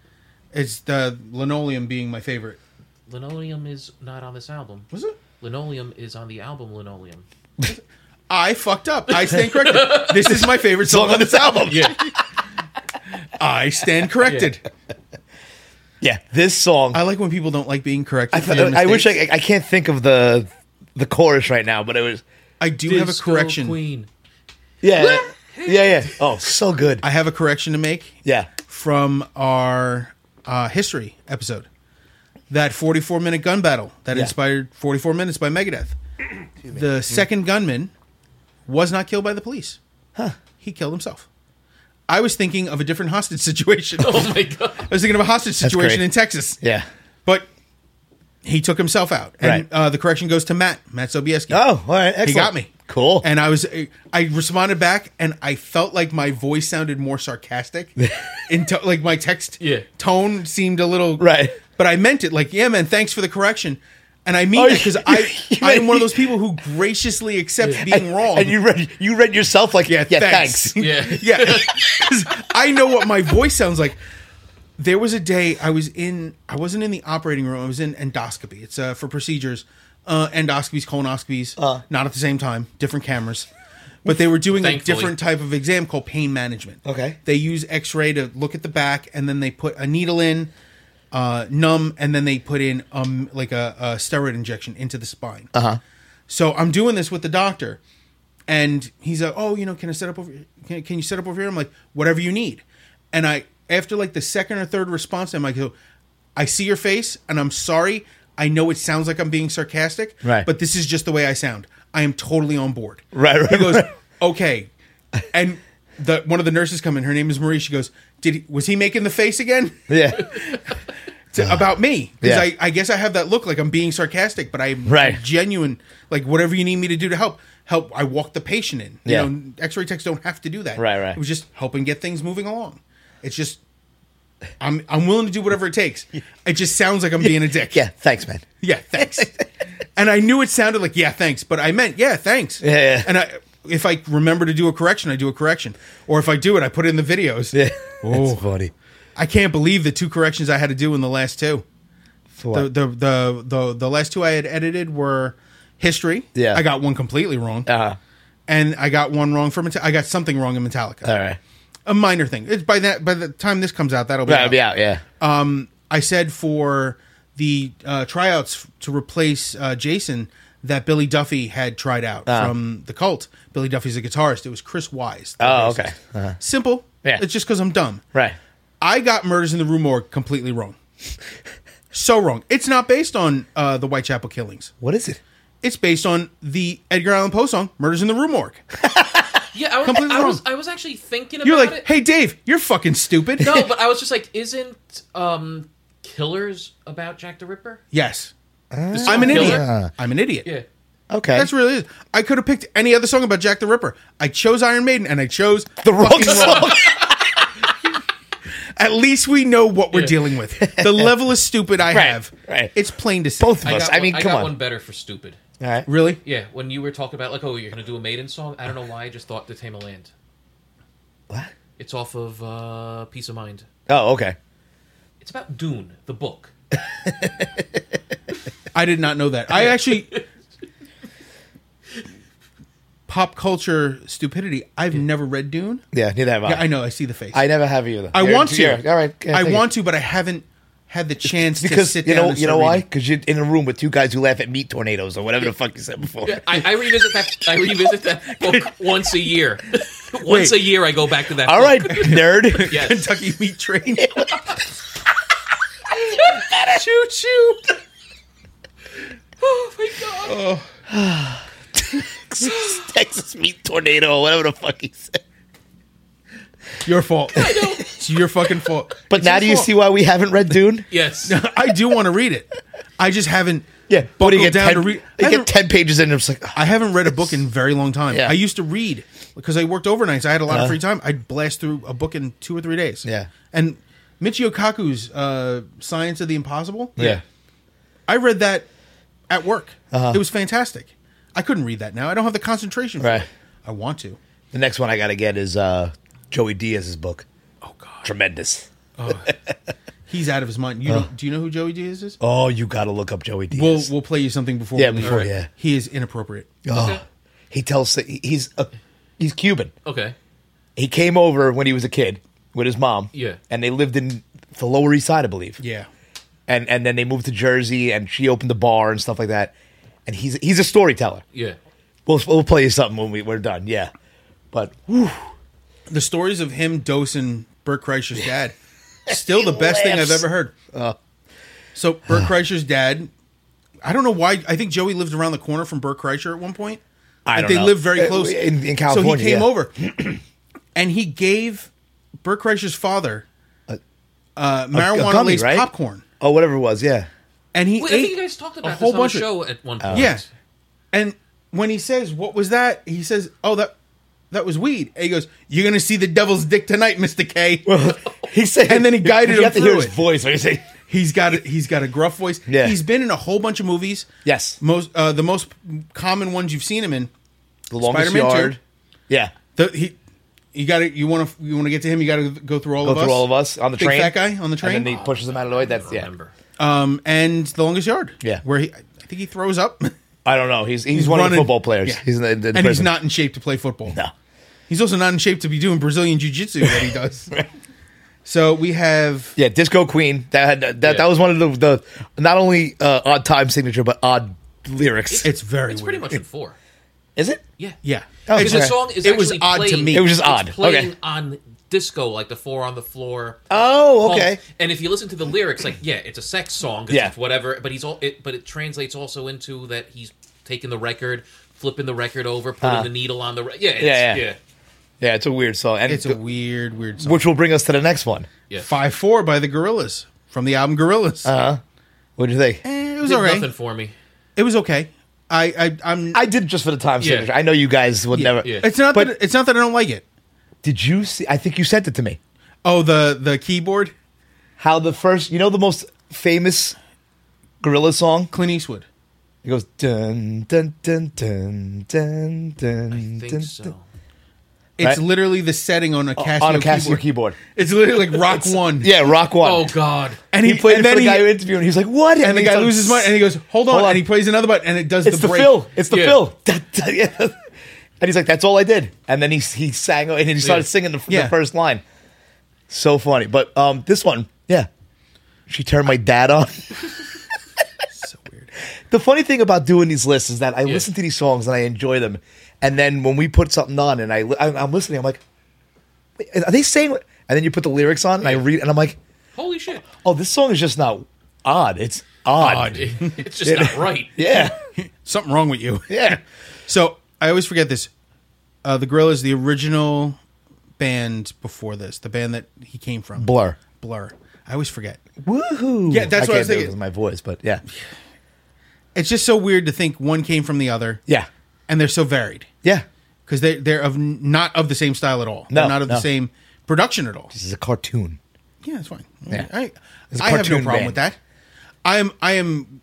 Speaker 2: It's the linoleum being my favorite.
Speaker 3: Linoleum is not on this album.
Speaker 2: Was it?
Speaker 3: Linoleum is on the album Linoleum.
Speaker 2: I fucked up. I stand corrected. this is my favorite song
Speaker 1: Song on this album.
Speaker 3: Yeah.
Speaker 2: I stand corrected.
Speaker 1: Yeah, this song.
Speaker 2: I
Speaker 1: I,
Speaker 2: like when people don't like being corrected. for their
Speaker 1: I, wish
Speaker 2: mistakes.
Speaker 1: I, I can't think of the the chorus right now, but it was
Speaker 2: I do have a
Speaker 3: Disco
Speaker 2: correction.
Speaker 3: Queen.
Speaker 1: yeah, yeah, yeah. Oh, so good.
Speaker 2: I have a correction to make.
Speaker 1: yeah,
Speaker 2: from our uh, history episode. That 44 minute gun battle that
Speaker 1: Yeah. Hmm.
Speaker 2: inspired 44 minutes by Megadeth. The second gunman was not killed by the police. He killed himself. I was thinking of a different hostage situation. I
Speaker 3: Oh my god.
Speaker 2: was thinking of a hostage situation
Speaker 1: great.
Speaker 2: in Texas.
Speaker 1: yeah.
Speaker 2: But he took himself out. And
Speaker 1: Right.
Speaker 2: uh, the correction goes to Matt, Matt Sobieski.
Speaker 1: Oh, all right. Excellent.
Speaker 2: He got me.
Speaker 1: Cool.
Speaker 2: And I was I responded back and I felt like my voice sounded more sarcastic. in to, like my text
Speaker 3: Yeah.
Speaker 2: tone seemed a little
Speaker 1: Right.
Speaker 2: But I meant it like, yeah man, thanks for the correction. And I mean
Speaker 1: Oh,
Speaker 2: that because
Speaker 1: you-
Speaker 2: I
Speaker 1: you
Speaker 2: I am
Speaker 1: meant-
Speaker 2: one of those people who graciously accepts being wrong.
Speaker 1: And you read you read yourself like yeah, thanks.
Speaker 3: Yeah.
Speaker 2: Yeah. 'Cause I know what my voice sounds like. There was a day I was in, I wasn't in the operating room. I was in endoscopy. It's uh, for procedures, uh, endoscopies, colonoscopies,
Speaker 1: Uh.
Speaker 2: not at the same time, different cameras. But they were doing
Speaker 3: Thankfully.
Speaker 2: a different type of exam called pain management.
Speaker 1: Okay.
Speaker 2: They use x ray to look at the back and then they put a needle in, uh, numb, and then they put in um, like a, a steroid injection into the spine. Uh
Speaker 1: Uh-huh.
Speaker 2: huh. So I'm doing this with the doctor, and he's like, "Oh, you know, can I set up over? Can, can you set up over here?" I'm like, "Whatever you need." And I, after like the second or third response, I'm like, "Oh, "I see your face, and I'm sorry. I know it sounds like I'm being sarcastic,
Speaker 1: Right.
Speaker 2: But this is just the way I sound. I am totally on board."
Speaker 1: Right, right,
Speaker 2: He goes,
Speaker 1: right.
Speaker 2: "Okay," and the one of the nurses come in. Her name is Marie. She goes, "Did he, was he making the face again?"
Speaker 1: Yeah.
Speaker 2: to- about me because
Speaker 1: Yeah.
Speaker 2: I, I guess I have that look like I'm being sarcastic, but I'm
Speaker 1: Right.
Speaker 2: genuine. Like whatever you need me to do to help, help. I walk the patient in. You
Speaker 1: Yeah.
Speaker 2: know, X-ray techs don't have to do that.
Speaker 1: Right, right.
Speaker 2: It was just helping get things moving along. It's just I'm I'm willing to do whatever it takes. It just sounds like I'm being a dick.
Speaker 1: Yeah, thanks, man.
Speaker 2: yeah, thanks. and I knew it sounded like yeah, thanks, but I meant yeah, thanks.
Speaker 1: Yeah, yeah.
Speaker 2: And I if I remember to do a correction, I do a correction, or if I do it, I put it in the videos.
Speaker 1: Yeah.
Speaker 2: Oh.
Speaker 1: That's funny.
Speaker 2: I can't believe the two corrections I had to do in the last two
Speaker 1: For
Speaker 2: the,
Speaker 1: what?
Speaker 2: the the the the last two I had edited were history.
Speaker 1: Yeah.
Speaker 2: I got one completely wrong,
Speaker 1: uh,
Speaker 2: and I got one wrong for Meta- I got something wrong in Metallica.
Speaker 1: all right.
Speaker 2: A minor thing. It's by that by the time this comes out, that'll be.
Speaker 1: That'll
Speaker 2: out.
Speaker 1: be out, yeah.
Speaker 2: Um, I said for the uh, tryouts to replace uh, Jason that Billy Duffy had tried out
Speaker 1: Uh-huh.
Speaker 2: from the Cult. Billy Duffy's a guitarist. It was Chris Wise. the
Speaker 1: Oh,
Speaker 2: bassist.
Speaker 1: okay. Uh-huh.
Speaker 2: Simple.
Speaker 1: Yeah.
Speaker 2: It's just because I'm dumb.
Speaker 1: Right.
Speaker 2: I got Murders in the Rue Morgue completely wrong. so wrong. It's not based on uh, the Whitechapel killings.
Speaker 1: What is it?
Speaker 2: It's based on the Edgar Allan Poe song "Murders in the Rue Morgue."
Speaker 3: Yeah, I was,
Speaker 2: Completely
Speaker 3: I was,
Speaker 2: wrong.
Speaker 3: I was actually thinking about
Speaker 2: You're like,
Speaker 3: it.
Speaker 2: "Hey, Dave, you're fucking stupid."
Speaker 3: No, but I was just like, isn't um Killers about Jack the Ripper?
Speaker 2: Yes,
Speaker 1: Ah.
Speaker 3: The song
Speaker 2: I'm an
Speaker 3: Killer?
Speaker 2: idiot. I'm an idiot.
Speaker 3: Yeah.
Speaker 1: Okay.
Speaker 2: That's really it. I could have picked any other song about Jack the Ripper. I chose Iron Maiden, and I chose
Speaker 1: the wrong
Speaker 2: fucking
Speaker 1: song.
Speaker 2: At least we know what we're
Speaker 3: Yeah.
Speaker 2: dealing with. The level of stupid I
Speaker 1: Right,
Speaker 2: have.
Speaker 1: right.
Speaker 2: It's plain to see.
Speaker 1: Both of us. I
Speaker 3: one-
Speaker 1: mean,
Speaker 3: I
Speaker 1: come
Speaker 3: got
Speaker 1: on.
Speaker 3: one better for stupid.
Speaker 1: All right.
Speaker 2: Really?
Speaker 3: Yeah, when you were talking about like, oh, you're gonna do a Maiden song. I don't know why I just thought "The Tame of Land."
Speaker 1: What?
Speaker 3: It's off of uh, "Peace of Mind."
Speaker 1: Oh, okay.
Speaker 3: It's about Dune, the book.
Speaker 2: I did not know that. I actually pop culture stupidity. I've never read Dune.
Speaker 1: Yeah, neither have I.
Speaker 2: Yeah, I know. I see the face.
Speaker 1: I never have either.
Speaker 2: I
Speaker 1: You're-
Speaker 2: want to.
Speaker 1: you're- All right. yeah,
Speaker 2: I
Speaker 1: take it.
Speaker 2: want to, but I haven't had the chance to
Speaker 1: because
Speaker 2: sit
Speaker 1: you
Speaker 2: down.
Speaker 1: know
Speaker 2: and
Speaker 1: you know
Speaker 2: start
Speaker 1: why?
Speaker 2: reading.
Speaker 1: Because you're in a room with two guys who laugh at meat tornadoes or whatever the fuck you said before.
Speaker 3: I, I revisit that. I revisit that book once a year.
Speaker 2: Wait.
Speaker 3: once a year, I go back to that.
Speaker 1: All
Speaker 3: book.
Speaker 1: right, nerd.
Speaker 3: Yes.
Speaker 2: Kentucky Meat Train. choo choo.
Speaker 3: Oh my god.
Speaker 1: Texas meat tornado or whatever the fuck he said.
Speaker 2: Your fault. It's your fucking fault.
Speaker 1: But
Speaker 2: It's
Speaker 1: now
Speaker 2: your
Speaker 1: do you
Speaker 2: fault.
Speaker 1: see why we haven't read Dune?
Speaker 3: Yes.
Speaker 2: I do want to read it. I just haven't.
Speaker 1: Yeah, but you
Speaker 2: buckled
Speaker 1: get
Speaker 2: down
Speaker 1: ten,
Speaker 2: to read. I
Speaker 1: you
Speaker 2: haven't-
Speaker 1: get ten pages in, and it's like "Ah, ugh,
Speaker 2: I haven't read a book in a very long time.
Speaker 1: Yeah. Uh-huh.
Speaker 2: I used to read because I worked overnights. I had a lot of free time. I'd blast through a book in two or three days.
Speaker 1: Yeah.
Speaker 2: And Michio Kaku's uh, Science of the Impossible.
Speaker 1: yeah.
Speaker 2: I read that at work.
Speaker 1: Uh-huh.
Speaker 2: It was fantastic. I couldn't read that now. I don't have the concentration. For
Speaker 1: Right.
Speaker 2: it. I want to.
Speaker 1: The next one I got to get is uh, Joey Diaz's book.
Speaker 2: Oh God.
Speaker 1: Tremendous.
Speaker 2: He's out of his mind. You
Speaker 1: Uh-huh.
Speaker 2: don't, do you know who Joey Diaz is?
Speaker 1: Oh, you got to look up Joey Diaz.
Speaker 2: We'll we'll play you something before.
Speaker 1: Yeah,
Speaker 2: we leave.
Speaker 1: before, Alright. yeah.
Speaker 2: He is inappropriate.
Speaker 1: Oh,
Speaker 3: Okay.
Speaker 1: he tells he- he's uh, he's Cuban.
Speaker 3: Okay.
Speaker 1: He came over when he was a kid with his mom.
Speaker 3: Yeah.
Speaker 1: and they lived in the Lower East Side, I believe.
Speaker 2: Yeah.
Speaker 1: and and then they moved to Jersey, and she opened the bar and stuff like that. And he's he's a storyteller.
Speaker 3: Yeah.
Speaker 1: We'll we'll play you something when we we're done. Yeah, but whew,
Speaker 2: The stories of him dosing Bert Kreischer's dad, still the best thing I've
Speaker 1: laughs.
Speaker 2: ever heard. Uh, so Bert Kreischer's dad, I don't know why. I think Joey lived around the corner from Bert Kreischer at one point.
Speaker 1: I
Speaker 2: Like,
Speaker 1: don't
Speaker 2: they
Speaker 1: know.
Speaker 2: lived very
Speaker 1: Uh,
Speaker 2: close
Speaker 1: in- in California,
Speaker 2: So he came
Speaker 1: yeah.
Speaker 2: over, and he gave Bert Kreischer's father uh, marijuana
Speaker 1: gummy,
Speaker 2: laced
Speaker 1: right?
Speaker 2: popcorn,
Speaker 1: Oh, whatever it was, yeah.
Speaker 2: and he
Speaker 3: Wait, I
Speaker 2: ate
Speaker 3: think you guys talked about
Speaker 2: a
Speaker 3: this
Speaker 2: whole
Speaker 3: on
Speaker 2: bunch
Speaker 3: the
Speaker 2: of
Speaker 3: show at
Speaker 1: Oh.
Speaker 3: one point.
Speaker 2: yeah. And when he says, "What was that?" he says, "Oh, that that was weed." And he goes, "You're gonna see the devil's dick tonight, Mister K."
Speaker 1: He said,
Speaker 2: And then he
Speaker 1: you
Speaker 2: guided him
Speaker 1: have to hear
Speaker 2: through
Speaker 1: his
Speaker 2: it.
Speaker 1: voice. When you say,
Speaker 2: he's got a, he's got a gruff voice.
Speaker 1: Yeah.
Speaker 2: He's been in a whole bunch of movies.
Speaker 1: Yes.
Speaker 2: most uh, the most common ones you've seen him in.
Speaker 1: the longest
Speaker 2: Spider-Man two.
Speaker 1: yard. Yeah,
Speaker 2: The, he you got to you want to you want to get to him. You got to go through all
Speaker 1: go
Speaker 2: of us.
Speaker 1: through all of us on the
Speaker 2: Big
Speaker 1: train.
Speaker 2: fat guy on the train.
Speaker 1: and then he pushes him out of the way. That's
Speaker 3: I
Speaker 1: yeah.
Speaker 3: remember.
Speaker 2: um, and the longest yard.
Speaker 1: Yeah.
Speaker 2: where he I think he throws up. he's,
Speaker 1: I don't know. He's he's, one of the
Speaker 2: running.
Speaker 1: football players.
Speaker 2: Yeah.
Speaker 1: He's in the, in the
Speaker 2: and he's
Speaker 1: prison.
Speaker 2: not in shape to play football.
Speaker 1: No.
Speaker 2: He's also not in shape to be doing Brazilian jiu jitsu that he does. so we have
Speaker 1: Yeah, Disco Queen. That had that, that
Speaker 3: Yeah.
Speaker 1: was one of the, the not only uh, odd time signature but odd lyrics.
Speaker 2: it's very
Speaker 3: It's
Speaker 2: weird.
Speaker 3: pretty much in four.
Speaker 1: Is it?
Speaker 3: Yeah.
Speaker 2: yeah.
Speaker 1: Oh,
Speaker 2: It's
Speaker 3: Because
Speaker 1: okay.
Speaker 3: the
Speaker 2: just-
Speaker 3: song is
Speaker 2: It was
Speaker 3: actually
Speaker 2: odd to
Speaker 3: playing-
Speaker 2: me.
Speaker 1: It was just
Speaker 3: it's
Speaker 1: odd.
Speaker 3: Playing
Speaker 1: Okay.
Speaker 3: on disco, like the four on the floor.
Speaker 1: Oh, okay.
Speaker 3: pulse. And if you listen to the lyrics, like yeah, it's a sex song, 'cause
Speaker 1: Yeah.
Speaker 3: it's whatever. But he's all, it, but it translates also into that he's taking the record, flipping the record over, putting the needle on the re- yeah, it's,
Speaker 1: Ah. Yeah,
Speaker 3: yeah,
Speaker 1: yeah.
Speaker 3: yeah,
Speaker 1: Yeah, it's a weird song, and
Speaker 2: it's a weird, weird song.
Speaker 1: which will bring us to the next one.
Speaker 3: yeah.
Speaker 2: Five Four by the Gorillas from the album Gorillas.
Speaker 1: Uh, Uh-huh. What do you think?
Speaker 2: Eh, it was
Speaker 3: Did
Speaker 2: all right.
Speaker 3: nothing for me.
Speaker 2: It was okay. I, I I'm.
Speaker 1: I did just for the time
Speaker 3: Yeah.
Speaker 1: signature. I know you guys would never.
Speaker 3: yeah.
Speaker 2: it's not
Speaker 1: but-
Speaker 2: that. It's not that I don't like it.
Speaker 1: Did you see? I think you sent it to me.
Speaker 2: Oh, the the keyboard,
Speaker 1: How the first, you know, the most famous gorilla song.
Speaker 2: Clint Eastwood.
Speaker 1: It goes dun dun dun dun dun dun. dun,
Speaker 3: I think so.
Speaker 1: dun.
Speaker 2: It's
Speaker 1: Right.
Speaker 2: literally the setting on a Casio,
Speaker 1: on a Casio
Speaker 2: keyboard.
Speaker 1: keyboard.
Speaker 2: It's literally like Rock One.
Speaker 1: Yeah, rock one.
Speaker 3: Oh God.
Speaker 2: and he,
Speaker 1: he played
Speaker 2: played. And
Speaker 1: it for
Speaker 2: then
Speaker 1: the
Speaker 2: he,
Speaker 1: guy who interviewed. him. He's like, "What?"
Speaker 2: and the
Speaker 1: he
Speaker 2: guy
Speaker 1: goes,
Speaker 2: loses his mind, and he goes, "Hold on,",
Speaker 1: Hold on.
Speaker 2: and he plays another button, and it does
Speaker 1: It's
Speaker 2: the
Speaker 1: the,
Speaker 2: break.
Speaker 1: fill. It's the
Speaker 3: Yeah.
Speaker 1: fill. Yeah. and he's like, "That's all I did." And then he he sang and he started
Speaker 3: Yeah.
Speaker 1: singing the,
Speaker 2: Yeah.
Speaker 1: the first line. So funny, but um, this one, yeah, she turned my dad on.
Speaker 2: So weird.
Speaker 1: the funny thing about doing these lists is that I listen to these songs and I enjoy them, and then when we put something on and I li- I'm I'm listening, I'm like, "Wait, "Are they saying?" what-" And then you put the lyrics on and I read and I'm like,
Speaker 3: Holy shit.
Speaker 1: "Oh, this song is just not odd. It's odd.
Speaker 3: it's just not right.
Speaker 1: Yeah,
Speaker 2: Something wrong with you.
Speaker 1: yeah."
Speaker 2: So I always forget this. Uh, the Gorillaz, the original band before this, the band that he came from,
Speaker 1: Blur.
Speaker 2: Blur. I always forget.
Speaker 1: Woohoo!
Speaker 2: Yeah, that's what I was
Speaker 1: can't do it
Speaker 2: thinking.
Speaker 1: with my voice, but yeah,
Speaker 2: It's just so weird to think one came from the other.
Speaker 1: yeah,
Speaker 2: and they're so varied
Speaker 1: yeah.
Speaker 2: because they they're of not of the same style at all.
Speaker 1: No,
Speaker 2: they're not of the
Speaker 1: no.
Speaker 2: same production at all.
Speaker 1: This is a cartoon.
Speaker 2: Yeah, it's fine.
Speaker 1: Yeah.
Speaker 2: I,
Speaker 1: It's a
Speaker 2: I have no
Speaker 1: cartoon
Speaker 2: problem
Speaker 1: band.
Speaker 2: with that. I am I am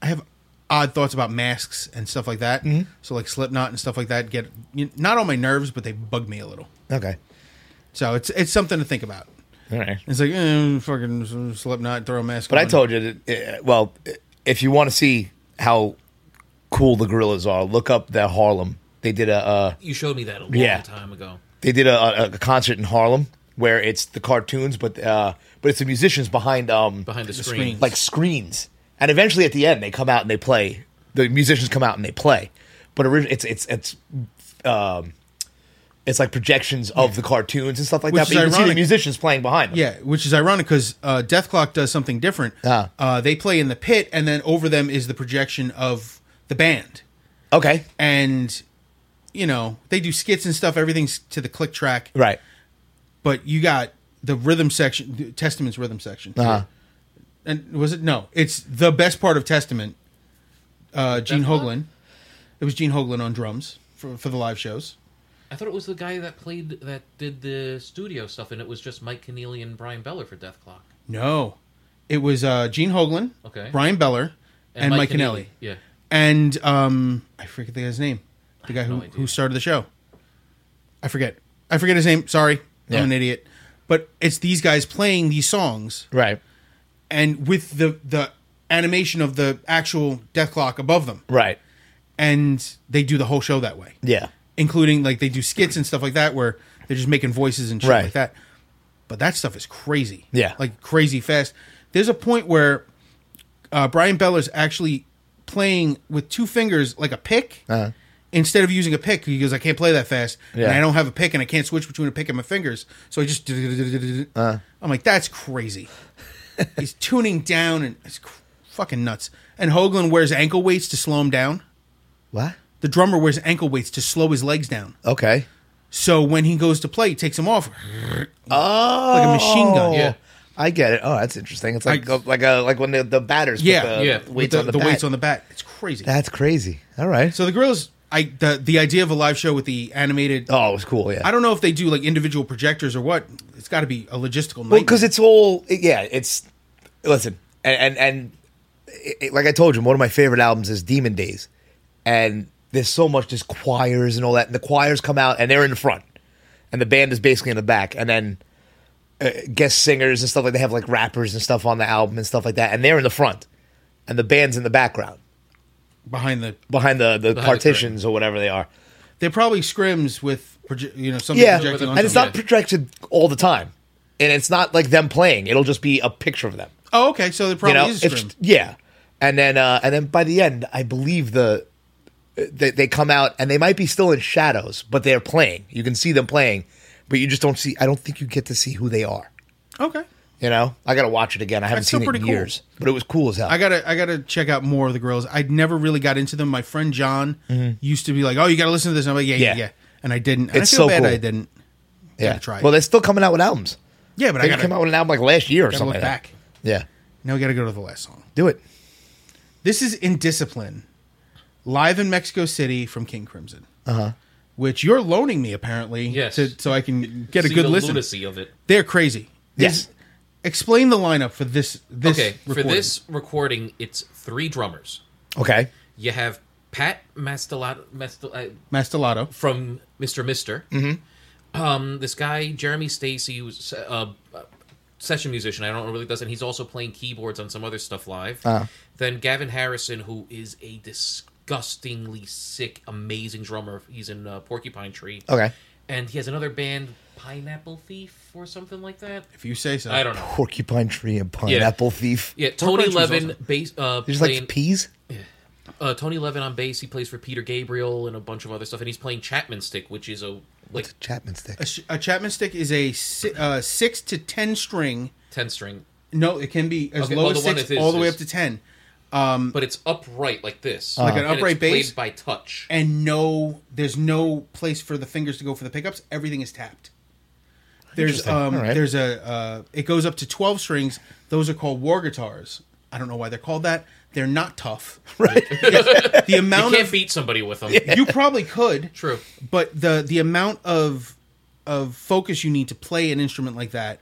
Speaker 2: I have odd thoughts about masks and stuff like that.
Speaker 1: Mm-hmm.
Speaker 2: So like Slipknot and stuff like that get you, not on my nerves, but they bug me a little.
Speaker 1: Okay,
Speaker 2: So it's it's something to think about.
Speaker 1: all right.
Speaker 2: It's like eh, fucking Slipknot, throw a mask.
Speaker 1: But I told you that. Uh, well, i- if you want to see how cool the gorillas are, look up the Harlem. They did a uh,
Speaker 3: You showed me that a long
Speaker 1: Yeah.
Speaker 3: time ago.
Speaker 1: they did a, a- a concert in Harlem where it's the cartoons, but uh, but it's the musicians behind um
Speaker 3: Behind the, screen.
Speaker 2: screen.
Speaker 1: like screens, and eventually at the end they come out and they play. The musicians come out and they play, but originally it's it's it's um. It's like projections of the cartoons and stuff like
Speaker 2: Which
Speaker 1: that. But
Speaker 2: is
Speaker 1: you can see the
Speaker 2: ironic.
Speaker 1: musicians playing behind them.
Speaker 2: Yeah, which is ironic because uh, Death Clock does something different.
Speaker 1: Ah.
Speaker 2: Uh, they play in the pit, and then over them is the projection of the band.
Speaker 1: Okay.
Speaker 2: and you know they do skits and stuff everything's to the click track
Speaker 1: Right.
Speaker 2: but you got the rhythm section, Testament's rhythm section.
Speaker 1: Uh-huh.
Speaker 2: And was it no? It's the best part of Testament. Uh, Gene
Speaker 3: That's
Speaker 2: Hoglan. It was Gene Hoglan on drums for for the live shows.
Speaker 3: I thought it was the guy that played that did the studio stuff, and it was just Mike Keneally and Brian Beller for Death Clock.
Speaker 2: No, it was uh, Gene Hoglan,
Speaker 3: Okay.
Speaker 2: Brian Beller, and, Mike Kennelly.
Speaker 3: Yeah.
Speaker 2: and um, I forget the guy's name, the guy who,
Speaker 3: no idea.
Speaker 2: who started the show. I forget. I forget his name. Sorry,
Speaker 1: Yeah.
Speaker 2: I'm an idiot. But it's these guys playing these songs,
Speaker 1: Right.
Speaker 2: and with the the animation of the actual death clock above them,
Speaker 1: Right.
Speaker 2: and they do the whole show that way,
Speaker 1: Yeah.
Speaker 2: including like they do skits and stuff like that where they're just making voices and shit
Speaker 1: Right.
Speaker 2: like that. But that stuff is crazy,
Speaker 1: Yeah.
Speaker 2: like crazy fast. There's a point where uh, Brian Beller's actually playing with two fingers like a pick
Speaker 1: Uh-huh.
Speaker 2: instead of using a pick, he goes, I can't play that fast. And
Speaker 1: Yeah.
Speaker 2: I don't have a pick and I can't switch between a pick and my fingers. So I just.
Speaker 1: Uh-huh.
Speaker 2: I'm like, that's crazy. He's tuning down and it's cr- fucking nuts. And Hoagland wears ankle weights to slow him down.
Speaker 1: What?
Speaker 2: The drummer wears ankle weights to slow his legs down.
Speaker 1: Okay.
Speaker 2: So when he goes to play, he takes them off.
Speaker 1: Oh,
Speaker 2: a machine gun.
Speaker 3: Yeah.
Speaker 1: I get it. Oh, that's interesting. It's like
Speaker 2: I-
Speaker 1: like a like when the, the batters
Speaker 2: Yeah,
Speaker 1: put the
Speaker 3: yeah.
Speaker 1: weights
Speaker 2: With the,
Speaker 1: on the,
Speaker 2: the
Speaker 1: bat.
Speaker 2: weights on the bat. It's crazy.
Speaker 1: That's crazy. All right.
Speaker 2: so the girls, I the the idea of a live show with the animated.
Speaker 1: oh, it was cool. Yeah.
Speaker 2: I don't know if they do like individual projectors or what. It's got to be a logistical nightmare.
Speaker 1: Well, because it's all yeah. It's listen and and, and it, it- like I told you, one of my favorite albums is Demon Days, and there's so much just choirs and all that, and the choirs come out and they're in the front, and the band is basically in the back, and then uh, guest singers and stuff like they have like rappers and stuff on the album and stuff like that, and they're in the front, and the band's in the background
Speaker 2: behind the
Speaker 1: behind the the
Speaker 3: curtain.
Speaker 1: partitions or whatever they are.
Speaker 2: They're probably scrims with proje- you know something
Speaker 1: Yeah,
Speaker 2: projecting on
Speaker 1: and it's
Speaker 2: them.
Speaker 1: not projected all the time, and it's not like them playing; it'll just be a picture of them.
Speaker 2: Oh, okay. So there probably is a
Speaker 1: it's-
Speaker 2: scrim.
Speaker 1: yeah. And then uh, and then by the end, I believe the they, they come out and they might be still in shadows, but they're playing. You can see them playing, but you just don't see. I don't think you get to see who they are.
Speaker 2: Okay.
Speaker 1: You know, I got to watch it again. I haven't
Speaker 2: still
Speaker 1: seen it in
Speaker 2: pretty cool.
Speaker 1: years, but it was cool as hell.
Speaker 2: I gotta I gotta check out more of the girls. I never really got into them. My friend John used to be like, "Oh, you gotta listen to this." And I'm like, "Yeah, yeah,
Speaker 1: Mm-hmm. Yeah.
Speaker 2: yeah," and I didn't. And
Speaker 1: It's
Speaker 2: I feel
Speaker 1: so
Speaker 2: bad
Speaker 1: cool.
Speaker 2: I didn't.
Speaker 1: yeah,
Speaker 2: gotta try it.
Speaker 1: Well, they're still coming out with albums.
Speaker 2: Yeah, but
Speaker 1: They
Speaker 2: I gotta
Speaker 1: came out with an album like last year or
Speaker 2: gotta
Speaker 1: something.
Speaker 2: look
Speaker 1: like that.
Speaker 2: back.
Speaker 1: Yeah,
Speaker 2: Now we gotta go to the last song.
Speaker 1: do it.
Speaker 2: This is Indiscipline, live in Mexico City from King Crimson. Uh huh. Which you're loaning me apparently,
Speaker 3: Yes.
Speaker 2: to, so I can get a
Speaker 3: See
Speaker 2: good
Speaker 3: the
Speaker 2: listen.
Speaker 3: lunacy of it.
Speaker 2: They're crazy.
Speaker 1: Yes.
Speaker 2: Is- Explain the lineup for this. this
Speaker 3: Okay, for
Speaker 2: recording.
Speaker 3: this recording, it's three drummers.
Speaker 1: Okay.
Speaker 3: You have Pat Mastelat Mastel, uh,
Speaker 2: Mastellato.
Speaker 3: from Mr. Mister. Um, this guy Jeremy Stacy, who's a, a session musician. I don't know what he does, and he's also playing keyboards on some other stuff live. Then Gavin Harrison, who is a disgustingly sick, amazing drummer. He's in uh, Porcupine Tree.
Speaker 1: Okay.
Speaker 3: and he has another band, Pineapple Thief, or something like that.
Speaker 2: If you say so.
Speaker 3: I don't know.
Speaker 1: Porcupine tree and pineapple thief.
Speaker 3: Yeah, Tony
Speaker 2: Porcupine Tree's
Speaker 3: Levin, bass, uh,
Speaker 1: There's
Speaker 3: playing
Speaker 1: like peas.
Speaker 3: uh, Tony Levin on bass. He plays for Peter Gabriel and a bunch of other stuff, and he's playing Chapman Stick, which is a like
Speaker 1: It's a Chapman stick.
Speaker 2: A, sh- a Chapman stick is a si- uh, six to ten string.
Speaker 3: ten string,
Speaker 2: No, it can be as
Speaker 3: Okay,
Speaker 2: low
Speaker 3: oh,
Speaker 2: as
Speaker 3: the one
Speaker 2: six,
Speaker 3: that is-
Speaker 2: all the way
Speaker 3: is-
Speaker 2: up to ten,
Speaker 3: but it's upright like this,
Speaker 2: Ah. Like an
Speaker 3: And it's
Speaker 2: upright bass?
Speaker 3: played by touch.
Speaker 2: and no, there's no place for the fingers to go for the pickups. Everything is tapped. There's
Speaker 1: Interesting.
Speaker 2: um,
Speaker 1: All right.
Speaker 2: there's a uh, it goes up to twelve strings. Those are called war guitars. I don't know why they're called that. They're not tough. Right. the
Speaker 3: You
Speaker 2: amount
Speaker 3: can't
Speaker 2: of
Speaker 3: beat somebody with them.
Speaker 2: you probably could.
Speaker 3: True.
Speaker 2: but the the amount of of focus you need to play an instrument like that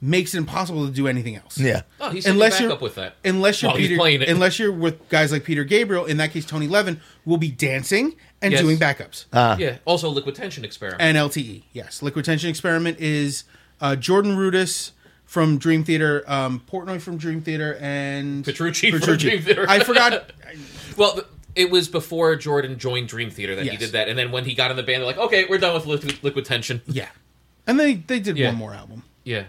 Speaker 2: makes it impossible to do anything else.
Speaker 1: Yeah.
Speaker 3: Oh,
Speaker 2: Unless
Speaker 3: he's unless back
Speaker 2: you're
Speaker 3: up with that.
Speaker 2: unless you're
Speaker 3: While he's
Speaker 2: Peter,
Speaker 3: playing it.
Speaker 2: unless you're with guys like Peter Gabriel, in that case Tony Levin will be dancing and
Speaker 3: Yes.
Speaker 2: doing backups
Speaker 3: yeah. Also, liquid tension experiment.
Speaker 2: and LTE. E, Yes, Liquid Tension Experiment is uh, Jordan Rudess from Dream Theater, um, Portnoy from Dream Theater, and
Speaker 3: Petrucci from Dream Theater.
Speaker 2: I forgot.
Speaker 3: well, th- it was before Jordan joined Dream Theater that he
Speaker 2: Yes.
Speaker 3: did that, and then when he got in the band, they're like, "Okay, we're done with liquid, liquid tension."
Speaker 2: yeah, and they they did
Speaker 3: Yeah.
Speaker 2: one more album.
Speaker 3: Yeah.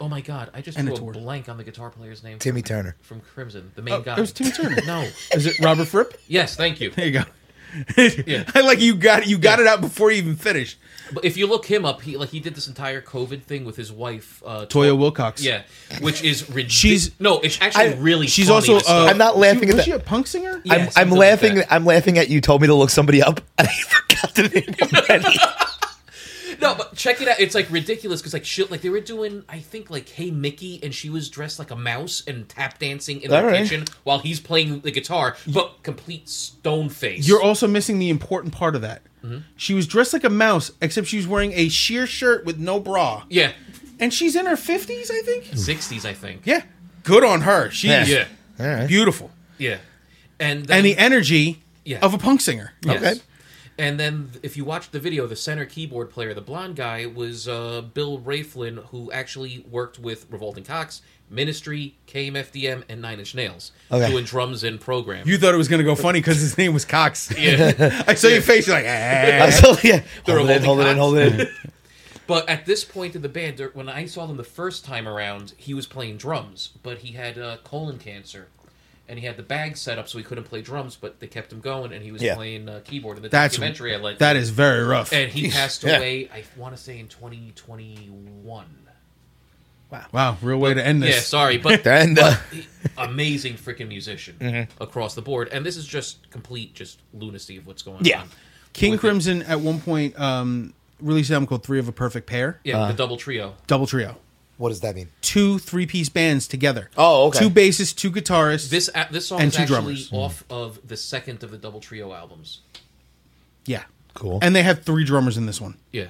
Speaker 3: Oh my god, I just
Speaker 2: And
Speaker 3: drew
Speaker 2: a tour.
Speaker 3: a blank on the guitar player's name.
Speaker 1: Timmy Turner.
Speaker 3: from Crimson, the main guy.
Speaker 2: Oh, it was Timmy Turner.
Speaker 3: No.
Speaker 2: Is it Robert Fripp?
Speaker 3: Yes, thank you.
Speaker 2: There you go. I like you got you got
Speaker 3: Yeah.
Speaker 2: it out before you even finished.
Speaker 3: But if you look him up, he like he did this entire COVID thing with his wife, uh,
Speaker 2: Toya Wilcox.
Speaker 3: Yeah, which is ridiculous.
Speaker 2: She's-
Speaker 3: no, it's actually
Speaker 1: I-
Speaker 3: really.
Speaker 2: She's
Speaker 3: funny
Speaker 2: also.
Speaker 3: to stop.
Speaker 2: Uh,
Speaker 1: I'm not laughing
Speaker 2: she-
Speaker 1: at
Speaker 2: was
Speaker 1: that.
Speaker 2: she a punk singer?
Speaker 3: Yeah.
Speaker 1: I'm, I'm
Speaker 3: something like
Speaker 1: laughing.
Speaker 3: that.
Speaker 1: I'm laughing at you. Told me to look somebody up, and I forgot the name. Already.
Speaker 3: No, but check it out. It's like ridiculous because like shit, like they were doing. I think like Hey Mickey, and she was dressed like a mouse and tap dancing in the
Speaker 1: All right.
Speaker 3: kitchen while he's playing the guitar, but complete stone face.
Speaker 2: You're also missing the important part of that.
Speaker 3: Mm-hmm.
Speaker 2: She was dressed like a mouse, except she was wearing a sheer shirt with no bra.
Speaker 3: yeah,
Speaker 2: And she's in her 50s, I think?
Speaker 3: sixties, I think.
Speaker 2: Yeah. Good on her. She's
Speaker 3: yeah,
Speaker 1: All right.
Speaker 2: beautiful.
Speaker 3: yeah. And then,
Speaker 2: And the energy
Speaker 3: Yeah.
Speaker 2: of a punk singer.
Speaker 3: Yes.
Speaker 1: Okay.
Speaker 3: And then, th- if you watch the video, the center keyboard player, the blonde guy, was uh, Bill Raflin, who actually worked with Revolting Cox, Ministry, KMFDM, and Nine Inch Nails,
Speaker 1: Okay.
Speaker 3: doing drums and program.
Speaker 2: You thought it was going to go funny because his name was Cox.
Speaker 3: yeah.
Speaker 2: I saw your face. You're like, eh.
Speaker 1: So, yeah.
Speaker 3: They're
Speaker 1: Hold it in, hold it in, hold it in.
Speaker 3: But at this point in the band, there- when I saw them the first time around, he was playing drums, but he had uh, colon cancer, and he had the bag set up so he couldn't play drums, but they kept him going, and he was
Speaker 1: Yeah.
Speaker 3: playing uh, keyboard in the
Speaker 2: That's,
Speaker 3: documentary. I like
Speaker 2: that is very rough.
Speaker 3: and he passed
Speaker 1: Yeah.
Speaker 3: away. I want to say in 2021.
Speaker 2: Wow. Real way to end this.
Speaker 3: Yeah, sorry, but
Speaker 1: Then, uh,
Speaker 3: amazing freaking musician
Speaker 2: Mm-hmm.
Speaker 3: across the board, and this is just complete just lunacy of what's going
Speaker 1: Yeah.
Speaker 3: on.
Speaker 2: King
Speaker 3: with it.
Speaker 2: Crimson at one point um, released an album called Three of a Perfect Pair.
Speaker 3: Yeah, the double trio.
Speaker 2: Double trio.
Speaker 1: what does that mean?
Speaker 2: Two three piece bands together.
Speaker 1: Oh, okay.
Speaker 2: Two bassists, two guitarists.
Speaker 3: This a- this song
Speaker 2: And
Speaker 3: is
Speaker 2: two
Speaker 3: actually
Speaker 2: drummers. Mm-hmm.
Speaker 3: off of the second of the double trio albums.
Speaker 2: yeah.
Speaker 1: Cool.
Speaker 2: And they have three drummers in this one.
Speaker 3: Yeah,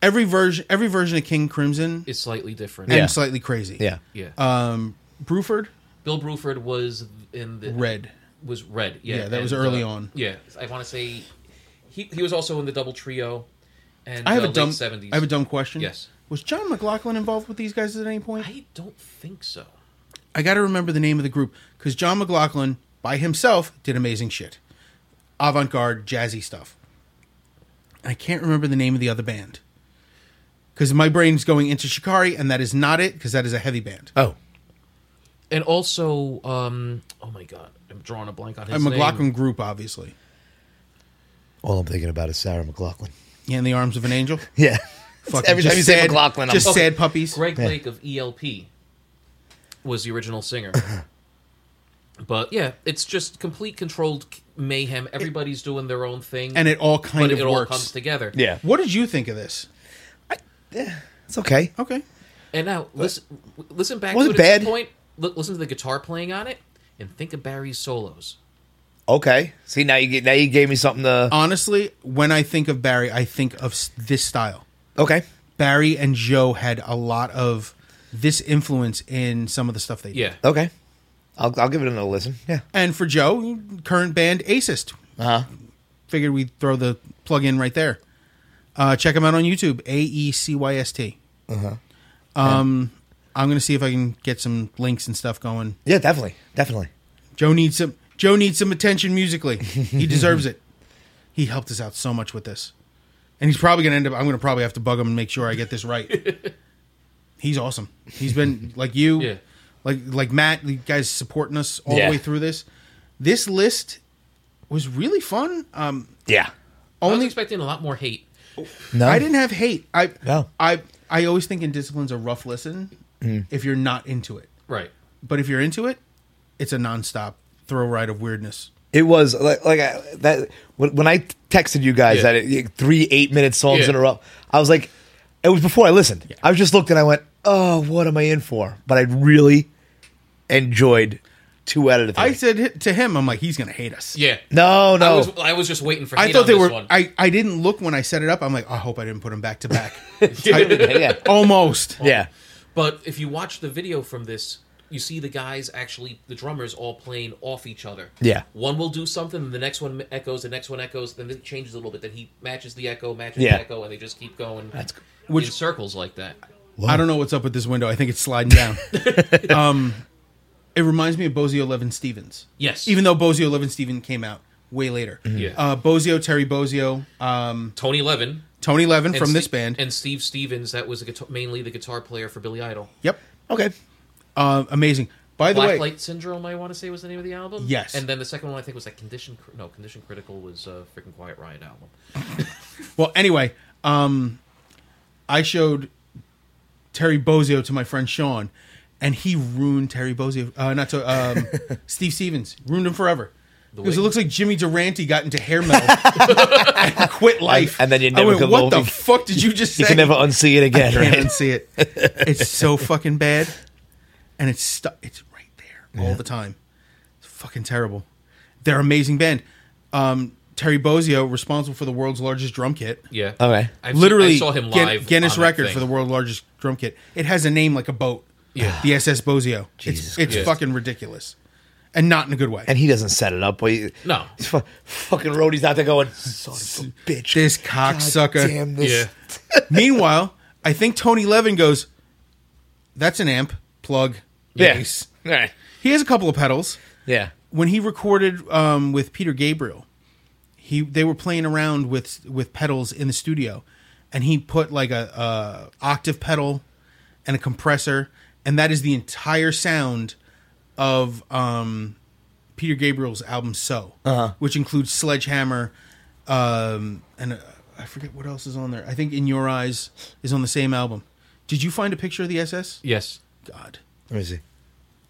Speaker 2: Every version every version of King Crimson
Speaker 3: it's slightly different.
Speaker 2: and
Speaker 1: Yeah.
Speaker 2: slightly crazy.
Speaker 1: yeah.
Speaker 3: yeah.
Speaker 2: Um Bruford,
Speaker 3: Bill Bruford was in the
Speaker 2: Red.
Speaker 3: was red. Yeah, uh,
Speaker 2: Yeah, that was early on.
Speaker 3: Yeah, I want to say he he was also in the double trio. And
Speaker 2: I have
Speaker 3: uh,
Speaker 2: a dumb
Speaker 3: late 70s.
Speaker 2: I have a dumb question.
Speaker 3: Yes.
Speaker 2: Was John McLaughlin involved with these guys at any point?
Speaker 3: I don't think so.
Speaker 2: I got to remember the name of the group because John McLaughlin by himself did amazing shit, avant garde, jazzy stuff. I can't remember the name of the other band because my brain's going into Shikari, and that is not it because that is a heavy band.
Speaker 1: Oh.
Speaker 3: And also, um, oh my god, I'm drawing a blank on his
Speaker 2: a
Speaker 3: name.
Speaker 2: McLaughlin group, obviously.
Speaker 1: All I'm thinking about is Sarah McLaughlin.
Speaker 2: Yeah, in the arms of an angel.
Speaker 1: Yeah.
Speaker 2: Fucking
Speaker 1: Every time
Speaker 2: just
Speaker 1: you say
Speaker 2: sad-
Speaker 1: McLaughlin, I'm
Speaker 2: just
Speaker 1: just
Speaker 2: sad puppies.
Speaker 3: Greg Lake of ELP was the original singer. but yeah, it's just complete controlled mayhem. Everybody's doing their own thing,
Speaker 2: And it all kind
Speaker 3: but
Speaker 2: of
Speaker 3: it all
Speaker 2: works.
Speaker 3: comes together.
Speaker 1: yeah.
Speaker 2: what did you think of this?
Speaker 1: It's okay.
Speaker 2: Okay,
Speaker 3: And now listen, w- listen back
Speaker 1: Wasn't
Speaker 3: to it at
Speaker 1: bad.
Speaker 3: this point. Look, listen to the guitar playing on it, and think of Barry's solos.
Speaker 1: Okay. See now you get now you gave me something to.
Speaker 2: honestly, when I think of Barry, I think of s- this style.
Speaker 1: Okay.
Speaker 2: Barry and Joe had a lot of this influence in some of the stuff they did.
Speaker 3: Yeah,
Speaker 1: Okay. I'll I'll give it another listen. Yeah.
Speaker 2: And for Joe, current band Acist.
Speaker 1: Uh huh.
Speaker 2: Figured we'd throw the plug in right there. Uh, check them out on YouTube, A E C Y S T. Um, I'm gonna see if I can get some links and stuff going.
Speaker 1: Yeah. Definitely. Definitely.
Speaker 2: Joe needs some. Joe needs some attention musically. He deserves it. He helped us out so much with this, and he's probably gonna end up. I'm gonna probably have to bug him and make sure I get this right. he's awesome. He's been like you,
Speaker 3: Yeah.
Speaker 2: like like Matt. You guys supporting us all
Speaker 1: Yeah.
Speaker 2: the way through this. This list was really fun. Um,
Speaker 1: Yeah.
Speaker 3: I was
Speaker 2: only
Speaker 3: expecting a lot more hate.
Speaker 1: No.
Speaker 2: I didn't have hate. I
Speaker 1: No.
Speaker 2: I I always think Indiscipline's a rough listen if you're not into it.
Speaker 3: Right.
Speaker 2: But if you're into it, it's a nonstop throw ride of weirdness.
Speaker 1: It was like like I, that when when I texted you guys
Speaker 3: Yeah.
Speaker 1: that it, three eight minute songs
Speaker 3: Yeah.
Speaker 1: in a row. I was like, it was before I listened. I was just looked and I went, oh, what am I in for? But I really enjoyed two out of the three.
Speaker 2: I said hi- to him, I'm like, he's gonna hate us.
Speaker 3: Yeah.
Speaker 1: no,
Speaker 3: I
Speaker 1: no.
Speaker 3: was I was just waiting for. Hate
Speaker 2: I thought
Speaker 3: on
Speaker 2: they
Speaker 3: this
Speaker 2: were.
Speaker 3: One.
Speaker 2: I, I didn't look when I set it up. I'm like, I hope I didn't put them back to back.
Speaker 1: yeah.
Speaker 2: Almost.
Speaker 1: Yeah.
Speaker 3: But if you watch the video from this, you see the guys actually, the drummers all playing off each other.
Speaker 1: Yeah.
Speaker 3: One will do something, the next one echoes, the next one echoes, then it changes a little bit. Then he matches the echo, matches
Speaker 1: Yeah.
Speaker 3: the echo, and they just keep going
Speaker 1: That's cool.
Speaker 3: in
Speaker 2: Which-
Speaker 3: circles like that.
Speaker 2: I don't know what's up with this window. I think it's sliding down. um, it reminds me of Bozio Levin Stevens.
Speaker 3: Yes. Mm-hmm.
Speaker 2: Even though Bozio Levin Steven came out way later.
Speaker 3: Yeah.
Speaker 2: Uh, Bozio Terry Bozio, um,
Speaker 3: Tony Levin
Speaker 2: Tony Levin
Speaker 3: and
Speaker 2: from this
Speaker 3: Ste-
Speaker 2: band.
Speaker 3: and Steve Stevens, that was the guitar, mainly the guitar player for Billy Idol.
Speaker 2: yep.
Speaker 1: Okay.
Speaker 2: Uh, amazing. By the way,
Speaker 3: Black Light Syndrome, I want to say, was the name of the album.
Speaker 2: Yes.
Speaker 3: And then the second one, I think, was like Condition. Cri- No, Condition Critical was uh, freaking Quiet Riot album.
Speaker 2: Well, anyway, um, I showed Terry Bozio to my friend Sean, and he ruined Terry Bozio. Uh, not to um, Steve Stevens ruined him forever
Speaker 3: The
Speaker 2: Because it
Speaker 3: way-
Speaker 2: looks like Jimmy Durante got into hair metal and quit life.
Speaker 1: And- and then you
Speaker 2: I
Speaker 1: never
Speaker 2: went,
Speaker 1: could
Speaker 2: What
Speaker 1: look-
Speaker 2: the fuck did you just say?
Speaker 1: You can never unsee it again,
Speaker 2: can't
Speaker 1: right?
Speaker 2: unsee it. It's so fucking bad, and it's stuck. It's right there all the time. It's fucking terrible. They're an amazing band. Um, Terry Bozzio, responsible for the world's largest drum kit.
Speaker 3: Yeah.
Speaker 1: Okay.
Speaker 3: I've
Speaker 2: Literally,
Speaker 3: seen, I saw him
Speaker 2: Guin-
Speaker 3: live.
Speaker 2: Guinness
Speaker 3: on that
Speaker 2: record
Speaker 3: thing.
Speaker 2: for the world's largest drum kit. It has a name like a boat.
Speaker 3: Yeah.
Speaker 2: the SS Bozzio.
Speaker 1: Jesus
Speaker 2: it's it's
Speaker 3: Christ.
Speaker 2: fucking ridiculous, and not in a good way.
Speaker 1: And he doesn't set it up, but he,
Speaker 3: No.
Speaker 1: he's fu- fucking roadie's out there going, "Son of a bitch,
Speaker 2: This
Speaker 1: God
Speaker 2: cocksucker.
Speaker 1: damn this."
Speaker 3: Yeah.
Speaker 2: Meanwhile, I think Tony Levin goes, "That's an amp plug."
Speaker 1: Yeah.
Speaker 2: Yes,
Speaker 1: All right.
Speaker 2: he has a couple of pedals.
Speaker 1: Yeah.
Speaker 2: when he recorded um, with Peter Gabriel, he they were playing around with with pedals in the studio, and he put like a, a octave pedal and a compressor, and that is the entire sound of um, Peter Gabriel's album "So,"
Speaker 3: Uh-huh.
Speaker 2: which includes Sledgehammer, um, and uh, I forget what else is on there. I think "In Your Eyes" is on the same album. Did you find a picture of the SS?
Speaker 3: Yes.
Speaker 2: God,
Speaker 1: Let me see.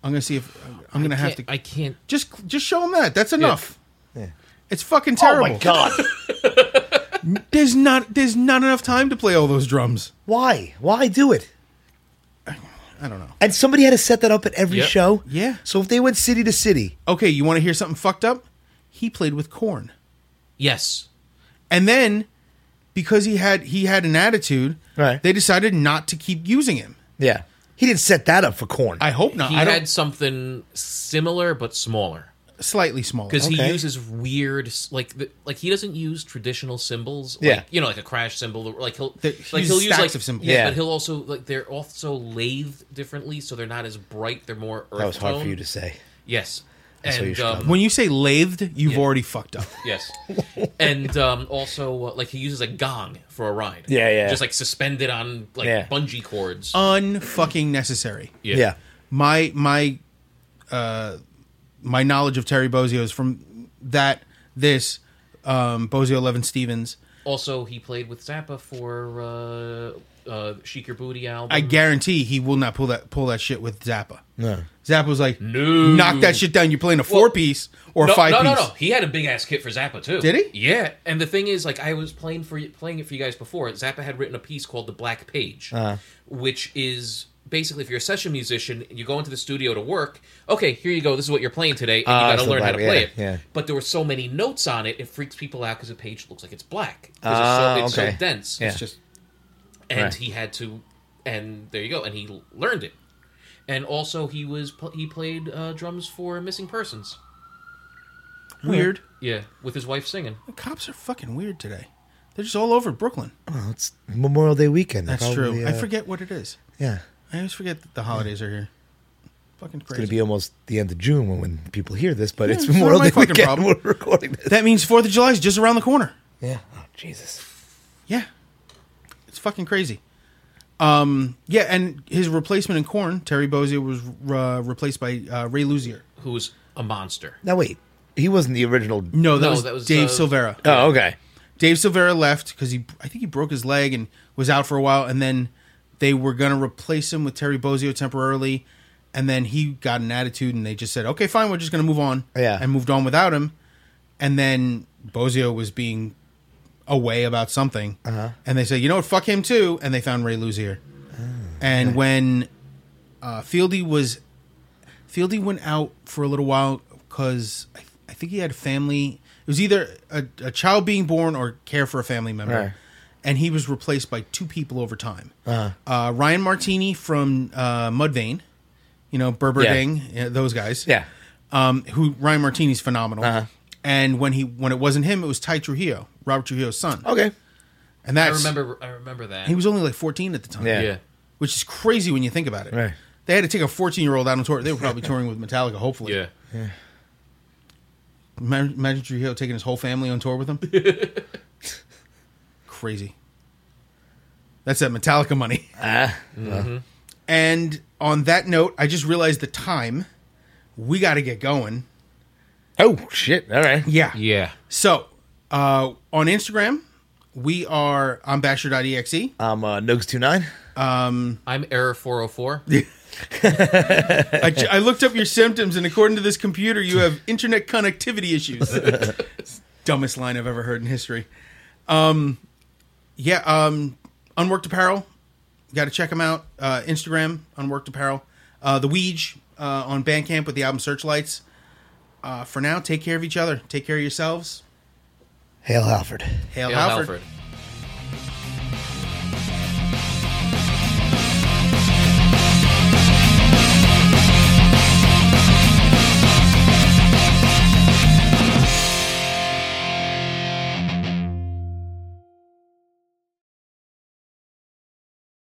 Speaker 2: I'm gonna see if I'm gonna have to.
Speaker 3: I can't.
Speaker 2: Just just show him that. That's enough.
Speaker 1: Yeah.
Speaker 2: It's fucking
Speaker 1: Oh
Speaker 2: terrible.
Speaker 1: my god.
Speaker 2: There's not there's not enough time to play all those drums.
Speaker 1: Why? Why do it?
Speaker 2: I don't know.
Speaker 1: And somebody had to set that up at every
Speaker 3: Yep.
Speaker 1: show.
Speaker 2: Yeah.
Speaker 1: So if they went city to city,
Speaker 2: Okay, you want to hear something fucked up? He played with corn.
Speaker 3: Yes.
Speaker 2: And then because he had he had an attitude,
Speaker 1: Right.
Speaker 2: they decided not to keep using him.
Speaker 1: yeah, he didn't set that up for corn.
Speaker 2: I hope not.
Speaker 3: He
Speaker 2: I don't
Speaker 3: had something similar but smaller
Speaker 2: slightly smaller.
Speaker 3: because
Speaker 1: Okay.
Speaker 3: he uses weird, s- like the, like he doesn't use traditional symbols. Like,
Speaker 1: Yeah.
Speaker 3: You know, like a crash symbol. or, Like he'll
Speaker 2: The-
Speaker 3: like
Speaker 2: he uses
Speaker 3: he'll use
Speaker 2: stacks
Speaker 3: like
Speaker 2: of symbols.
Speaker 3: Yeah,
Speaker 1: Yeah.
Speaker 3: But he'll also like they're also lathed differently, so they're not as bright. They're more earth
Speaker 1: that was hard for
Speaker 3: tone.
Speaker 1: you to say.
Speaker 3: Yes.
Speaker 1: how you
Speaker 3: And
Speaker 1: should
Speaker 3: um,
Speaker 2: When you say lathed, you've already fucked up.
Speaker 3: yes, and um, also uh, like he uses a gong for a ride.
Speaker 1: Yeah, yeah.
Speaker 3: Just like suspended on like
Speaker 1: Yeah. Uh,
Speaker 3: bungee cords.
Speaker 2: Unfucking necessary.
Speaker 1: Yeah.
Speaker 2: my my uh my knowledge of Terry Bozzio is from that this um Bozzio Eleven Stevens.
Speaker 3: Also, he played with Zappa for uh, uh, Chic Your Booty album.
Speaker 2: I guarantee he will not pull that pull that shit with Zappa.
Speaker 1: No.
Speaker 2: Zappa was like,
Speaker 3: No.
Speaker 2: knock that shit down. You're playing a four piece or a
Speaker 3: no,
Speaker 2: five
Speaker 3: no,
Speaker 2: piece.
Speaker 3: no, no. He had a big ass kit for Zappa too.
Speaker 2: Did he?
Speaker 3: Yeah. And the thing is, like, I was playing for you- playing it for you guys before. Zappa had written a piece called "The Black Page,"
Speaker 1: Uh-huh.
Speaker 3: which is basically if you're a session musician, you go into the studio to work. Okay, here you go. This is what you're playing today, and
Speaker 1: Ah,
Speaker 3: you got
Speaker 1: it's
Speaker 3: to
Speaker 1: the
Speaker 3: learn how to
Speaker 1: black-
Speaker 3: play
Speaker 1: yeah,
Speaker 3: it.
Speaker 1: yeah.
Speaker 3: But there were so many notes on it, it freaks people out because the page looks like it's black. 'Cause
Speaker 1: Ah,
Speaker 3: it's so, it's
Speaker 1: okay.
Speaker 3: so dense.
Speaker 1: Yeah.
Speaker 2: It's just
Speaker 3: and
Speaker 1: Right.
Speaker 3: he had to and there you go and he l- learned it and also he was pl- he played uh, drums for missing persons
Speaker 2: weird.
Speaker 3: yeah with his wife singing
Speaker 2: The cops are fucking weird today. They're just all over Brooklyn.
Speaker 1: Well, it's Memorial Day weekend.
Speaker 2: That's
Speaker 1: Probably,
Speaker 2: true.
Speaker 1: uh,
Speaker 2: I forget what it is.
Speaker 1: Yeah.
Speaker 2: I always forget that the holidays are here. Fucking
Speaker 1: It's gonna
Speaker 2: crazy.
Speaker 1: be almost the end of June when, when people hear this, but it's
Speaker 2: it's not
Speaker 1: Memorial
Speaker 2: my
Speaker 1: Day
Speaker 2: fucking
Speaker 1: weekend.
Speaker 2: problem.
Speaker 1: We're recording this.
Speaker 2: that means Fourth of July is just around the corner.
Speaker 1: Yeah. Oh Jesus.
Speaker 2: Yeah. It's fucking crazy. Um, yeah, and his replacement in Corn, Terry Bozzio, was uh, replaced by uh, Ray Luzier.
Speaker 3: who was a monster
Speaker 1: Now wait, he wasn't the original.
Speaker 2: No, that
Speaker 3: No,
Speaker 2: was
Speaker 3: that was,
Speaker 2: Dave
Speaker 3: uh,
Speaker 2: Silvera.
Speaker 1: Oh, okay.
Speaker 2: Dave Silvera left because he, I think he broke his leg and was out for a while, and then they were gonna replace him with Terry Bozzio temporarily, and then he got an attitude, and they just said, "Okay, fine, we're just gonna move on,"
Speaker 1: Yeah.
Speaker 2: and moved on without him, and then Bozzio was being away about something, uh-huh. and they said, "You know what? Fuck him too," and they found Ray Luzier, and when uh, Fieldy was Fieldy went out for a little while because I, I think he had a family. It was either a, a child being born or care for a family member.
Speaker 1: Right. Uh-huh.
Speaker 2: And he was replaced by two people over time. Uh, Ryan Martini from uh, Mudvayne, you know, Berber
Speaker 1: Yeah.
Speaker 2: Ding, yeah, those guys.
Speaker 1: Yeah. Uh-huh.
Speaker 2: Um, who Ryan Martini's phenomenal. And when he when it wasn't him, it was Ty Trujillo, Robert Trujillo's son.
Speaker 1: Okay.
Speaker 2: And that's
Speaker 3: i remember i remember that
Speaker 2: he was only like 14 at the time
Speaker 1: Yeah.
Speaker 3: yeah
Speaker 2: which is crazy when you think about it.
Speaker 1: Right.
Speaker 2: They had to take a 14 year old out on tour. They were probably touring with Metallica, hopefully.
Speaker 3: yeah
Speaker 2: Ima- Imagine Trujillo taking his whole family on tour with him. crazy. That's that Metallica money.
Speaker 1: Ah.
Speaker 2: And on that note, I just realized the time. We got to get going.
Speaker 1: Oh shit. All right.
Speaker 2: Yeah.
Speaker 3: yeah
Speaker 2: So uh, on Instagram, we are on basher.exe.
Speaker 1: I'm uh, Nugs29.
Speaker 3: oh i'm error 404
Speaker 2: I, j- I looked up your symptoms, and according to this computer, you have internet connectivity issues. Dumbest line I've ever heard in history. Um, yeah, um, Unworked Apparel. Got to check them out. Uh, Instagram, Unworked Apparel. Uh, the Weege uh, on Bandcamp with the album Searchlights. Uh, for now, take care of each other. Take care of yourselves.
Speaker 1: Hail Alfred.
Speaker 2: Hail,
Speaker 3: Hail
Speaker 2: Alfred.
Speaker 3: Alfred.